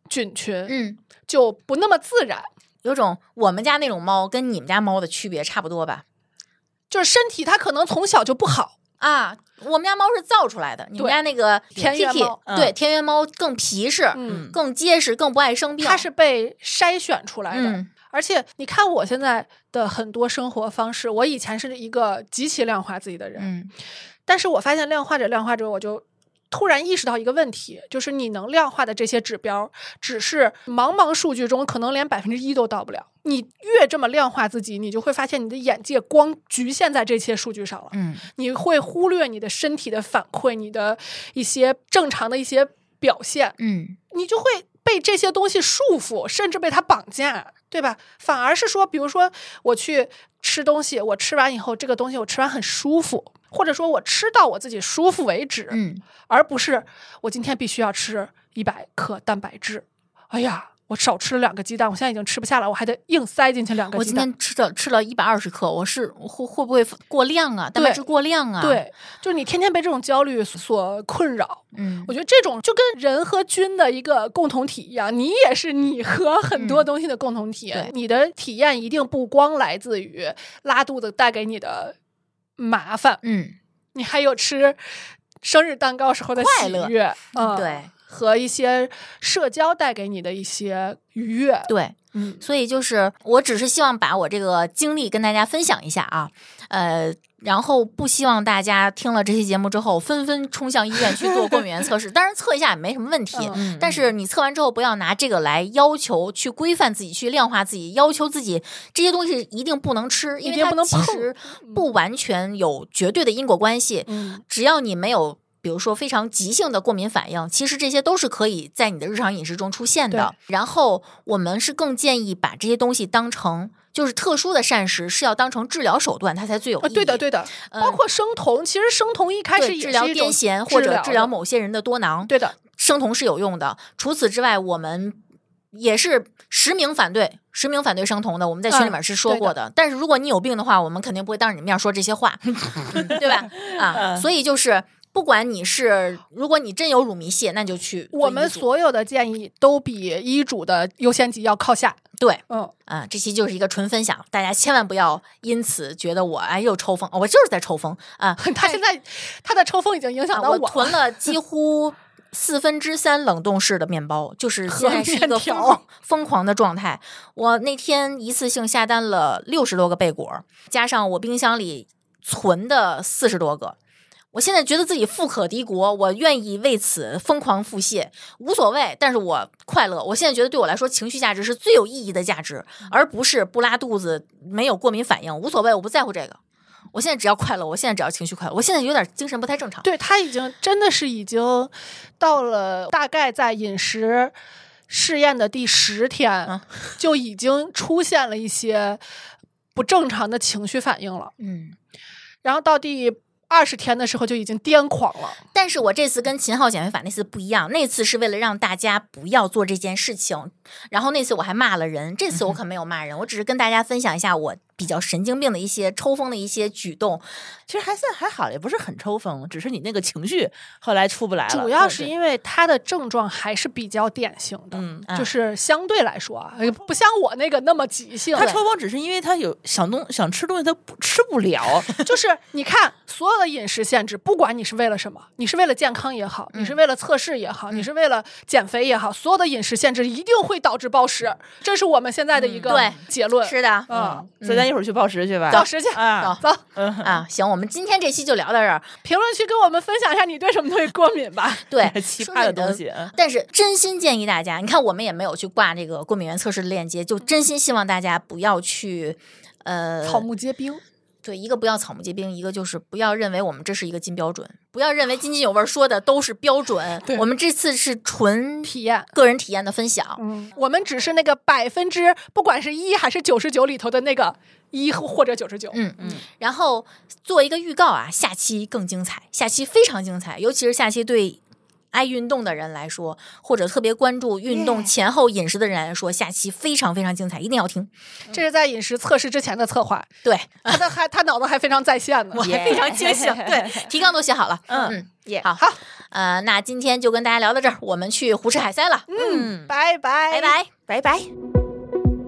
Speaker 4: 菌群
Speaker 3: 嗯，
Speaker 4: 就不那么自然，
Speaker 3: 有种我们家那种猫跟你们家猫的区别差不多吧？
Speaker 4: 就是身体它可能从小就不好。
Speaker 3: 啊，我们家猫是造出来的，你们
Speaker 4: 对
Speaker 3: 家那个
Speaker 4: 田园
Speaker 3: Kiki，嗯
Speaker 4: 猫
Speaker 3: 对田园猫更皮实、
Speaker 4: 嗯
Speaker 3: 更结实、更不爱生病。
Speaker 4: 它是被筛选出来的，
Speaker 3: 嗯
Speaker 4: 而且你看我现在的很多生活方式，我以前是一个极其量化自己的人，
Speaker 3: 嗯
Speaker 4: 但是我发现量化着量化着，我就突然意识到一个问题，就是你能量化的这些指标，只是茫茫数据中可能连百分之一都到不了。你越这么量化自己，你就会发现你的眼界光局限在这些数据上了，
Speaker 3: 嗯
Speaker 4: 你会忽略你的身体的反馈，你的一些正常的一些表现。
Speaker 3: 嗯
Speaker 4: 你就会被这些东西束缚，甚至被它绑架，对吧？反而是说，比如说我去吃东西，我吃完以后，这个东西我吃完很舒服，或者说我吃到我自己舒服为止，
Speaker 3: 嗯
Speaker 4: 而不是我今天必须要吃一百克蛋白质。哎呀，我少吃了两个鸡蛋，我现在已经吃不下了，我还得硬塞进去两个
Speaker 3: 我
Speaker 4: 鸡
Speaker 3: 今
Speaker 4: 蛋。
Speaker 3: 天吃了吃了一百二十克，我是会会不会过量啊？蛋白质过量啊？，
Speaker 4: 对，就是你天天被这种焦虑所困扰，
Speaker 3: 嗯
Speaker 4: 我觉得这种就跟人和菌的一个共同体一样，你也是你和很多东西的共同体。
Speaker 3: 嗯对
Speaker 4: 你的体验一定不光来自于拉肚子带给你的麻烦，
Speaker 3: 嗯
Speaker 4: 你还有吃生日蛋糕时候的
Speaker 3: 快
Speaker 4: 喜
Speaker 3: 乐
Speaker 4: 悦，嗯，
Speaker 3: 对，
Speaker 4: 和一些社交带给你的一些愉悦，
Speaker 3: 对。
Speaker 4: 嗯，
Speaker 3: 所以就是，我只是希望把我这个经历跟大家分享一下啊，呃，然后不希望大家听了这期节目之后，纷纷冲向医院去做过敏原测试。当然，测一下也没什么问题，
Speaker 4: 嗯
Speaker 5: 嗯
Speaker 3: 但是你测完之后，不要拿这个来要求去规范自己，去量化自己，要求自己这些东西一定不能吃，因
Speaker 4: 一
Speaker 3: 为
Speaker 4: 定
Speaker 3: 它
Speaker 4: 不能
Speaker 3: 其
Speaker 4: 碰
Speaker 3: 实不完全有绝对的因果关系。
Speaker 4: 嗯
Speaker 3: 只要你没有。比如说非常急性的过敏反应，其实这些都是可以在你的日常饮食中出现的。然后我们是更建议把这些东西当成就是特殊的膳食，是要当成治疗手段，它才最有意义。
Speaker 4: 啊，对的，对的，
Speaker 3: 嗯
Speaker 4: 包括生酮，其实生酮一开始
Speaker 3: 对
Speaker 4: 也
Speaker 3: 治
Speaker 4: 是
Speaker 3: 疗
Speaker 4: 一种
Speaker 3: 癫痫或者治疗
Speaker 4: 的
Speaker 3: 某些人的多囊，
Speaker 4: 对的，
Speaker 3: 生酮是有用的。除此之外，我们也是实名反对，实名反对生酮的。我们在群里
Speaker 4: 嗯
Speaker 3: 面是说过的。但是如果你有病的话，我们肯定不会当着你面说这些
Speaker 4: <laughs>
Speaker 3: 话，对吧？啊，
Speaker 4: 嗯
Speaker 3: 所以就是不管你是，如果你真有乳糜泻，那就去
Speaker 4: 我
Speaker 3: 做
Speaker 4: 们
Speaker 3: 医嘱
Speaker 4: 所有的建议都比医嘱的优先级要靠下。
Speaker 3: 对。
Speaker 4: 嗯，
Speaker 3: 啊，这期就是一个纯分享，大家千万不要因此觉得我哎又抽风，
Speaker 4: <laughs>
Speaker 3: 哦我就是在抽风啊！
Speaker 4: 他现在他的抽风已经影响
Speaker 3: 啊
Speaker 4: 到
Speaker 3: 我
Speaker 4: 我了。
Speaker 3: 囤了几乎四分之三冷冻式的面包，就是
Speaker 4: 和
Speaker 3: 现在是一
Speaker 4: 面
Speaker 3: 个疯
Speaker 4: 条
Speaker 3: 狂疯狂的状态。我那天一次性下单了六十多个贝果，加上我冰箱里存的四十多个。我现在觉得自己富可敌国，我愿意为此疯狂腹泻，无所谓。但是我快乐，我现在觉得对我来说，情绪价值是最有意义的价值，
Speaker 4: 嗯
Speaker 3: 而不是不拉肚子、没有过敏反应，无所谓，我不在乎这个。我现在只要快乐，我现在只要情绪快乐，我现在有点精神不太正常。
Speaker 4: 对他已经真的是已经到了大概在饮食试验的第十天，
Speaker 3: 嗯
Speaker 4: 就已经出现了一些不正常的情绪反应了。
Speaker 3: 嗯，
Speaker 4: 然后到第二十天的时候就已经癫狂了。
Speaker 3: 但是我这次跟秦昊减肥法那次不一样，那次是为了让大家不要做这件事情，然后那次我还骂了人，这次
Speaker 5: 嗯
Speaker 3: 我可没有骂人，我只是跟大家分享一下我比较神经病的一些抽风的一些举动。
Speaker 5: 其实还算还好，也不是很抽风，只是你那个情绪后来出不来哎了。
Speaker 4: 主要
Speaker 5: 或者
Speaker 4: 是因为他的症状还是比较典型的，
Speaker 5: 嗯
Speaker 3: 啊
Speaker 4: 就是相对来说啊，哎不像我那个那么急性。
Speaker 5: 他抽风只是因为他有想东想吃东西，他不吃不 <laughs> 了。
Speaker 4: 就是你看，所有的饮食限制，不管你是为了什么，你是为了健康也好，
Speaker 3: 嗯
Speaker 4: 你是为了测试也好，你是为了减肥也好，所有的饮食限制一定会导致暴食，这是我们现在的一
Speaker 3: 嗯
Speaker 4: 个
Speaker 3: 对
Speaker 4: 结论。
Speaker 3: 是的，
Speaker 5: <laughs>
Speaker 4: 啊，
Speaker 5: 所以咱一会儿去嗯报时去吧。
Speaker 4: 暴食去，
Speaker 5: 啊，，
Speaker 4: 走，
Speaker 3: 啊，行，我们今天这期就聊到这儿。
Speaker 4: 评论区跟我们分享一下你对什么东西过敏吧。
Speaker 3: 对
Speaker 5: 哎 <laughs> 奇
Speaker 3: 说
Speaker 5: 葩
Speaker 3: 说
Speaker 5: 的
Speaker 3: 你
Speaker 5: 东西。嗯
Speaker 3: 但是真心建议大家，你看我们也没有去挂这个过敏原测试的链接，就真心希望大家不要去，呃，
Speaker 4: <laughs> 草木皆兵，
Speaker 3: 对，一个不要草木皆兵，一个就是不要认为我们这是一个金标准，不要认为津津有味儿说的都是标准
Speaker 4: <laughs> 对。
Speaker 3: 我们这次是纯
Speaker 4: 体验。
Speaker 3: 个人体验的分享，
Speaker 4: 嗯，我们只是那个百分之，不管是一还是九十九里头的那个一或者九十九。
Speaker 3: 嗯嗯。然后做一个预告啊，下期更精彩，下期非常精彩，尤其是下期对。爱运动的人来说，或者特别关注运动前后饮食的人来说，下期非常非常精彩，一定要听。
Speaker 4: 这是在饮食测试之前的策划，
Speaker 3: 对，<laughs>
Speaker 4: 他的还他脑子还非常在线呢。
Speaker 3: 我还非常
Speaker 4: <laughs>
Speaker 3: 清醒， <laughs> 对，提纲都写好了。
Speaker 5: 嗯
Speaker 3: 嗯，
Speaker 5: 耶
Speaker 3: 好，好，呃，那今天就跟大家聊到这儿，我们去胡吃海塞了，
Speaker 5: 嗯，
Speaker 4: 拜拜，
Speaker 3: 拜拜。
Speaker 5: 拜拜。